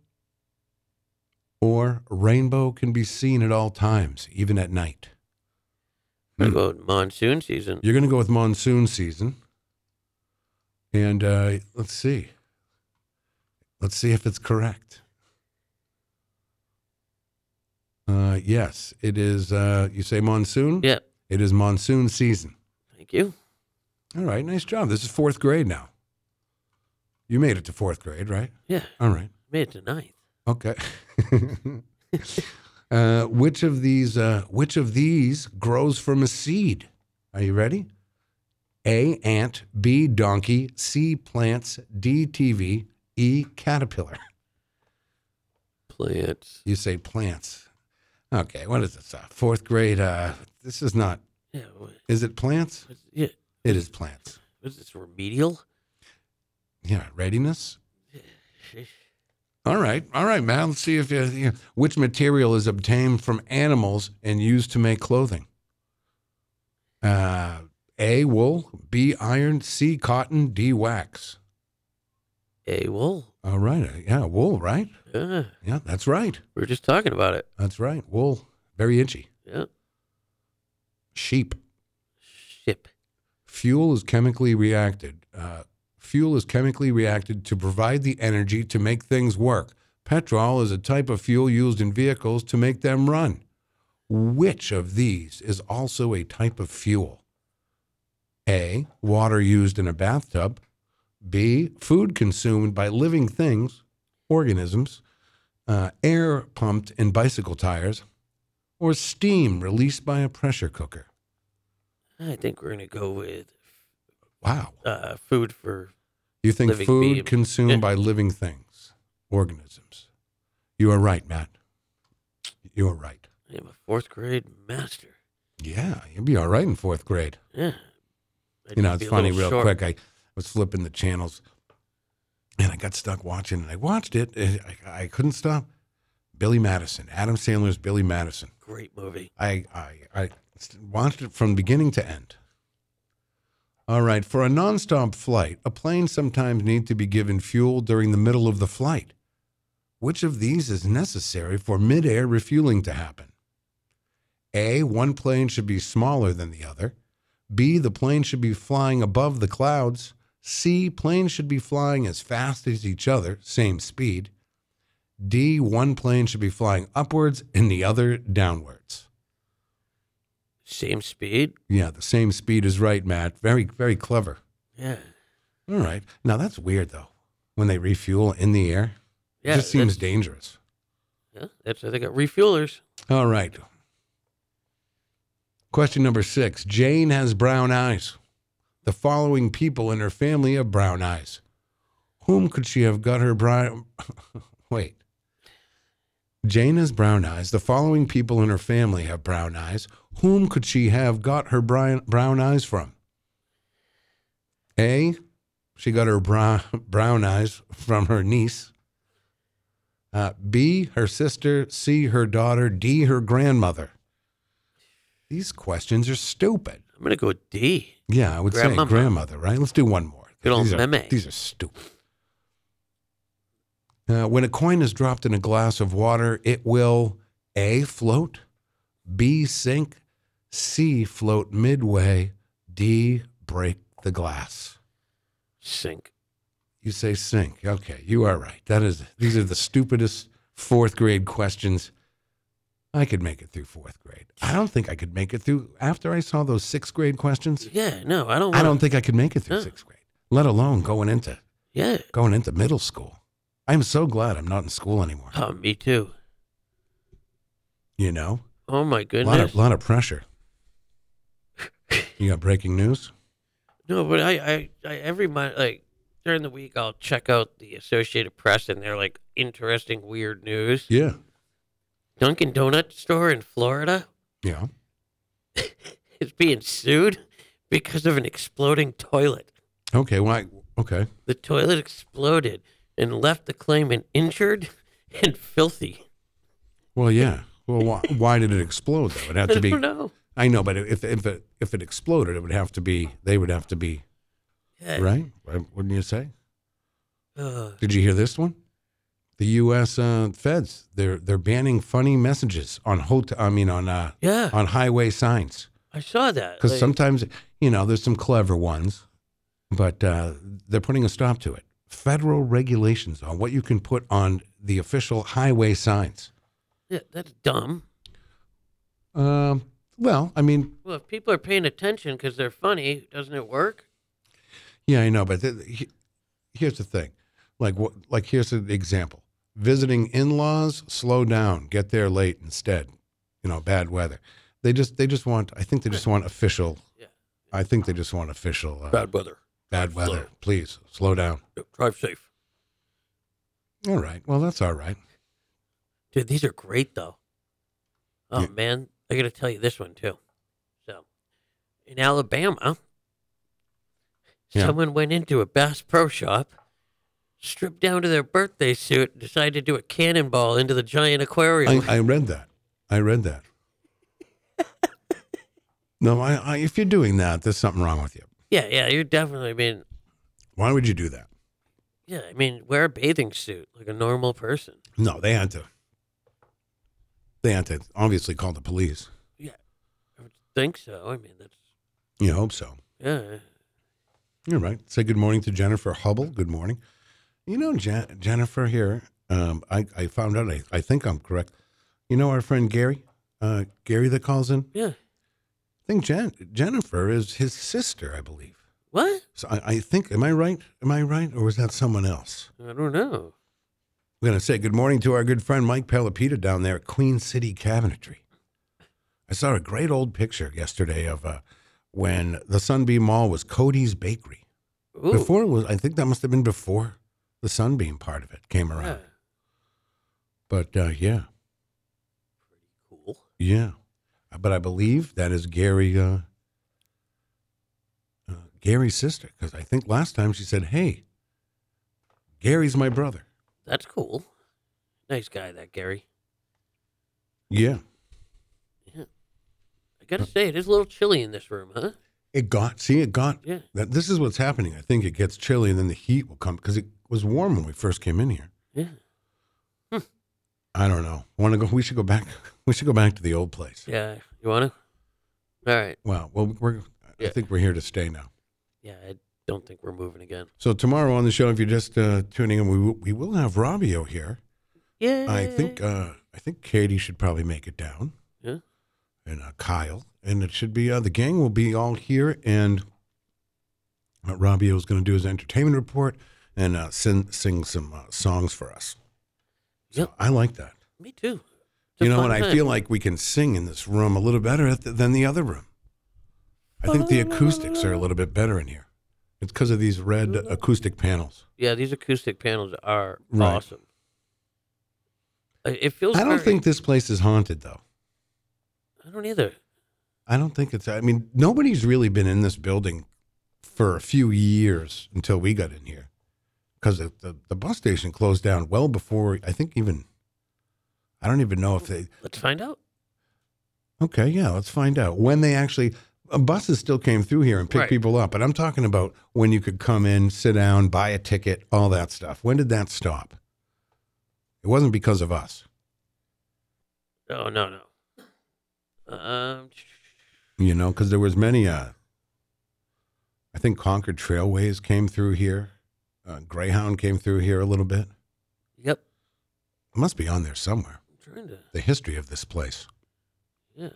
C: or rainbow can be seen at all times, even at night.
D: What
C: Hmm.
D: about monsoon season?
C: You're going to go with monsoon season. And uh, let's see. Let's see if it's correct. Uh, yes, it is. Uh, you say monsoon?
D: Yeah.
C: It is monsoon season.
D: Thank you.
C: All right, nice job. This is fourth grade now. You made it to fourth grade, right?
D: Yeah.
C: All right.
D: Made it to ninth.
C: Okay. uh, which of these uh, which of these grows from a seed? Are you ready? A ant, B donkey, C plants, D TV, E caterpillar.
D: Plants.
C: You say plants. Okay, what is this? Uh, fourth grade. Uh, this is not.
D: Yeah. What,
C: Is it plants?
D: what's, yeah.
C: It is plants.
D: What's this remedial?
C: Yeah, readiness. All right, all right, Matt. Let's see if uh, you, you- which material is obtained from animals and used to make clothing. Uh, A wool, B iron, C cotton, D wax.
D: A wool.
C: All right, uh, yeah, wool, right?
D: Yeah.
C: Yeah, that's right,
D: We were just talking about it.
C: that's right. Wool, very itchy.
D: Yeah.
C: Sheep.
D: Ship.
C: Fuel is chemically reacted. Uh, fuel is chemically reacted to provide the energy to make things work. Petrol is a type of fuel used in vehicles to make them run. Which of these is also a type of fuel? A. Water used in a bathtub. B. Food consumed by living things, organisms, uh, air pumped in bicycle tires, or steam released by a pressure cooker.
D: I think we're gonna go with
C: Wow.
D: uh, food for.
C: You think
D: living
C: food
D: being.
C: consumed
D: Yeah.
C: by living things, organisms. You are right, Matt. You are right.
D: I am a fourth grade master.
C: Yeah, you'll be all right in fourth grade.
D: Yeah. I'd
C: you know,
D: just be
C: it's
D: a
C: funny,
D: little
C: real
D: short.
C: quick. I was flipping the channels and I got stuck watching and I watched it. and I, I couldn't stop. Billy Madison, Adam Sandler's Billy Madison.
D: Great movie.
C: I, I, I watched it from beginning to end. All right. For a nonstop flight, a plane sometimes needs to be given fuel during the middle of the flight. Which of these is necessary for midair refueling to happen? A. One plane should be smaller than the other. B. The plane should be flying above the clouds. C. Planes should be flying as fast as each other, same speed. D. One plane should be flying upwards and the other downwards.
D: Same speed.
C: Yeah, the same speed is right, Matt. Very, very clever.
D: Yeah.
C: All right. Now that's weird though. When they refuel in the air,
D: Yeah.
C: it just seems
D: that's-
C: dangerous.
D: Yeah, that's how they got refuelers.
C: All right. Question number six. Jane has brown eyes. The following people in her family have brown eyes. Whom could she have got her brown? Wait. Jane has brown eyes. The following people in her family have brown eyes. Whom could she have got her brown, brown eyes from? A. She got her brown, brown eyes from her niece. Uh, B, her sister. C, her daughter. D, her grandmother. These questions are stupid.
D: I'm gonna go D.
C: Yeah, I would
D: Grandmama.
C: say grandmother, right? Let's do one more.
D: Good old
C: these are,
D: meme.
C: These are stupid. Uh, when a coin is dropped in a glass of water, it will A, float, B, sink, C, float midway, D, break the glass.
D: Sink.
C: You say sink. Okay, you are right. That is these are the stupidest fourth grade questions. I could make it through fourth grade. I don't think I could make it through after I saw those sixth grade questions.
D: Yeah. No, I don't.
C: I
D: wanna-
C: don't think I could make it through
D: Huh.
C: sixth grade, let alone going into
D: Yeah.
C: going into middle school. I'm so glad I'm not in school anymore.
D: Oh, me too.
C: You know,
D: Oh my
C: a
D: goodness.
C: lot of lot of pressure. You got breaking news?
D: No, but I, I, I every month, like during the week, I'll check out the Associated Press and they're like interesting, weird news.
C: Yeah,
D: Dunkin' Donut store in Florida
C: yeah.
D: is being sued because of an exploding toilet.
C: Okay, well, I, okay.
D: The toilet exploded and left the claimant injured and filthy.
C: Well, yeah. Well, why, why did it explode though? It had
D: I
C: to
D: don't
C: be
D: know.
C: I know, but if if it, if it exploded, it would have to be they would have to be
D: Yeah.
C: right. Right? Wouldn't you say?
D: Uh,
C: Did you hear this one? The U.S. Uh, feds they're they're banning funny messages on hotel. I mean on uh,
D: yeah,
C: on highway signs
D: I saw that.
C: because
D: like,
C: sometimes you know there's some clever ones, but uh, they're putting a stop to it. Federal regulations on what you can put on the official highway signs.
D: yeah, that's dumb.
C: Um, well, I mean,
D: Well, if people are paying attention because they're funny, doesn't it work?
C: Yeah, I know, but th- he- here's the thing. Like what? Like here's an example. Visiting in-laws, slow down, get there late instead. You know, bad weather. They just they just want. I think they just want official.
D: Yeah.
C: I think they just want official uh, bad,
D: Bad weather.
C: weather.
D: slow.
C: Please slow down.
D: Drive safe.
C: All right. Well, that's all right.
D: Dude, these are great though. Oh
C: Yeah.
D: man, I gotta tell you this one too. So, in Alabama,
C: Yeah.
D: someone went into a Bass Pro Shop, stripped down to their birthday suit, and decided to do a cannonball into the giant
C: I,
D: aquarium.
C: I read that. I read that. No, I, I, if you're doing that, there's something wrong with you.
D: yeah, yeah, you're definitely. I mean,
C: Why would you do that?
D: yeah, I mean, wear a bathing suit like a normal person.
C: No, they had to. They had to obviously call the police.
D: I would think so. I mean, that's
C: You hope so.
D: yeah.
C: You're right. Say good morning to Jennifer Hubble. Good morning. You know, Je- Jennifer here, um, I, I found out, I, I think I'm correct. You know our friend Gary? Uh, Gary that calls in?
D: Yeah.
C: I think Jen- Jennifer is his sister, I believe.
D: What?
C: So I, I think, am I right? Am I right? Or was that someone else?
D: I don't know.
C: We're going to say good morning to our good friend Mike Palapita down there at Queen City Cabinetry. I saw a great old picture yesterday of uh, when the Sunbeam Mall was Cody's Bakery.
D: Ooh,
C: Before it was, I think that must have been before the sunbeam part of it came around.
D: yeah.
C: But uh, yeah,
D: cool.
C: yeah. Uh, But I believe that is Gary, uh, uh, Gary's sister, because I think last time she said, "Hey, Gary's my brother."
D: That's cool. Nice guy, that Gary.
C: Yeah,
D: I gotta say, it is a little chilly in this room, huh?
C: it got. See, it got.
D: Yeah.
C: That this is what's happening. I think it gets chilly, and then the heat will come because it was warm when we first came in here.
D: Yeah.
C: I don't know. Want to go? We should go back. We should go back to the old place.
D: Yeah. You wanna? All right.
C: Wow. Well, we're.
D: Yeah.
C: I think we're here to stay now.
D: Yeah. I- don't think we're moving again.
C: So tomorrow on the show, if you're just uh, tuning in, we will, we will have Robbio here.
D: Yeah.
C: I think
D: Mm.
C: uh, I think Katie should probably make it down.
D: Yeah.
C: And uh, Kyle, and it should be uh, the gang will be all here, and uh, Robbio is going to do his entertainment report and uh, sing sing some uh, songs for us. So
D: Yep.
C: I like that.
D: Me too. It's a
C: You know,
D: fun
C: and I
D: time.
C: feel like we can sing in this room a little better at than the other room. I think the acoustics are a little bit better in here. It's because of these red acoustic panels.
D: Yeah, these acoustic panels are
C: Right.
D: awesome. I- It feels.
C: I don't
D: very-
C: think this place is haunted, though.
D: I don't either.
C: I don't think it's. I mean, nobody's really been in this building for a few years until we got in here, because the, the the bus station closed down well before. I think even. I don't even know if they.
D: Let's find out.
C: Okay, yeah, let's find out when they actually. Uh, buses still came through here and picked
D: Right.
C: people up, but I'm talking about when you could come in, sit down, buy a ticket, all that stuff. When did that stop? It wasn't because of us.
D: Oh no no. Um,
C: you know, because there was many. Uh, I think Concord Trailways came through here. Uh, Greyhound came through here a little bit.
D: yep.
C: It must be on there somewhere.
D: I'm trying to.
C: The history of this place.
D: Yeah.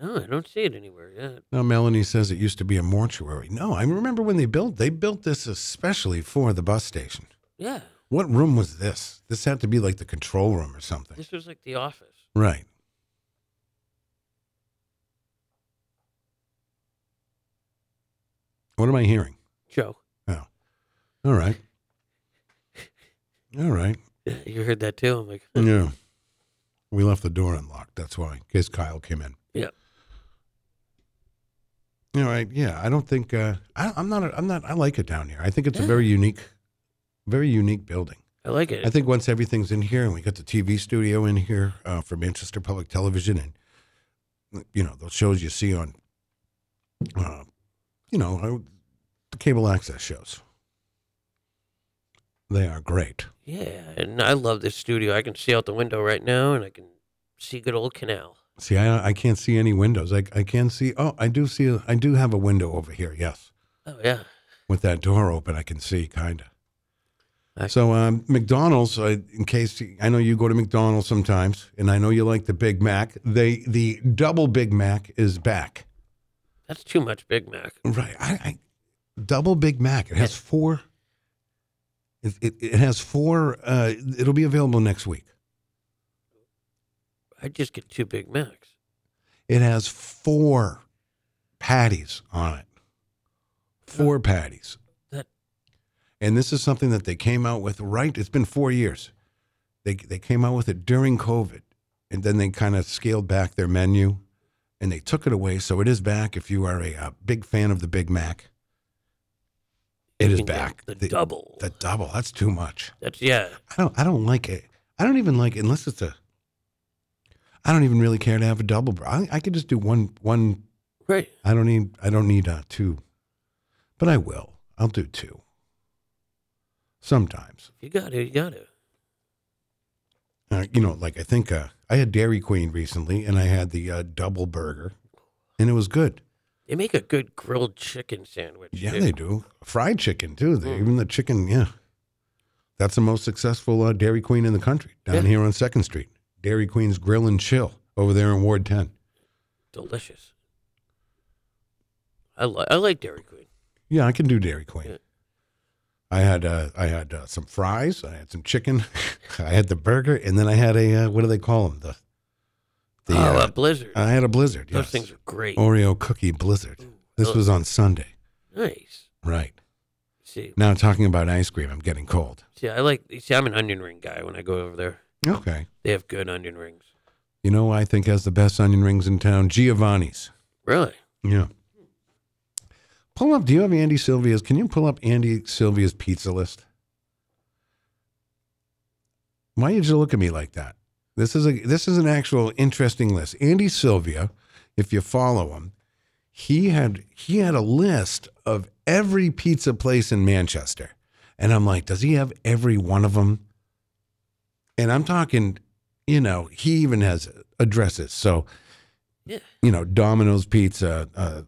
D: No, I don't see it anywhere yet.
C: Now Melanie says it used to be a mortuary. No, I remember when they built. They built this especially for the bus station.
D: Yeah,
C: What room was this? This had to be like the control room or something,
D: this was like the office.
C: right? What am I hearing?
D: Joe,
C: Oh. All right. All right.
D: you heard that too. I'm like,
C: Yeah. We left the door unlocked. That's why, in case Kyle came in.
D: yeah.
C: All right. Yeah. I don't think, uh, I, I'm not, a, I'm not, I like it down here. I think it's a very unique, very unique building.
D: I like it.
C: I think once everything's in here and we got the TV studio in here uh, for Manchester Public Television and, you know, those shows you see on, uh, you know, uh, the cable access shows, they are great.
D: yeah, and I love this studio. I can see out the window right now, and I can see good old canal.
C: See, I, I can't see any windows. I, I can see. Oh, I do see. I do have a window over here. Yes,
D: Oh yeah,
C: with that door open, I can see kind
D: I-
C: of. So um, McDonald's, uh, in case you- I know you go to McDonald's sometimes, and I know you like the Big Mac. They the double Big Mac is back.
D: that's too much Big Mac.
C: Right. I, I double Big Mac. It has four. It, it, it has four. Uh, it'll be available next week.
D: I just get two Big Macs.
C: It has four patties on it. Four patties.
D: That
C: And this is something that they came out with right. It's been four years. They they came out with it during COVID, and then they kind of scaled back their menu, and they took it away. So it is back. If you are a, uh big fan of the Big Mac, it is
D: mean the-
C: back.
D: the double.
C: The double. That's too much.
D: that's yeah.
C: I don't. I don't like it. I don't even like unless it's a. I don't even really care to have a double. bur- I, I could just do one. One.
D: Right.
C: I don't need. I don't need uh, two. But I will. I'll do two. Sometimes,
D: You got it. You got it.
C: uh, you know, like I think uh, I had Dairy Queen recently, and I had the uh, double burger, and it was good.
D: They make a good grilled chicken sandwich.
C: Yeah,
D: too.
C: they do fried chicken too. They,
D: Mm.
C: Even the chicken, yeah. That's the most successful uh, Dairy Queen in the country down
D: Yeah.
C: here on Second Street. Dairy Queen's Grill and Chill over there in Ward Ten.
D: delicious. I like I like Dairy Queen.
C: Yeah, I can do Dairy Queen.
D: Yeah.
C: I had uh, I had uh, some fries. I had some chicken. I had the burger, and then I had a uh, what do they call them? The the
D: oh,
C: uh,
D: a Blizzard.
C: I had a blizzard.
D: Those
C: yes.
D: things are great.
C: Oreo cookie blizzard.
D: Ooh,
C: this
D: those-
C: was on Sunday,
D: nice.
C: right?
D: See,
C: Now talking about ice cream, I'm getting cold.
D: see, I like. See, I'm an onion ring guy. When I go over there,
C: Okay.
D: they have good onion rings.
C: You know, who I think has the best onion rings in town, Giovanni's.
D: Really?
C: Yeah. Pull up. Do you have Andy Sylvia's? Can you pull up Andy Sylvia's pizza list? Why did you look at me like that? This is a this is an actual interesting list. Andy Sylvia, if you follow him, he had he had a list of every pizza place in Manchester, and I'm like, does he have every one of them? And I'm talking, you know, he even has addresses. So
D: Yeah.
C: you know, Domino's Pizza, uh,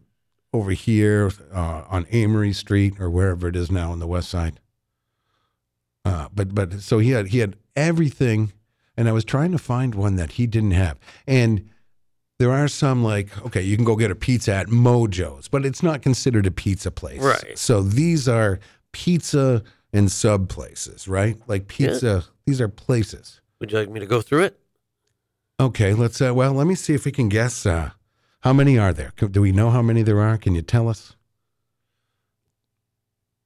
C: over here uh, on Amory Street or wherever it is now on the West Side. Uh, but but so he had he had everything, and I was trying to find one that he didn't have. And there are some like okay, you can go get a pizza at Mojo's, but it's not considered a pizza place,
D: Right.
C: So these are pizza and sub places, right? Like
D: Yeah.
C: pizza. These are places.
D: Would you like me to go through it?
C: Okay, let's. Uh, well, let me see if we can guess. Uh, how many are there? Co- Do we know how many there are? Can you tell us?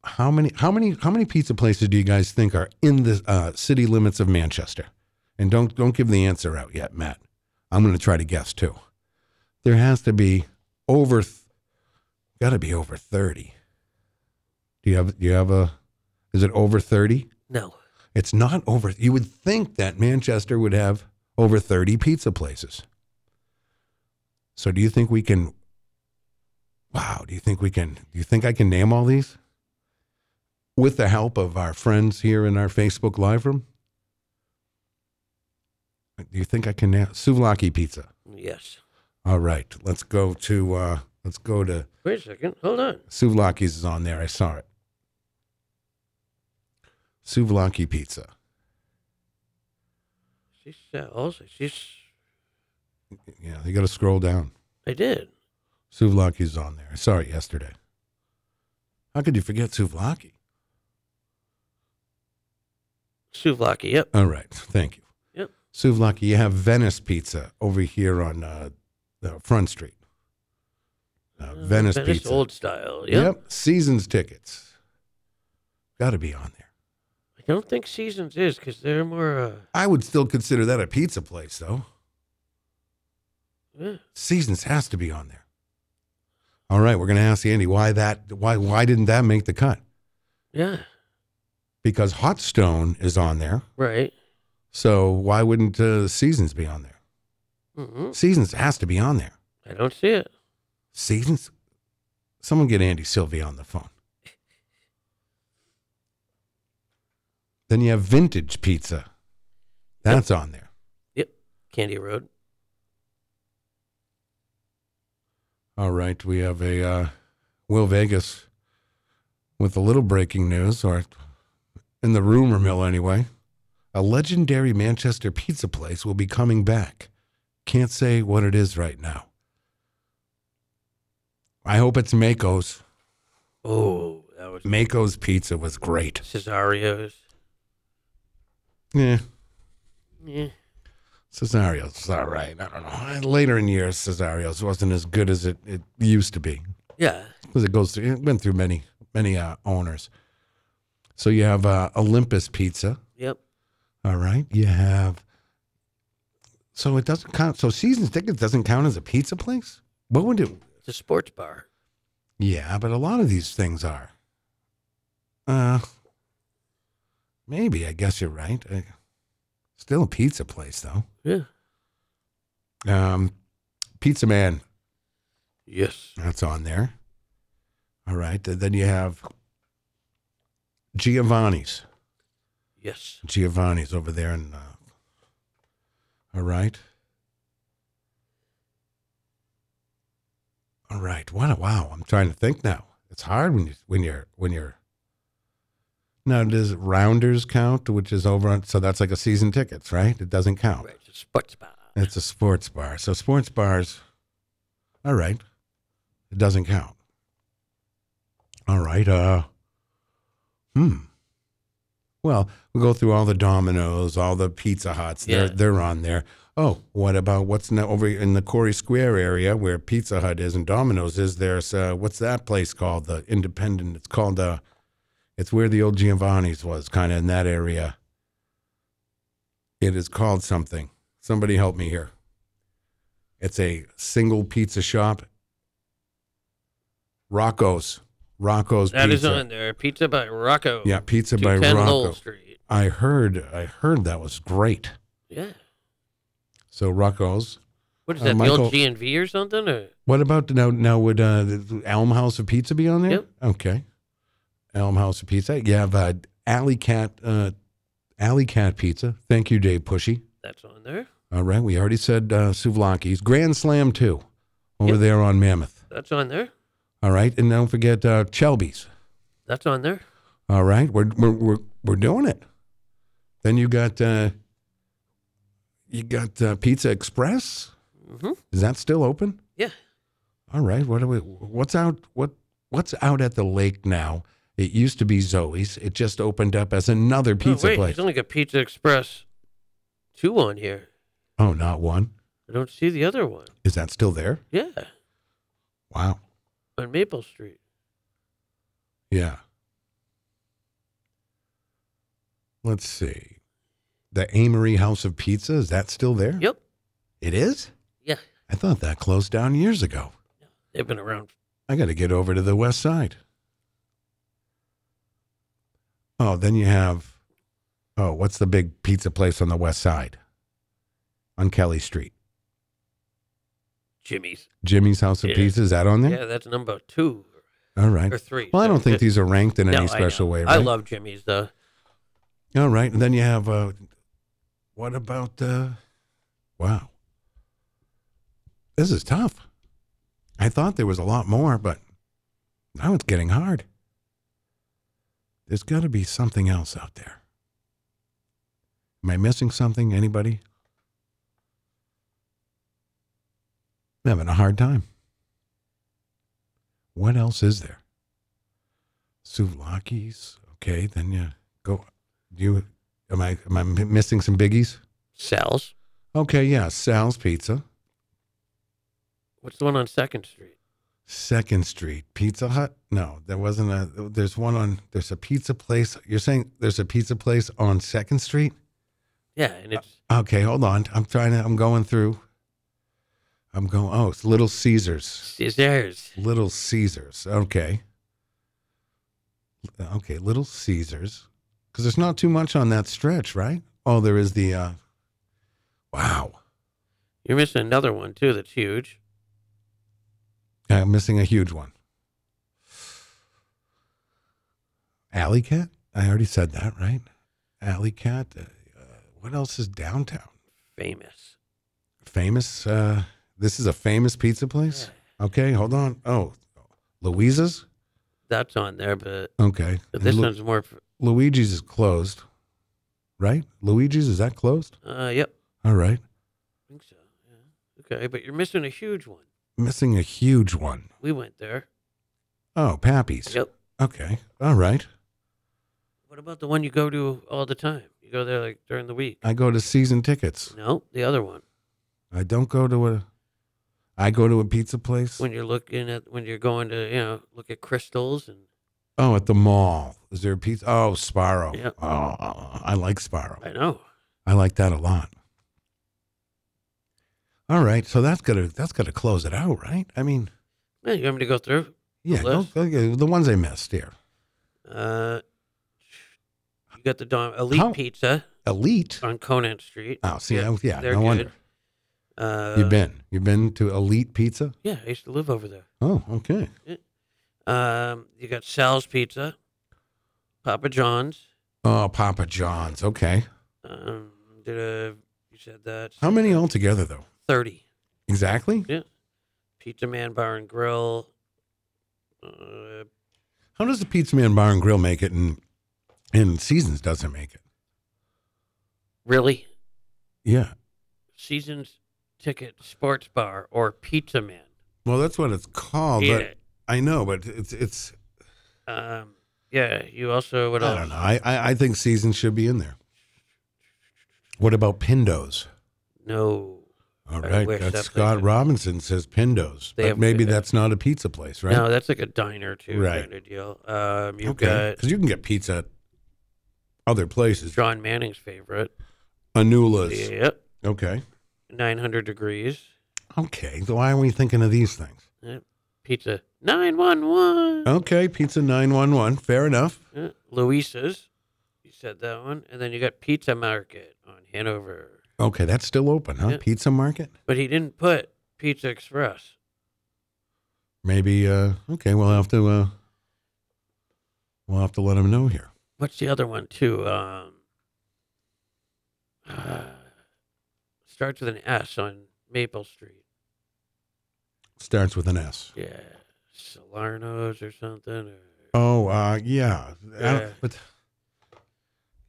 C: How many? How many? How many pizza places do you guys think are in the uh, city limits of Manchester? And don't don't give the answer out yet, Matt. I'm going to try to guess too. There has to be over. Th- Got to be over thirty. Do you have? Do you have a? Is it over thirty?
D: No.
C: It's not over. You would think that Manchester would have over 30 pizza places. So do you think we can? Wow. Do you think we can? Do you think I can name all these? With the help of our friends here in our Facebook live room? Do you think I can name Souvlaki Pizza?
D: Yes.
C: All right. Let's go to, uh, let's go to
D: Wait a second. Hold on.
C: Souvlaki's is on there. I saw it. Souvlaki Pizza.
D: She's uh, also she's.
C: Yeah, you got to scroll down.
D: I did.
C: Souvlaki's on there. I saw it yesterday. How could you forget Souvlaki?
D: Souvlaki. Yep.
C: All right, thank you.
D: Yep.
C: Souvlaki, you have Venice Pizza over here on uh, uh, Front Street. Uh,
D: Uh,
C: Venice,
D: Venice
C: Pizza.
D: old style. Yep.
C: yep. Seasons tickets. Got to be on there.
D: I don't think Seasons is because they're more. Uh,
C: I would still consider that a pizza place, though.
D: yeah.
C: Seasons has to be on there. All right, we're going to ask Andy why that why why didn't that make the cut?
D: yeah.
C: Because Hot Stone is on there.
D: Right.
C: So why wouldn't uh, Seasons be on there?
D: hmm
C: Seasons has to be on there.
D: I don't see it.
C: Seasons? Someone get Andy Sylvie on the phone. Then you have Vintage Pizza. That's on there.
D: Yep. Candy Road.
C: All right. We have a uh, Will Vegas with a little breaking news, or in the rumor mill anyway. A legendary Manchester pizza place will be coming back. Can't say what it is right now. I hope it's Mako's.
D: Oh, that was
C: Mako's pizza was great.
D: Cesario's.
C: Yeah.
D: Yeah.
C: Cesario's was all right. I don't know. Later in years, Cesario's wasn't as good as it, it used to be
D: Yeah.
C: because it goes through, it went through many, many uh, owners. So you have uh, Olympus Pizza.
D: Yep.
C: All right. You have, so it doesn't count. So Season's Tickets doesn't count as a pizza place? What would it,
D: It's a sports bar.
C: Yeah, but a lot of these things are. Uh, maybe I guess you're right. Uh, still a pizza place though.
D: Yeah.
C: Um, Pizza Man,
D: Yes.
C: that's on there. All right, th- then you have Giovanni's.
D: Yes.
C: Giovanni's over there, and uh, all right, all right. What a wow! I'm trying to think now. It's hard when you when you're when you're. Now does Rounders count, which is over on? So that's like a season tickets, right? It doesn't count.
D: Right. It's a sports bar.
C: It's a sports bar. So sports bars, all right, it doesn't count. All right. Uh, hmm. Well, we go through all the Domino's, all the Pizza Huts. They're
D: Yeah.
C: they're on there. Oh, what about what's now over in the Corey Square area where Pizza Hut is and Domino's is? There's uh, what's that place called? The Independent. It's called. Uh, it's where the old Giovanni's was, kind of in that area. It is called something. Somebody help me here. It's a single pizza shop. Rocco's. Rocco's
D: That
C: pizza.
D: is on there. Pizza by Rocco.
C: Yeah, pizza by
D: 210
C: Rocco.
D: Lowell Street.
C: I heard I heard that was great.
D: Yeah.
C: So Rocco's.
D: What is
C: Uh,
D: that? The
C: Michael-
D: old G and V or something? Or
C: What about now now would uh the Elm House of Pizza be on there?
D: Yep.
C: Okay. Elm House of Pizza. You have uh Alley Cat uh Alley Cat Pizza. Thank you, Dave Pushy.
D: that's on there.
C: All right, we already said uh Souvlaki's. Grand Slam too. Over
D: Yep.
C: there on Mammoth.
D: That's on there.
C: All right. And don't forget uh, Chelby's.
D: That's on there.
C: All right. We're, we're, we're, we're doing it. Then you got uh, you got uh, Pizza Express.
D: Mhm.
C: Is that still open?
D: Yeah.
C: All right. What are we? What's out? What What's out at the lake now? It used to be Zoe's. It just opened up as another pizza
D: oh, wait,
C: place.
D: There's only got Pizza Express two on here.
C: oh, not one.
D: I don't see the other one.
C: Is that still there?
D: Yeah,
C: Wow.
D: on Maple Street.
C: Yeah. Let's see. The Amory House of Pizza is that still there?
D: Yep.
C: It is.
D: Yeah,
C: I thought that closed down years ago.
D: they've been around.
C: I got to get over to the west side. Oh, then you have, oh, what's the big pizza place on the west side? On Kelly Street,
D: Jimmy's.
C: Jimmy's House of
D: Yeah.
C: Pizza. Is that on there?
D: Yeah, that's number two
C: All right.
D: or three.
C: Well, I
D: so
C: don't think
D: it-
C: these are ranked in
D: No, I
C: any
D: know.
C: special way.
D: I
C: right?
D: love Jimmy's though.
C: All right, and then you have. Uh, what about? Uh, wow, this is tough. I thought there was a lot more, but now it's getting hard. There's got to be something else out there. Am I missing something? Anybody? I'm having a hard time. What else is there? Souvlaki's. Okay, then you go. Do you? Am I? Am I m- missing some biggies?
D: Sal's.
C: Okay, yeah. Sal's Pizza,
D: What's the one on Second Street?
C: Second Street Pizza Hut. No, there wasn't a. There's one on. There's a pizza place. You're saying there's a pizza place on Second Street?
D: Yeah,
C: Uh,
D: and it's
C: Okay, hold on. I'm trying to. I'm going through. I'm going. Oh, it's Little Caesars.
D: it's theirs.
C: Little Caesars. Okay. Okay, Little Caesars. Because there's not too much on that stretch, right? Oh, there is the. uh Wow.
D: You're missing another one too. That's huge.
C: Yeah, Uh, I'm missing a huge one. Alley Cat? I already said that, right? Alley Cat. Uh, uh, what else is downtown?
D: Famous.
C: Famous. Uh, this is a famous pizza place? Okay, hold on. Oh, Louisa's?
D: That's on there, but,
C: Okay.
D: but
C: And
D: this
C: Lu-
D: one's more. f-
C: Luigi's is closed, right? Luigi's, is that closed?
D: Uh, yep.
C: All right.
D: I think so. Yeah. Okay, but you're missing a huge one.
C: Missing a huge one.
D: We went there.
C: Oh, Pappy's.
D: Yep.
C: Okay. All right.
D: What about the one you go to all the time? You go there like during the week.
C: I go to season tickets.
D: No, the other one.
C: I don't go to a. I go to a pizza place.
D: When you're looking at when you're going to you know look at crystals and
C: oh, at the mall. Is there a pizza? Oh, Sparrow.
D: Yeah.
C: Oh, I like Sparrow.
D: I know
C: I like that a lot. All right, so that's gonna that's gonna close it out, right? I mean,
D: Yeah, you want me to go through?
C: yeah,
D: list?
C: don't- okay, the ones I missed here.
D: Uh, you got the Dom Elite
C: How-
D: Pizza
C: Elite.
D: on Conant Street.
C: Oh, see,
D: Yeah,
C: I- yeah,
D: they're
C: no
D: good.
C: wonder.
D: Uh,
C: You've been you've been to Elite Pizza.
D: Yeah, I used to live over there.
C: Oh, okay.
D: Um, you got Sal's Pizza, Papa John's.
C: Oh, Papa John's. Okay.
D: Um, did a, you said that?
C: How many altogether, though?
D: Thirty.
C: Exactly.
D: Yeah. Pizza Man Bar and Grill. Uh,
C: How does the Pizza Man Bar and Grill make it, and and Seasons doesn't make it?
D: really?
C: Yeah.
D: Seasons Ticket Sports Bar or Pizza Man.
C: Well, that's what it's called.
D: Eat
C: but
D: it.
C: I know, but it's it's.
D: Um, yeah, you also what
C: I
D: else?
C: don't know. I, I I think Seasons should be in there. What about Pindos?
D: No.
C: All
D: I
C: right,
D: wish
C: that's
D: that's
C: Scott
D: like a-
C: Robinson says Pindos,
D: They
C: but
D: have-
C: maybe that's not a pizza place, right?
D: No, that's like a diner too
C: Right.
D: kind of deal. Um, you've
C: okay, because you can get pizza at other
D: got
C: places.
D: John Manning's favorite.
C: Anula's.
D: Yep,
C: Okay.
D: nine hundred degrees
C: Okay. So why are we thinking of these things?
D: Yep. Uh, pizza. Nine one one. Uh,
C: Okay, Pizza 911. Fair enough.
D: Luisa's. You said that one, and then you got Pizza Market on Hanover.
C: Okay, that's still open, huh?
D: Yeah.
C: Pizza Market?
D: But he didn't put Pizza Express.
C: Maybe uh okay, we'll have to uh we'll have to let them know here.
D: What's the other one too? Um, uh, starts with an S on Maple Street.
C: Starts with an S.
D: Yeah. Salernos or something. or-
C: Oh, uh, yeah. I don't-
D: Yeah.
C: but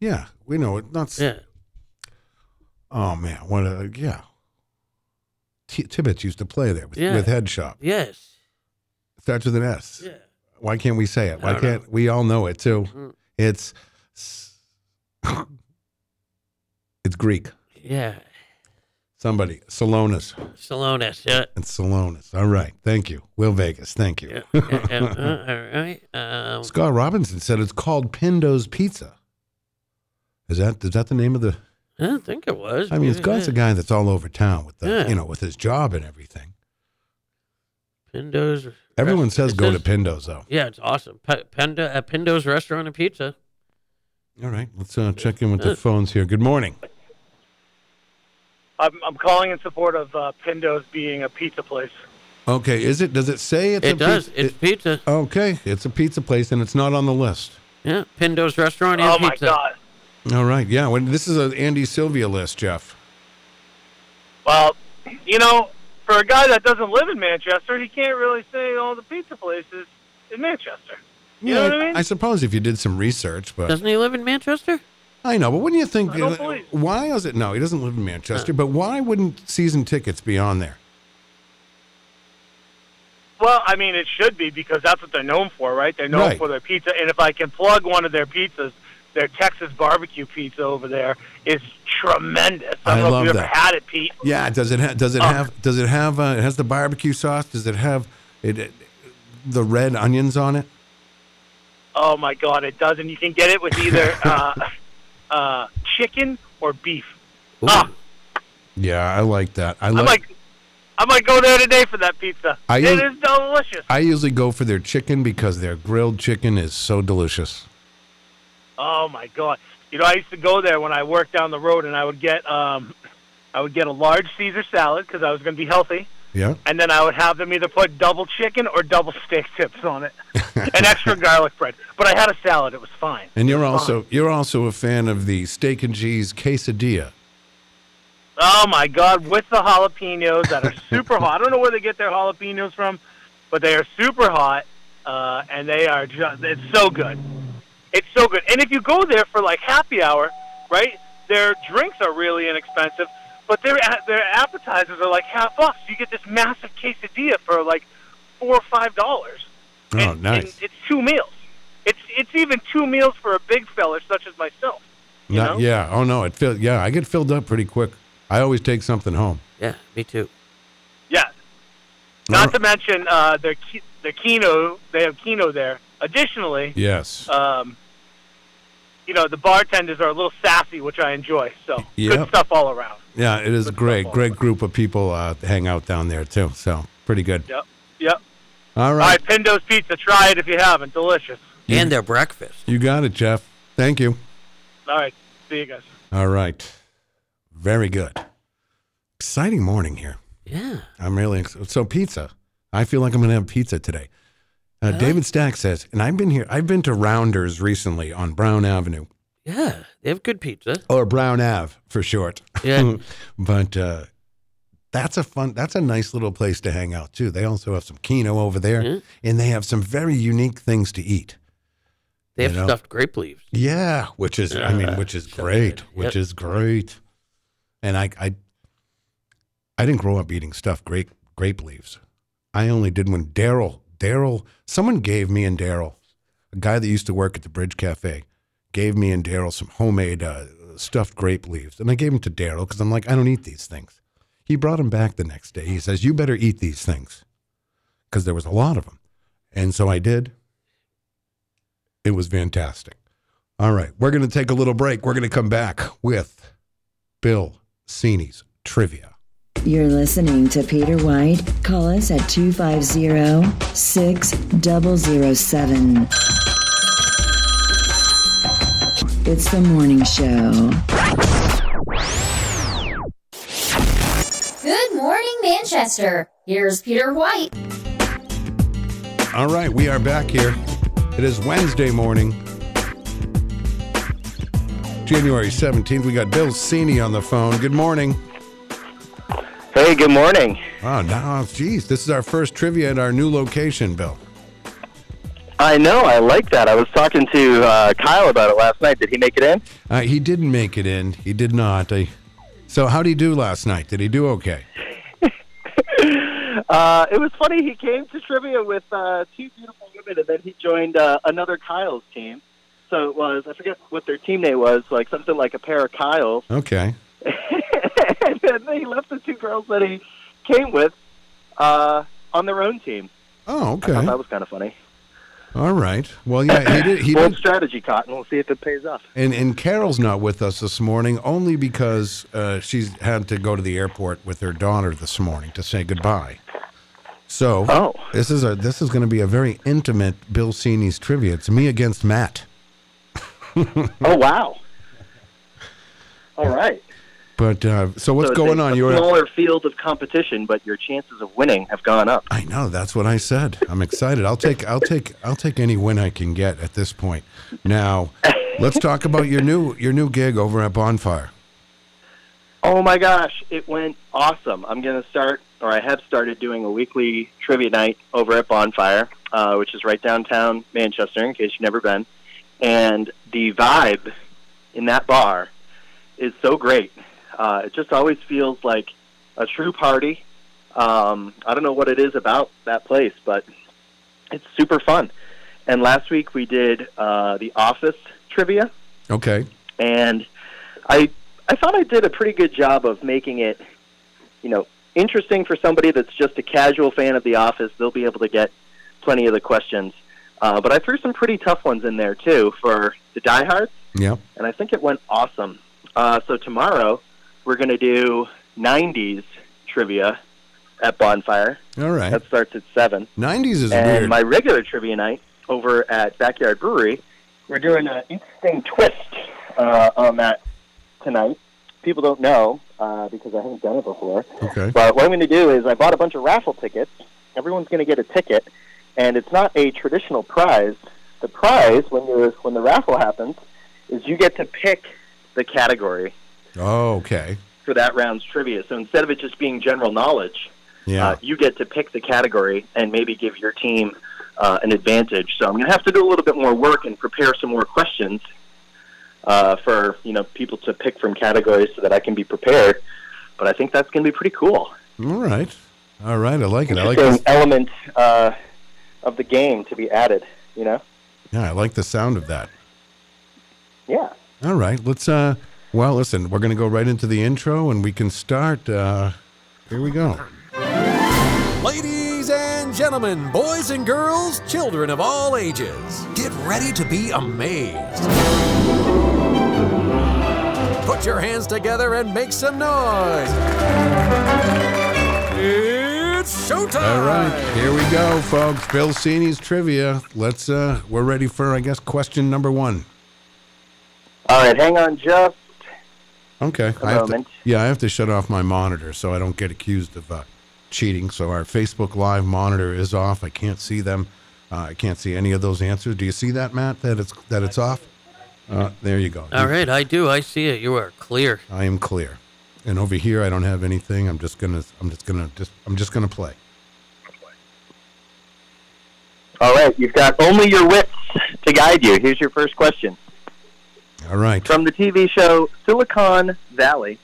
C: yeah, we know it. Not. s-
D: yeah.
C: Oh man, what a yeah. T- Tibbetts used to play there with,
D: Yeah.
C: with Head Shop.
D: Yes.
C: Starts with an S.
D: Yeah.
C: Why can't we say it?
D: I
C: Why
D: don't know.
C: can't we all know it too?
D: Mm.
C: It's s- it's Greek.
D: Yeah.
C: Somebody Salonis.
D: Salonis. Yeah.
C: It's Salonis. All right. Thank you. Will Vegas. Thank you.
D: Yeah. yeah, yeah. Uh, all right. Um,
C: Scott Robinson said it's called Pindo's Pizza. Is that is that the name of the?
D: I don't think it was.
C: I mean,
D: Maybe
C: Scott's a
D: that-
C: guy that's all over town with the
D: Yeah.
C: you know with his job and everything.
D: Pindo's.
C: Everyone
D: rest-
C: says
D: it
C: go to Pindo's though.
D: Yeah, it's awesome. P- Penda at Pindo's Restaurant and Pizza.
C: All right, let's uh, check in with the phones here. Good morning.
F: I'm, I'm calling in support of uh, Pindo's being a pizza place.
C: Okay, is it? Does it say it's a
D: it does.
C: pizza?
D: It's pizza.
C: okay, it's a pizza place and it's not on the list.
D: Yeah, Pindo's Restaurant and
F: oh my
D: Pizza.
F: God!
C: All right, yeah. Well, this is an Andy Sylvia list, Jeff.
F: Well, you know, for a guy that doesn't live in Manchester, he can't really say all the pizza places in Manchester. You know what I mean?
C: suppose if you did some research, but
D: Doesn't he live in Manchester?
C: I know. But wouldn't you think? uh,
F: I don't believe-
C: why is it? No, he doesn't live in Manchester. But why wouldn't season tickets be on there?
F: Well, I mean, it should be because that's what they're known for, right? They're known
C: Right.
F: for their pizza. And if I can plug one of their pizzas, their Texas barbecue pizza over there is tremendous. I,
C: I
F: don't know
C: love
F: if you
C: that.
F: ever had it, Pete.
C: Yeah. Does it? Ha- does it
F: Oh.
C: have? Does it have? Uh, it has the barbecue sauce. Does it have it, it? The red onions on it.
F: Oh my God, it does, and you can get it with either uh, uh, chicken or beef.
D: Ooh.
F: Ah,
C: Yeah, I like that. I
F: I
C: like.
F: might, I might go there today for that pizza.
C: I
F: It
C: use-
F: is delicious.
C: I usually go for their chicken because their grilled chicken is so delicious.
F: Oh my God, you know I used to go there when I worked down the road, and I would get, um, I would get a large Caesar salad because I was going to be healthy,
C: Yeah.
F: and then I would have them either put double chicken or double steak tips on it, and extra garlic bread. But I had a salad; it was fine.
C: And you're
F: Fine.
C: also you're also a fan of the steak and cheese quesadilla.
F: Oh my God, with the jalapenos that are super hot. I don't know where they get their jalapenos from, but they are super hot, uh, and they are just—it's so good. It's so good. And if you go there for like happy hour, right? Their drinks are really inexpensive, but their their appetizers are like half off. So you get this massive quesadilla for like four or five dollars.
C: Oh,
F: and,
C: nice.
F: And it's two meals. It's it's even two meals for a big fella such as myself. You
C: Not-
F: know?
C: yeah. Oh no, it fill, yeah, I get filled up pretty quick. I always take something home.
D: Yeah, me too.
F: Yeah. Not to mention uh, their ki- their Kino. They have Kino there. Additionally,
C: Yes.
F: um, you know the bartenders are a little sassy, which I enjoy. So
C: Yep.
F: good stuff all around.
C: Yeah, it is
F: good
C: great.
F: stuff.
C: Great group of people uh, hang out down there too. So pretty good.
F: Yep. Yep.
C: All
F: All
C: right.
F: right, Pindo's Pizza. Try it if you haven't. Delicious.
D: And their breakfast.
C: You got it, Jeff. Thank you.
F: All right. See you guys.
C: All right. Very good. Exciting morning here.
D: Yeah.
C: I'm really ex- so pizza. I feel like I'm gonna have pizza today. Uh, David Stack says, and I've been here. I've been to Rounders recently on Brown Avenue
D: Yeah. They have good pizza.
C: or Brown Ave for short.
D: Yeah.
C: but uh, that's a fun. That's a nice little place to hang out too. They also have some Kino over there,
D: Mhm.
C: and they have some very unique things to eat.
D: They have
C: You know.
D: stuffed grape leaves.
C: Yeah, which is I mean,
D: Yeah,
C: which is
D: so
C: great,
D: good.
C: which
D: Yep.
C: is great. And I, I, I didn't grow up eating stuffed grape grape leaves. I only did when Daryl, Daryl, someone gave me and Daryl, a guy that used to work at the Bridge Cafe, gave me and Daryl some homemade uh, stuffed grape leaves, and I gave them to Daryl because I'm like, I don't eat these things. He brought them back the next day. He says, "You better eat these things," because there was a lot of them, and so I did. It was fantastic. All right, we're going to take a little break. We're going to come back with Bill Cini's trivia.
B: You're listening to Peter White. Call us at 250 6007. It's the morning show.
G: Good morning, Manchester. Here's Peter White.
C: All right, we are back here. It is Wednesday morning, January 17th. We got Bill Cini on the phone. Good morning.
H: Hey, good morning.
C: Wow, now, Oh, geez, this is our first trivia at our new location, Bill.
H: I know. I like that. I was talking to uh, Kyle about it last night. Did he make it in?
C: Uh, he didn't make it in. He did not. I, so, how'd he do last night? Did he do okay?
H: Uh, it was funny. He came to trivia with uh, two beautiful women, and then he joined uh, another Kyle's team. So it was I forget what their team name was, like something like a pair of Kyles.
C: Okay.
H: and then he left the two girls that he came with uh, on their own team.
C: Oh,
H: I thought
C: okay.
H: that was kind of funny.
C: All right. Well, yeah, he did. He
H: Bold
C: did.
H: strategy, Cotton. We'll see if it pays off.
C: And and Carol's not with us this morning only because uh, she's had to go to the airport with her daughter this morning to say goodbye. So
H: Oh.
C: this is a this is going to be a very intimate Bill Cini's trivia. It's me against Matt.
H: Oh wow. All right.
C: But uh, so what's
H: So it's
C: going
H: a-
C: on?
H: A
C: You're
H: smaller field of competition, but your chances of winning have gone up.
C: I know that's what I said. I'm excited. I'll take I'll take I'll take any win I can get at this point. Now, let's talk about your new your new gig over at Bonfire.
H: Oh my gosh, it went awesome. I'm going to start, or I have started doing a weekly trivia night over at Bonfire, uh, which is right downtown Manchester, in case you've never been. And the vibe in that bar is so great. Uh, it just always feels like a true party. Um, I don't know what it is about that place, but it's super fun. And last week we did uh, the office trivia,
C: Okay.
H: and I I thought I did a pretty good job of making it, you know, interesting for somebody that's just a casual fan of The Office. They'll be able to get plenty of the questions, uh, but I threw some pretty tough ones in there too for the diehards,
C: Yep.
H: and I think it went awesome. Uh, so tomorrow we're going to do '90s trivia at Bonfire.
C: All right.
H: That starts at seven.
C: 90s is
H: And
C: weird.
H: my regular trivia night over at Backyard Brewery, we're doing an interesting twist uh, on that tonight. People don't know uh, because I haven't done it before.
C: okay.
H: But what I'm going to do is I bought a bunch of raffle tickets. Everyone's going to get a ticket, and it's not a traditional prize. The prize when you when the raffle happens is you get to pick the category
C: Oh, okay.
H: for that round's trivia. So instead of it just being general knowledge,
C: Yeah.
H: uh, you get to pick the category and maybe give your team uh, an advantage. So I'm going to have to do a little bit more work and prepare some more questions uh, for you know people to pick from categories so that I can be prepared. But I think that's going to be pretty cool.
C: All right. All right. I like it. I like
H: Interesting
C: this.
H: element uh, of the game to be added. You know,
C: Yeah, I like the sound of that.
H: yeah.
C: All right. Let's uh well, listen, we're going to go right into the intro and we can start uh here we go.
I: Ladies and gentlemen, boys and girls, children of all ages, get ready to be amazed. Put your hands together and make some noise. It's showtime.
C: All right. Here we go, folks. Bill Cini's trivia. Let's uh we're ready for I guess question number 1.
H: All right, hang on just
C: Okay.
H: A
C: I have to,
H: moment.
C: yeah, I have to shut off my monitor so I don't get accused of uh, cheating. So our Facebook Live monitor is off. I can't see them. Uh, I can't see any of those answers. Do you see that, Matt? That it's that it's off. Uh, there you go.
D: All right, I do. I see it. You are clear.
C: I am clear. And over here, I don't have anything. I'm just gonna. I'm just gonna. Just. I'm just gonna play.
H: All right, you've got only your wits to guide you. Here's your first question.
C: All right.
H: From the TV show Silicon Valley,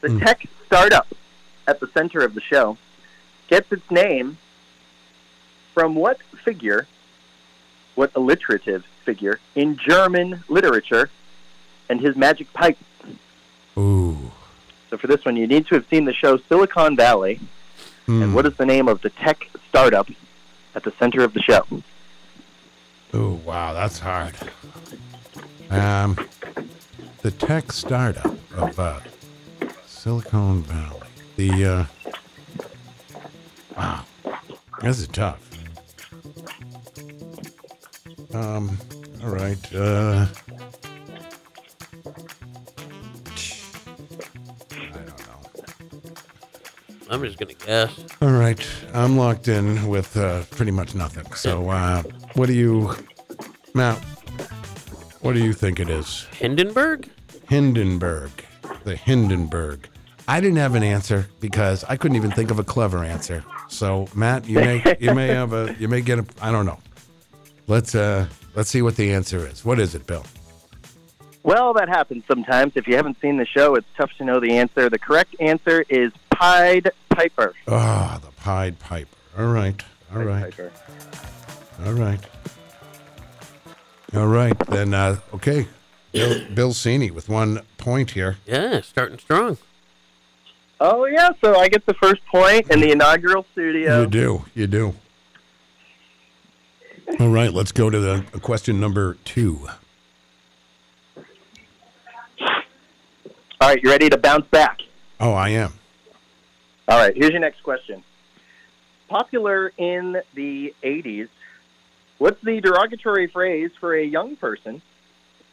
H: the
C: Mm.
H: tech startup at the center of the show gets its name from what figure, what alliterative figure in German literature and his magic pipe?
C: Ooh.
H: So for this one, you need to have seen the show Silicon Valley.
C: Hmm.
H: And what is the name of the tech startup at the center of the show?
C: Ooh. Wow. That's hard. Um, the tech startup of uh, Silicon Valley. The uh, wow. This is tough. Um. All right. Uh. I don't know.
D: I'm just gonna guess.
C: All right, I'm locked in with uh, pretty much nothing. So, uh, what do you, Matt? What do you think it is?
D: Hindenburg?
C: Hindenburg, the Hindenburg. I didn't have an answer because I couldn't even think of a clever answer. So Matt, you may you may have a you may get a I don't know. Let's uh let's see what the answer is. What is it, Bill?
H: Well, that happens sometimes. If you haven't seen the show, it's tough to know the answer. The correct answer is Pied Piper.
C: Ah, the Pied Piper. All right. All right. All right. All right. Then uh okay. Bill Bill Cini with one point here.
D: Yeah, starting strong.
H: Oh yeah, so I get the first point in the inaugural studio.
C: You do. You do. All right, let's go to the uh, question number two.
H: All right, you ready to bounce back?
C: Oh, I am.
H: All right, here's your next question. Popular in the 80s, what's the derogatory phrase for a young person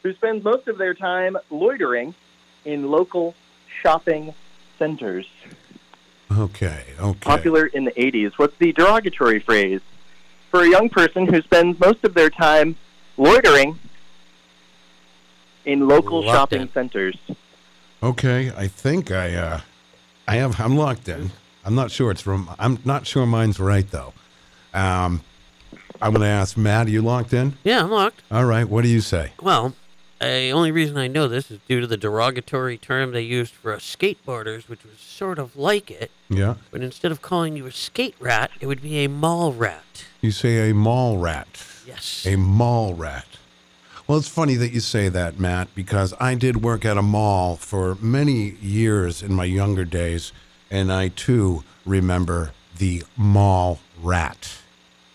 H: who spends most of their time loitering in local shopping centers?
C: Okay. Okay.
H: Popular in the 80s, what's the derogatory phrase for a young person who spends most of their time loitering in local
C: Locked
H: shopping
C: in.
H: centers?
C: Okay, I think I, uh, I have. I'm locked in. I'm not sure it's from. I'm not sure mine's right though. Um, I'm going to ask Matt. Are you locked in?
D: Yeah, I'm locked.
C: All right. What do you say?
D: Well, the only reason I know this is due to the derogatory term they used for us skateboarders, which was sort of like it,
C: Yeah.
D: but instead of calling you a skate rat, it would be a mall rat.
C: You say a mall rat.
D: Yes.
C: A mall rat. Well, it's funny that you say that, Matt, because I did work at a mall for many years in my younger days, and I too remember the mall rat.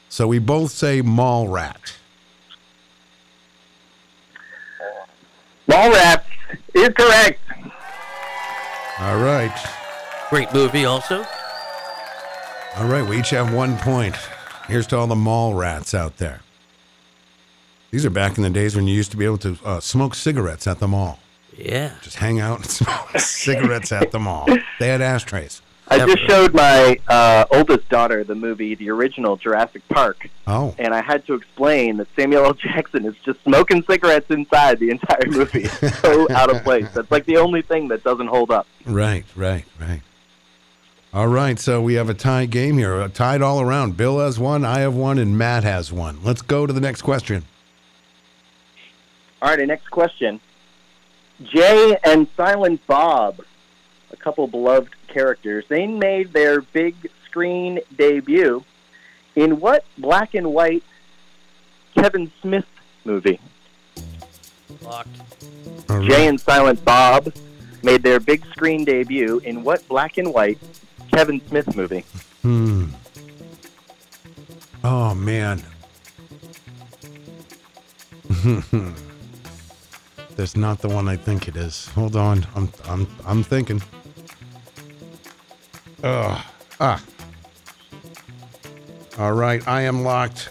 C: So we both say mall rat.
H: Mall rats is correct.
C: All right.
D: Great movie, also.
C: All right. We each have one point. Here's to all the mall rats out there. These are back in the days when you used to be able to uh, smoke cigarettes at the mall.
D: Yeah.
C: Just hang out and smoke cigarettes at the mall. They had ashtrays.
H: I just showed my uh, oldest daughter the movie, the original Jurassic Park,
C: Oh.
H: and I had to explain that Samuel L. Jackson is just smoking cigarettes inside the entire movie. It's so out of place. That's like the only thing that doesn't hold up.
C: Right, right, right. All right, so we have a tie game here. Uh, tied all around. Bill has one, I have one, and Matt has one. Let's go to the next question.
H: All right, our next question. Jay and Silent Bob, a couple beloved characters, they made their big screen debut in what black and white Kevin Smith movie?
D: Locked.
C: All right.
H: Jay and Silent Bob made their big screen debut in what black and white Kevin Smith movie?
C: Hmm. Oh man. That's not the one I think it is. Hold on. I'm I'm I'm thinking. Ugh. Ah. All right, I am locked.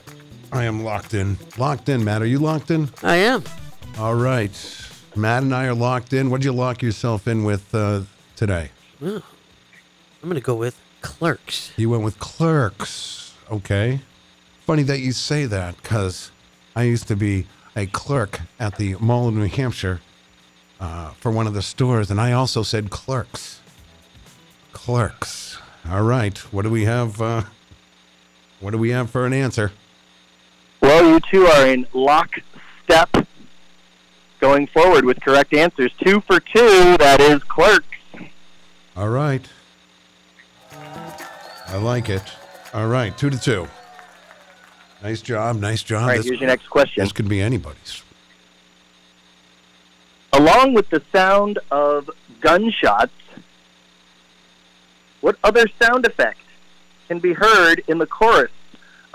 C: I am locked in. Locked in, Matt. Are you locked in?
D: I am.
C: All right. Matt and I are locked in. What'd you lock yourself in with uh, today?
D: Well, I'm going to go with Clerks.
C: You went with clerks. Okay. Funny that you say that because I used to be a clerk at the Mall of New Hampshire uh, for one of the stores, and I also said clerks. Clerks. All right. What do we have? Uh, what do we have for an answer?
H: Well, you two are in lockstep going forward with correct answers. Two for two, that is Clerks.
C: All right. I like it. All right. Two to two. Nice job. Nice job.
H: All right,
C: This-
H: here's your next question.
C: this could be anybody's.
H: Along with the sound of gunshots, what other sound effect can be heard in the chorus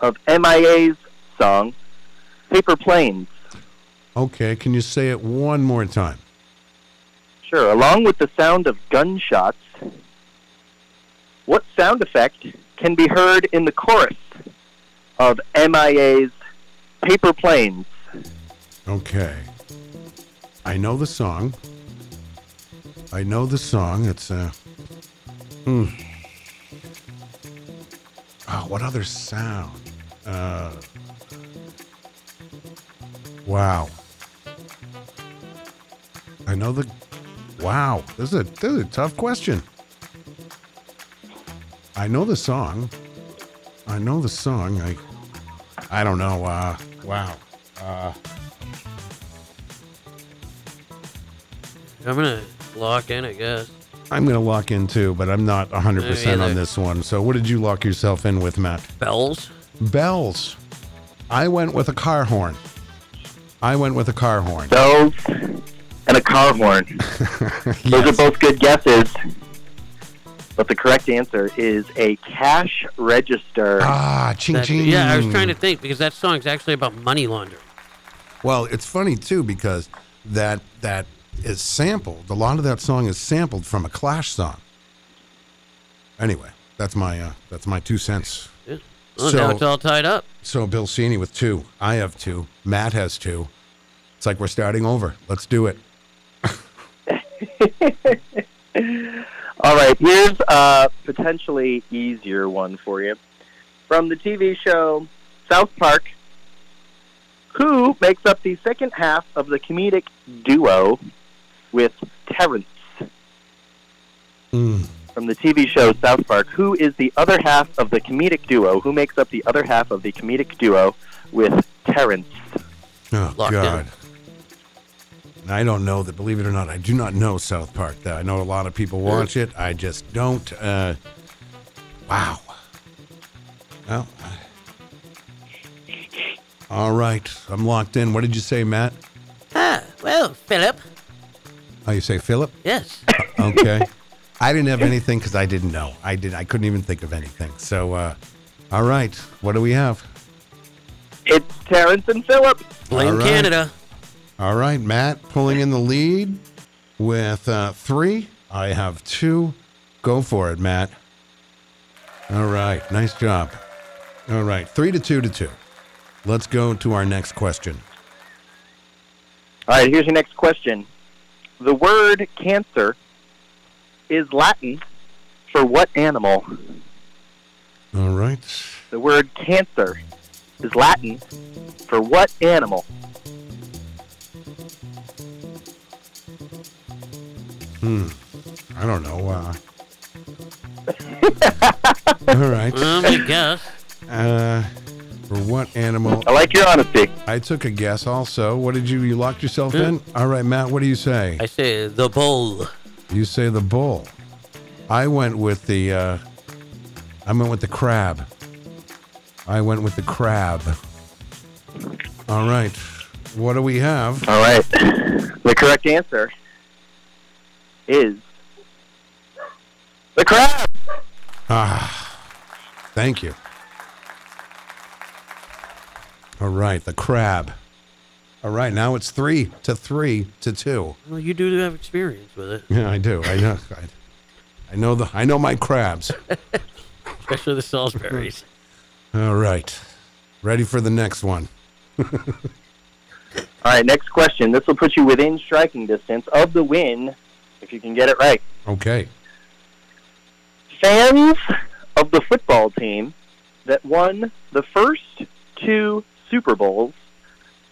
H: of MIA's song, Paper Planes?
C: Okay. Can you say it one more time?
H: Sure. Along with the sound of gunshots, what sound effect can be heard in the chorus of MIA's Paper Planes?
C: Okay. I know the song. I know the song. It's uh hmm. Oh, what other sound? Uh Wow. I know the Wow. This is a this is a tough question. I know the song. I know the song. I I don't know. Uh, wow. Uh,
D: I'm gonna lock in, I guess.
C: I'm going to lock in too, but I'm not 100%
D: Me
C: on
D: either.
C: this one. So, what did you lock yourself in with, Matt?
D: Bells.
C: Bells. I went with a car horn. I went with a car horn.
H: Bells and a car horn. Those are both good guesses. But the correct answer is a cash register.
C: Ah, ching
D: That-
C: ching.
D: Yeah, I was trying to think because that song's actually about money laundering.
C: Well, it's funny too because that that is sampled. A lot of that song is sampled from a Clash song. Anyway, that's my uh, that's my two cents.
D: Yeah. Oh, now it's all tied up.
C: So Bill Cini with two. I have two. Matt has two. It's like we're starting over. Let's do it.
H: All right, here's a potentially easier one for you. From the TV show South Park, who makes up the second half of the comedic duo with Terrence? From the TV show South Park, who is the other half of the comedic duo? Who makes up the other half of the comedic duo with Terrence?
C: Oh
H: Locked in.
C: God. I don't know that. Believe it or not, I do not know South Park. Though I know a lot of people watch it. I just don't. Uh, wow. Well. I- All right, I'm locked in. What did you say, Matt?
D: Ah, well, Philip.
C: Oh, you say Philip?
D: Yes.
C: Okay. I didn't have anything because I didn't know. I did. I couldn't even think of anything. So, uh, all right. What do we have?
H: It's Terrence and Philip.
D: Blame
C: All right.
D: Canada.
C: All right, Matt pulling in the lead with uh, three. I have two. Go for it, Matt. All right, nice job. All right, three to two to two. Let's go to our next question.
H: All right, here's your next question. The word cancer is Latin for what animal?
C: All right.
H: The word cancer is Latin for what animal?
C: Hmm. I don't know. Uh, all right.
D: Um, I guess.
C: Uh, for what animal?
H: I like your honesty.
C: I took a guess also. What did you, you locked yourself
D: Yeah.
C: in? All right, Matt, what do you say?
D: I say the bull.
C: You say the bull. I went with the. Uh, I went with the crab. I went with the crab. All right. What do we have?
H: All right. The correct answer is the crab.
C: Ah, thank you. All right, the crab. All right, now it's three to three to two.
D: Well, you do have experience with it,
C: Yeah, I do. I know. I, I know the. I know my crabs.
D: especially the Salisbury's.
C: All right. Ready for the next one.
H: All right, next question. This will put you within striking distance of the win if you can get it right.
C: Okay.
H: fans of the football team that won the first two Super Bowls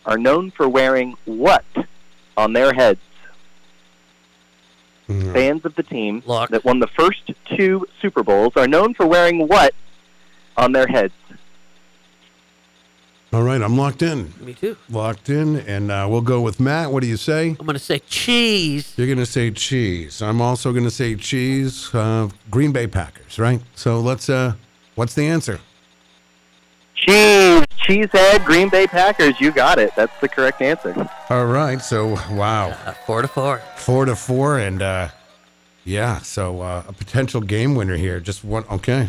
H: are known for wearing what on their heads?
C: Mm.
H: Fans of the team
D: Lock.
H: that won the first two Super Bowls are known for wearing what on their heads?
C: All right, I'm locked in.
D: Me too.
C: Locked in, and uh, we'll go with Matt. What do you say?
D: I'm gonna say cheese.
C: You're going to say cheese. I'm also going to say cheese. Uh, Green Bay Packers, right? So let's. Uh, what's the answer?
H: Cheese, Cheesehead, Green Bay Packers. You got it. That's the correct answer.
C: All right. So wow,
D: Uh, four to four.
C: four to four, and uh, yeah, so uh, a potential game winner here. Just one. Okay,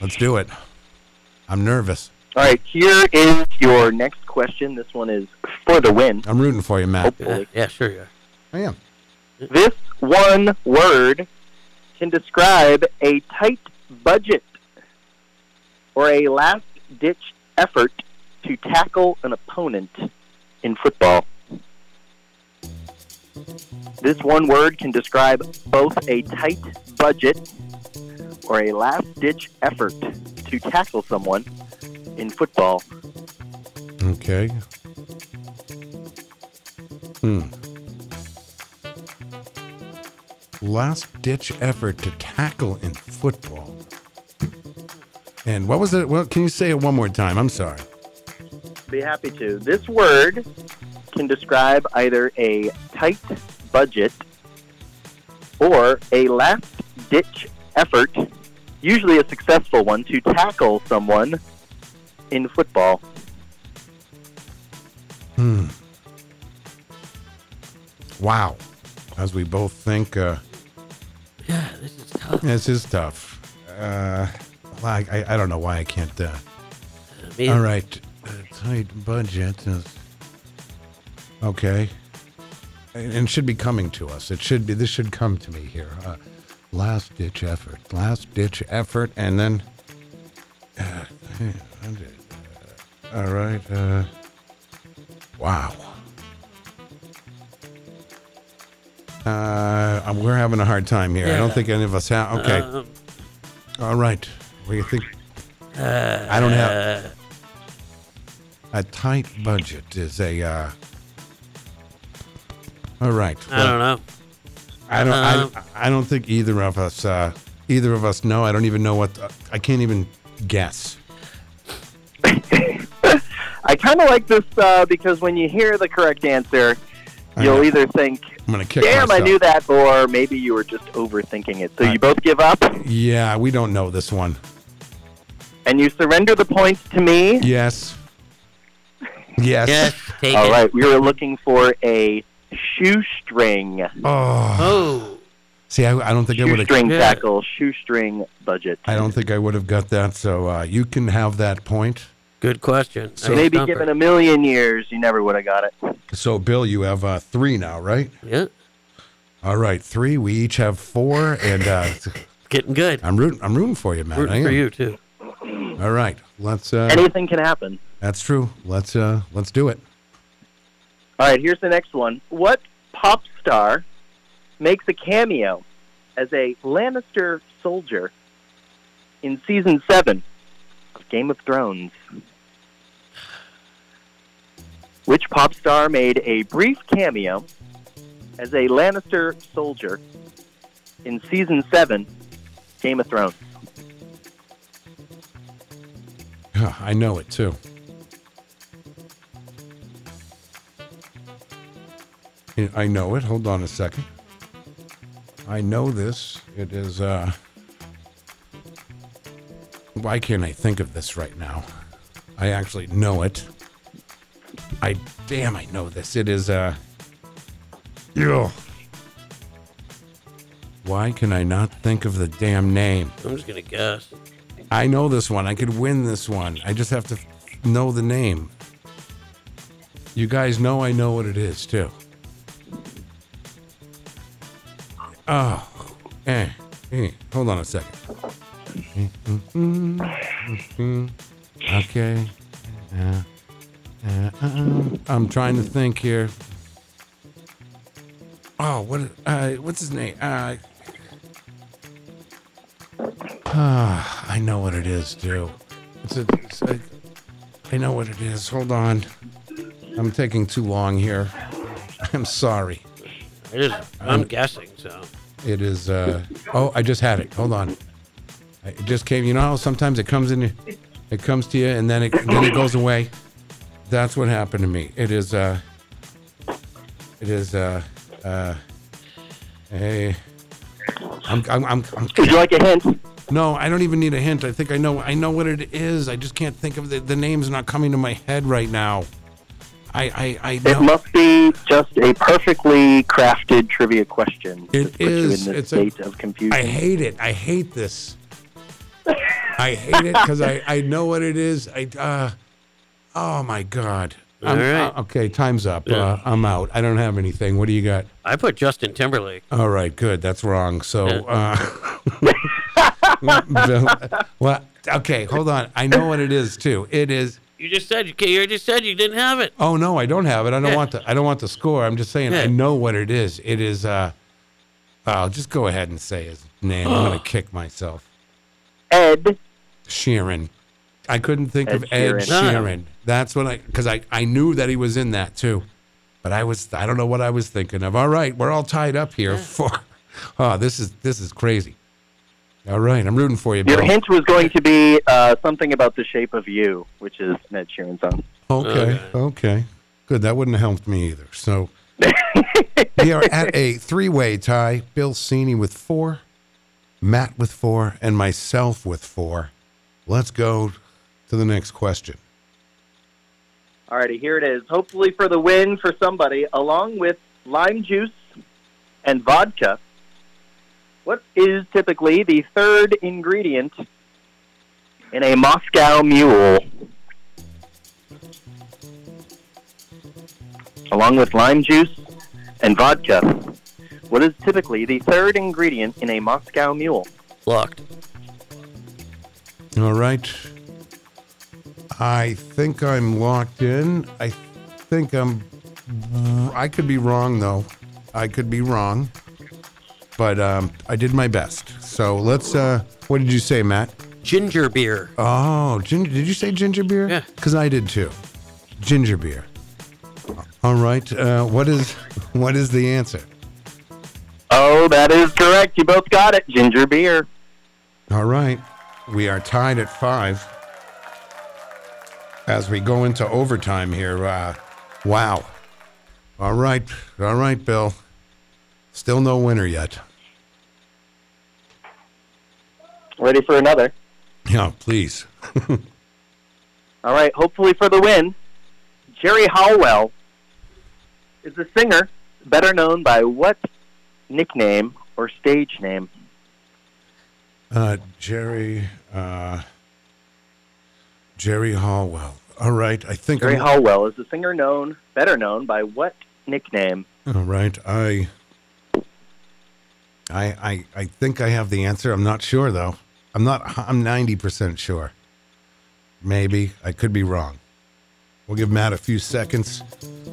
C: let's do it. I'm nervous.
H: All right, here is your next question. This one is for the win,
C: I'm rooting for you, Matt.
D: Yeah,
H: hopefully.
D: yeah, sure you are.
C: I am.
H: This one word can describe a tight budget or a last ditch effort to tackle an opponent in football. This one word can describe both a tight budget or a last ditch effort to tackle someone in football.
C: Okay. Hmm. last ditch effort to tackle in football. And what was it? Well, can you say it one more time? I'm sorry.
H: Be happy to. This word can describe either a tight budget or a last ditch effort, usually a successful one, to tackle someone in football.
C: Hmm. Wow. As we both think, uh,
D: Yeah, this is tough.
C: this is tough. Uh, I, I, I don't know why I can't. Uh,
D: Man.
C: All right. Uh, tight budget. is- Okay. And and should be coming to us. It should be. This should come to me here. Uh, last ditch effort. Last ditch effort. And then. Uh, yeah, uh, all right. Uh, wow. Uh, um, we're having a hard time here. I don't
D: Yeah.
C: think any of us have. Okay.
D: Um,
C: all right. What do you think?
D: uh,
C: I don't have a tight budget. Is a uh, all right.
D: I don't know.
C: I don't.
D: Um,
C: I, I don't think either of us. Uh, either of us know. I don't even know what. the- I can't even guess.
H: I kind of like this uh, because when you hear the correct answer,
C: I
H: you'll
C: know.
H: either think,
C: I'm gonna kick
H: damn, I
C: myself.
H: knew that, or maybe you were just overthinking it. So you both give up
C: Yeah, we don't know this one.
H: and you surrender the points to me.
C: Yes. Yes.
D: Yes, take
H: All
D: it.
H: right, we were looking for a shoestring,
C: Oh.
D: Oh,
C: See, I, I don't think I would have.
H: shoestring
D: Yeah.
H: tackle, shoestring budget.
C: I don't think I would have got that. So uh, you can have that point.
D: good question.
C: So-
H: Maybe given a million years, you never would have got it.
C: So Bill, you have uh, three now, right?
D: Yeah,
C: All right, three. We each have four, and uh,
D: getting good.
C: I'm rooting. I'm rooting for you, man. I
D: Rooting for
C: am.
D: you too.
C: All right, let's. Uh,
H: Anything can happen.
C: that's true. Let's. Uh, let's do it.
H: All right, here's the next one. What pop star makes a cameo as a Lannister soldier in season seven of Game of Thrones? Which pop star made a brief cameo as a Lannister soldier in season seven, Game of Thrones?
C: Huh, I know it too. I- I know it. Hold on a second. I know this. It is. Uh, why can't I think of this right now? I actually know it. I damn, I know this. It is. Uh, ugh. Why can I not think of the damn name?
D: I'm just gonna guess.
C: I know this one. I could win this one. I just have to f- know the name. You guys know I know what it is too. Oh, eh, eh. Hold on a second. Okay. Uh, uh, uh, I'm trying to think here. Oh, what? Uh, what's his name? Uh, Ah, I know what it is, too. It's a, it's a, I know what it is. Hold on. I'm taking too long here. I'm sorry.
D: I just, I'm guessing. So
C: It is, uh, oh, I just had it. Hold on. I- It just came. You know how sometimes it comes in, it comes to you and then it, then it goes away? That's what happened to me. It is, uh, it is, uh, uh, hey, I'm, I'm, I'm, I'm
H: Would you like a hint?
C: no, I don't even need a hint. I think I know. I know what it is. I just can't think of the the name's not coming to my head right now. I I, I
H: It
C: know.
H: must be just a perfectly crafted trivia question.
C: It
H: to put you
C: is.
H: in this
C: It's a-
H: state of confusion.
C: I hate it. I hate this. I hate it because I I know what it is. I uh, oh my god. I'm-
D: All right.
C: uh, okay, time's up. Uh,
D: Yeah.
C: I'm out. I don't have anything. What do you got?
D: I put Justin Timberlake.
C: All right, good. That's wrong. So, uh, well, okay, hold on. I know what it is too. It is.
D: You just said you. ca- You just said you didn't have it.
C: Oh no, I don't have it. I don't
D: Yeah.
C: want the I don't want the score. I'm just saying I
D: Yeah.
C: know what it is. It is uh I'll just go ahead and say his name. I'm gonna kick myself.
H: Ed
C: Sheeran. I couldn't think
H: Ed
C: of Ed
H: Sheeran.
D: No.
C: Sheeran. That's what I because I, I knew that he was in that too. But I was I don't know what I was thinking of. All right, we're all tied up here. Four Oh, this is this is crazy. All right, I'm rooting for you, Bill.
H: Your hint was going to be uh, something about the shape of you, which is Ned Sheeran's song.
C: Okay, okay, Good. That wouldn't have helped me either. So we are at a three way tie. Bill Cini with four, Matt with four, and myself with four. Let's go to the next question.
H: Alrighty, here it is. Hopefully for the win for somebody, along with lime juice and vodka. What is typically the third ingredient in a Moscow mule? Along with lime juice and vodka. What is typically the third ingredient in a Moscow mule?
D: Locked.
C: All right. I think I'm locked in. I think I'm. I could be wrong, though. I could be wrong. But um, I did my best. So let's. Uh, what did you say, Matt?
D: Ginger beer.
C: Oh, ginger. Did you say ginger beer?
D: Yeah.
C: Because I did too. Ginger beer. All right. Uh, what is what is the answer?
H: Oh, that is correct. You both got it. Ginger beer.
C: All right. We are tied at five. As we go into overtime here, uh, wow. All right. All right, Bill. Still no winner yet.
H: Ready for another?
C: Yeah, please.
H: All right, hopefully for the win. Jerry Howell is a singer better known by what nickname or stage name?
C: Uh, Jerry, uh, Jerry Hallwell. All right. I think
H: Jerry
C: I'm-
H: Howell is a singer known better known by what nickname?
C: All right, I, I, I, I think I have the answer. I'm not sure though. I'm not. I'm ninety percent sure. Maybe I could be wrong. We'll give Matt a few seconds.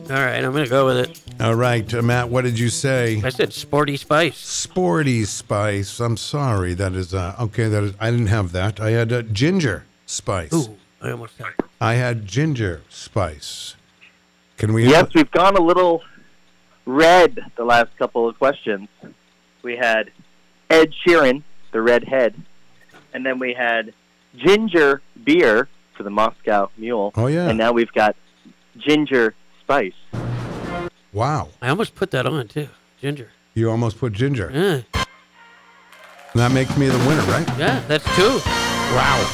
D: All right, I'm gonna go with it.
C: All right, uh, Matt, what did you say?
D: I said sporty spice.
C: Sporty spice. I'm sorry. That is uh, okay. That is. I didn't have that. I had uh, ginger spice.
D: Ooh, I almost had it.
C: I had ginger spice. Can we?
H: Yes,
C: Have,
H: we've gone a little red the last couple of questions. We had Ed Sheeran, the redhead, and then we had ginger beer for the Moscow Mule,
C: oh yeah.
H: and now we've got ginger spice.
C: wow.
D: I almost put that on too. Ginger.
C: You almost put ginger.
D: Yeah,
C: That makes me the winner, right?
D: yeah, that's two.
C: Wow.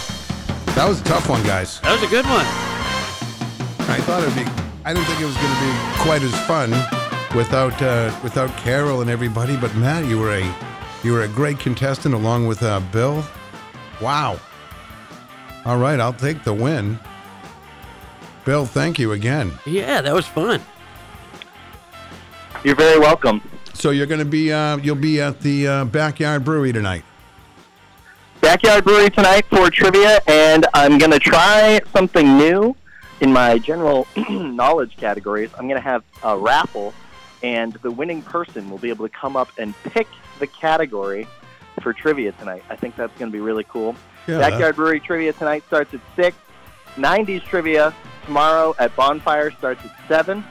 C: That was a tough one, guys.
D: That was a good one.
C: I thought it'd be. I didn't think it was going to be quite as fun without uh, without Carol and everybody. But Matt, you were a you were a great contestant along with uh, Bill. Wow. All right, I'll take the win. Bill, thank you again.
D: Yeah, that was fun.
H: You're very welcome.
C: So you're going to be uh, you'll be at the uh, backyard brewery tonight.
H: Backyard Brewery tonight for trivia, and I'm going to try something new in my general knowledge categories. I'm going to have a raffle, and the winning person will be able to come up and pick the category for trivia tonight. I think that's going to be really cool.
C: Yeah, that-
H: Backyard Brewery trivia tonight starts at 6. 90s trivia tomorrow at Bonfire starts at 7.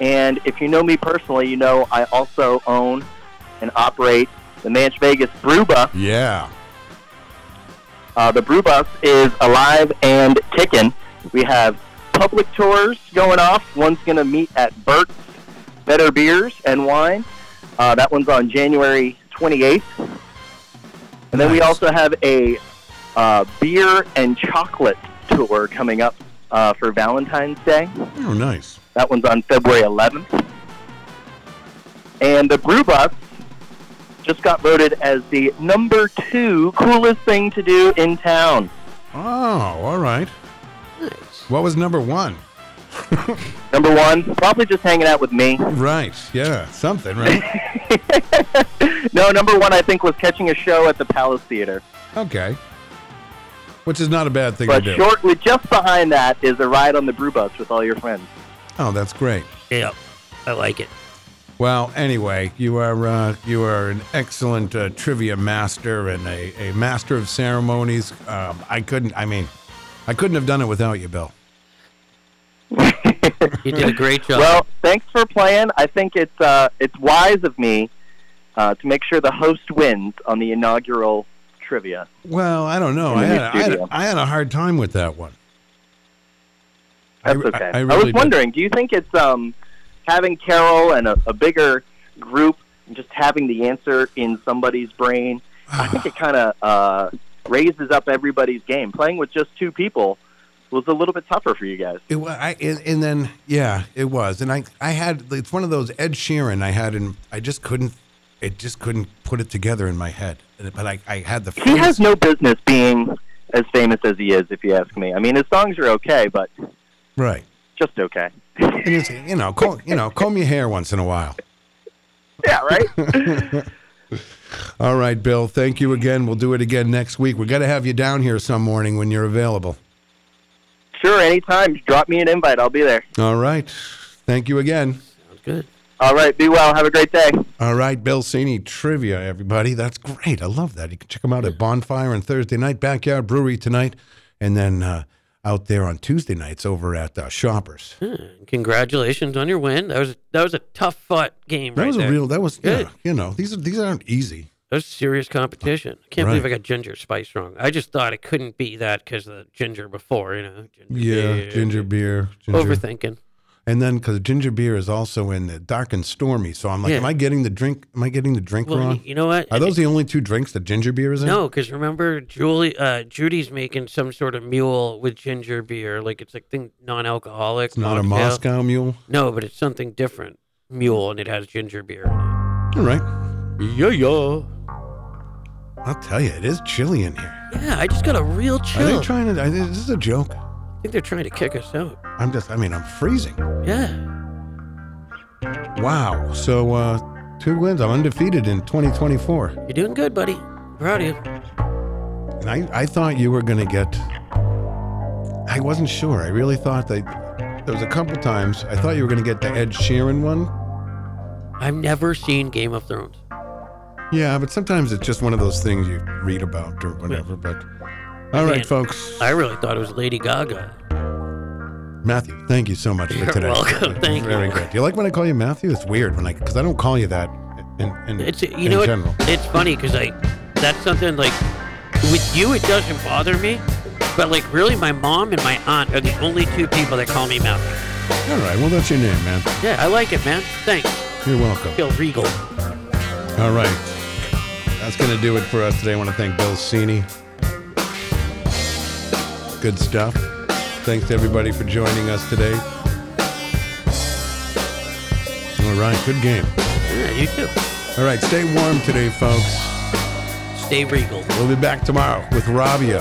H: And if you know me personally, you know I also own and operate the Manch Vegas Brew Bus.
C: yeah.
H: Uh, the Brew Bus is alive and kicking. We have public tours going off. One's going to meet at Burt's Better Beers and Wine. Uh, that one's on January 28th. And then we
C: Nice.
H: also have a uh, beer and chocolate tour coming up uh, for Valentine's Day.
C: Oh, nice.
H: That one's on February 11th. And the Brew Bus just got voted as the number two coolest thing to do in town.
C: Oh, all right.
D: Nice.
C: What was number one?
H: Number one, probably just hanging out with me.
C: Right. Yeah. Something. Right.
H: no, number one, I think, was catching a show at the Palace Theater.
C: okay. Which is not a bad thing
H: But
C: to do.
H: shortly, just behind that, is a ride on the Brew Bus with all your friends.
C: Oh, that's great.
D: Yeah, I like it.
C: Well, anyway, you are uh, you are an excellent uh, trivia master and a, a master of ceremonies. Um, I couldn't. I mean, I couldn't have done it without you, Bill.
D: You did a great job.
H: Well, thanks for playing. I think it's uh, it's wise of me uh, to make sure the host wins on the inaugural trivia.
C: Well, I don't know.
H: In
C: I
H: the
C: had,
H: new
C: I, had,
H: studio.
C: I had a hard time with that one.
H: That's
C: I-
H: okay.
C: I really
H: was
C: did.
H: wondering, do you think it's um, having Carol and a, a bigger group and just having the answer in somebody's brain? I think it kind of uh, raises up everybody's game. Playing with just two people was a little bit tougher for you guys.
C: It was, I, and, and then yeah, it was, and I I had it's one of those Ed Sheeran I had, and I just couldn't, it just couldn't put it together in my head. And it- But I, I had the
H: He has no business being as famous as he is, if you ask me. I mean, his songs are okay, but
C: right,
H: just okay.
C: and it's, you know, comb, you know, comb your hair once in a while.
H: Yeah, right?
C: All right, Bill, thank you again. We'll do it again next week. We got to have you down here some morning when you're available.
H: sure, anytime. Drop me an invite. I'll be there.
C: All right, thank you again.
D: Good.
H: All right. Be well. Have a great day.
C: All right, Bill Cini trivia, everybody. That's great. I love that. You can check him out at Bonfire on Thursday night, Backyard Brewery tonight, and then uh, out there on Tuesday nights over at uh, Shoppers.
D: Hmm. Congratulations on your win. That was that was a tough fought game.
C: That
D: right
C: was a
D: there.
C: real. That was yeah.
D: Good.
C: You know, these are these aren't easy.
D: That was serious competition. I can't believe I
C: Right.
D: got ginger spice wrong. I just thought it couldn't be that because the ginger before, you know. Ginger
C: Yeah,
D: beer.
C: ginger beer, ginger.
D: Overthinking.
C: and then because ginger beer is also in the dark and stormy. So I'm like,
D: Yeah.
C: am I getting the drink? Am I getting the drink
D: Well,
C: wrong?
D: y- you know what?
C: Are those the only two drinks that ginger beer is in?
D: No, because remember, Julie, uh, Judy's making some sort of mule with ginger beer. Like it's like thing non-alcoholic.
C: it's not a Moscow Mule.
D: No, but it's something different. Mule, and it has ginger beer. in
C: All right,
D: it. Yeah, yeah.
C: I'll tell you, it is chilly in here.
D: Yeah, I just got a real chill.
C: Are they trying to? I- Is this a joke?
D: I think they're trying to kick us out.
C: I'm just. I mean, I'm freezing.
D: Yeah.
C: Wow. So uh, two wins. I'm undefeated in 2024.
D: You're doing good, buddy. Proud of you.
C: And I, I thought you were going to get. I wasn't sure. I really thought that there was a couple times I thought you were going to get the Ed Sheeran one.
D: I've never seen Game of Thrones.
C: Yeah, but sometimes it's just one of those things you read about or whatever. But all right,
D: Man.
C: folks.
D: I really thought it was Lady Gaga.
C: Matthew, thank you so much for
D: You're
C: today.
D: welcome. Thank you.
C: Very good. Do you like when I call you Matthew? It's weird when I because I don't call you that in, in,
D: It's
C: in
D: you know
C: general.
D: what? It's funny because I that's something like with you it doesn't bother me, but like really my mom and my aunt are the only two people that call me Matthew.
C: All right. Well, that's your name, man.
D: Yeah, I like it, man. Thanks.
C: You're welcome.
D: Feel regal.
C: All right. That's going to do it for us today. I want to thank Bill Cini. Good stuff. Thanks to everybody for joining us today. All right. Good game.
D: Yeah, you too.
C: All right. Stay warm today, folks.
D: Stay regal.
C: We'll be back tomorrow with Robbio.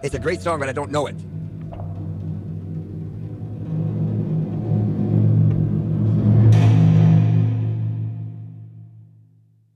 J: It's a great song, but I don't know it.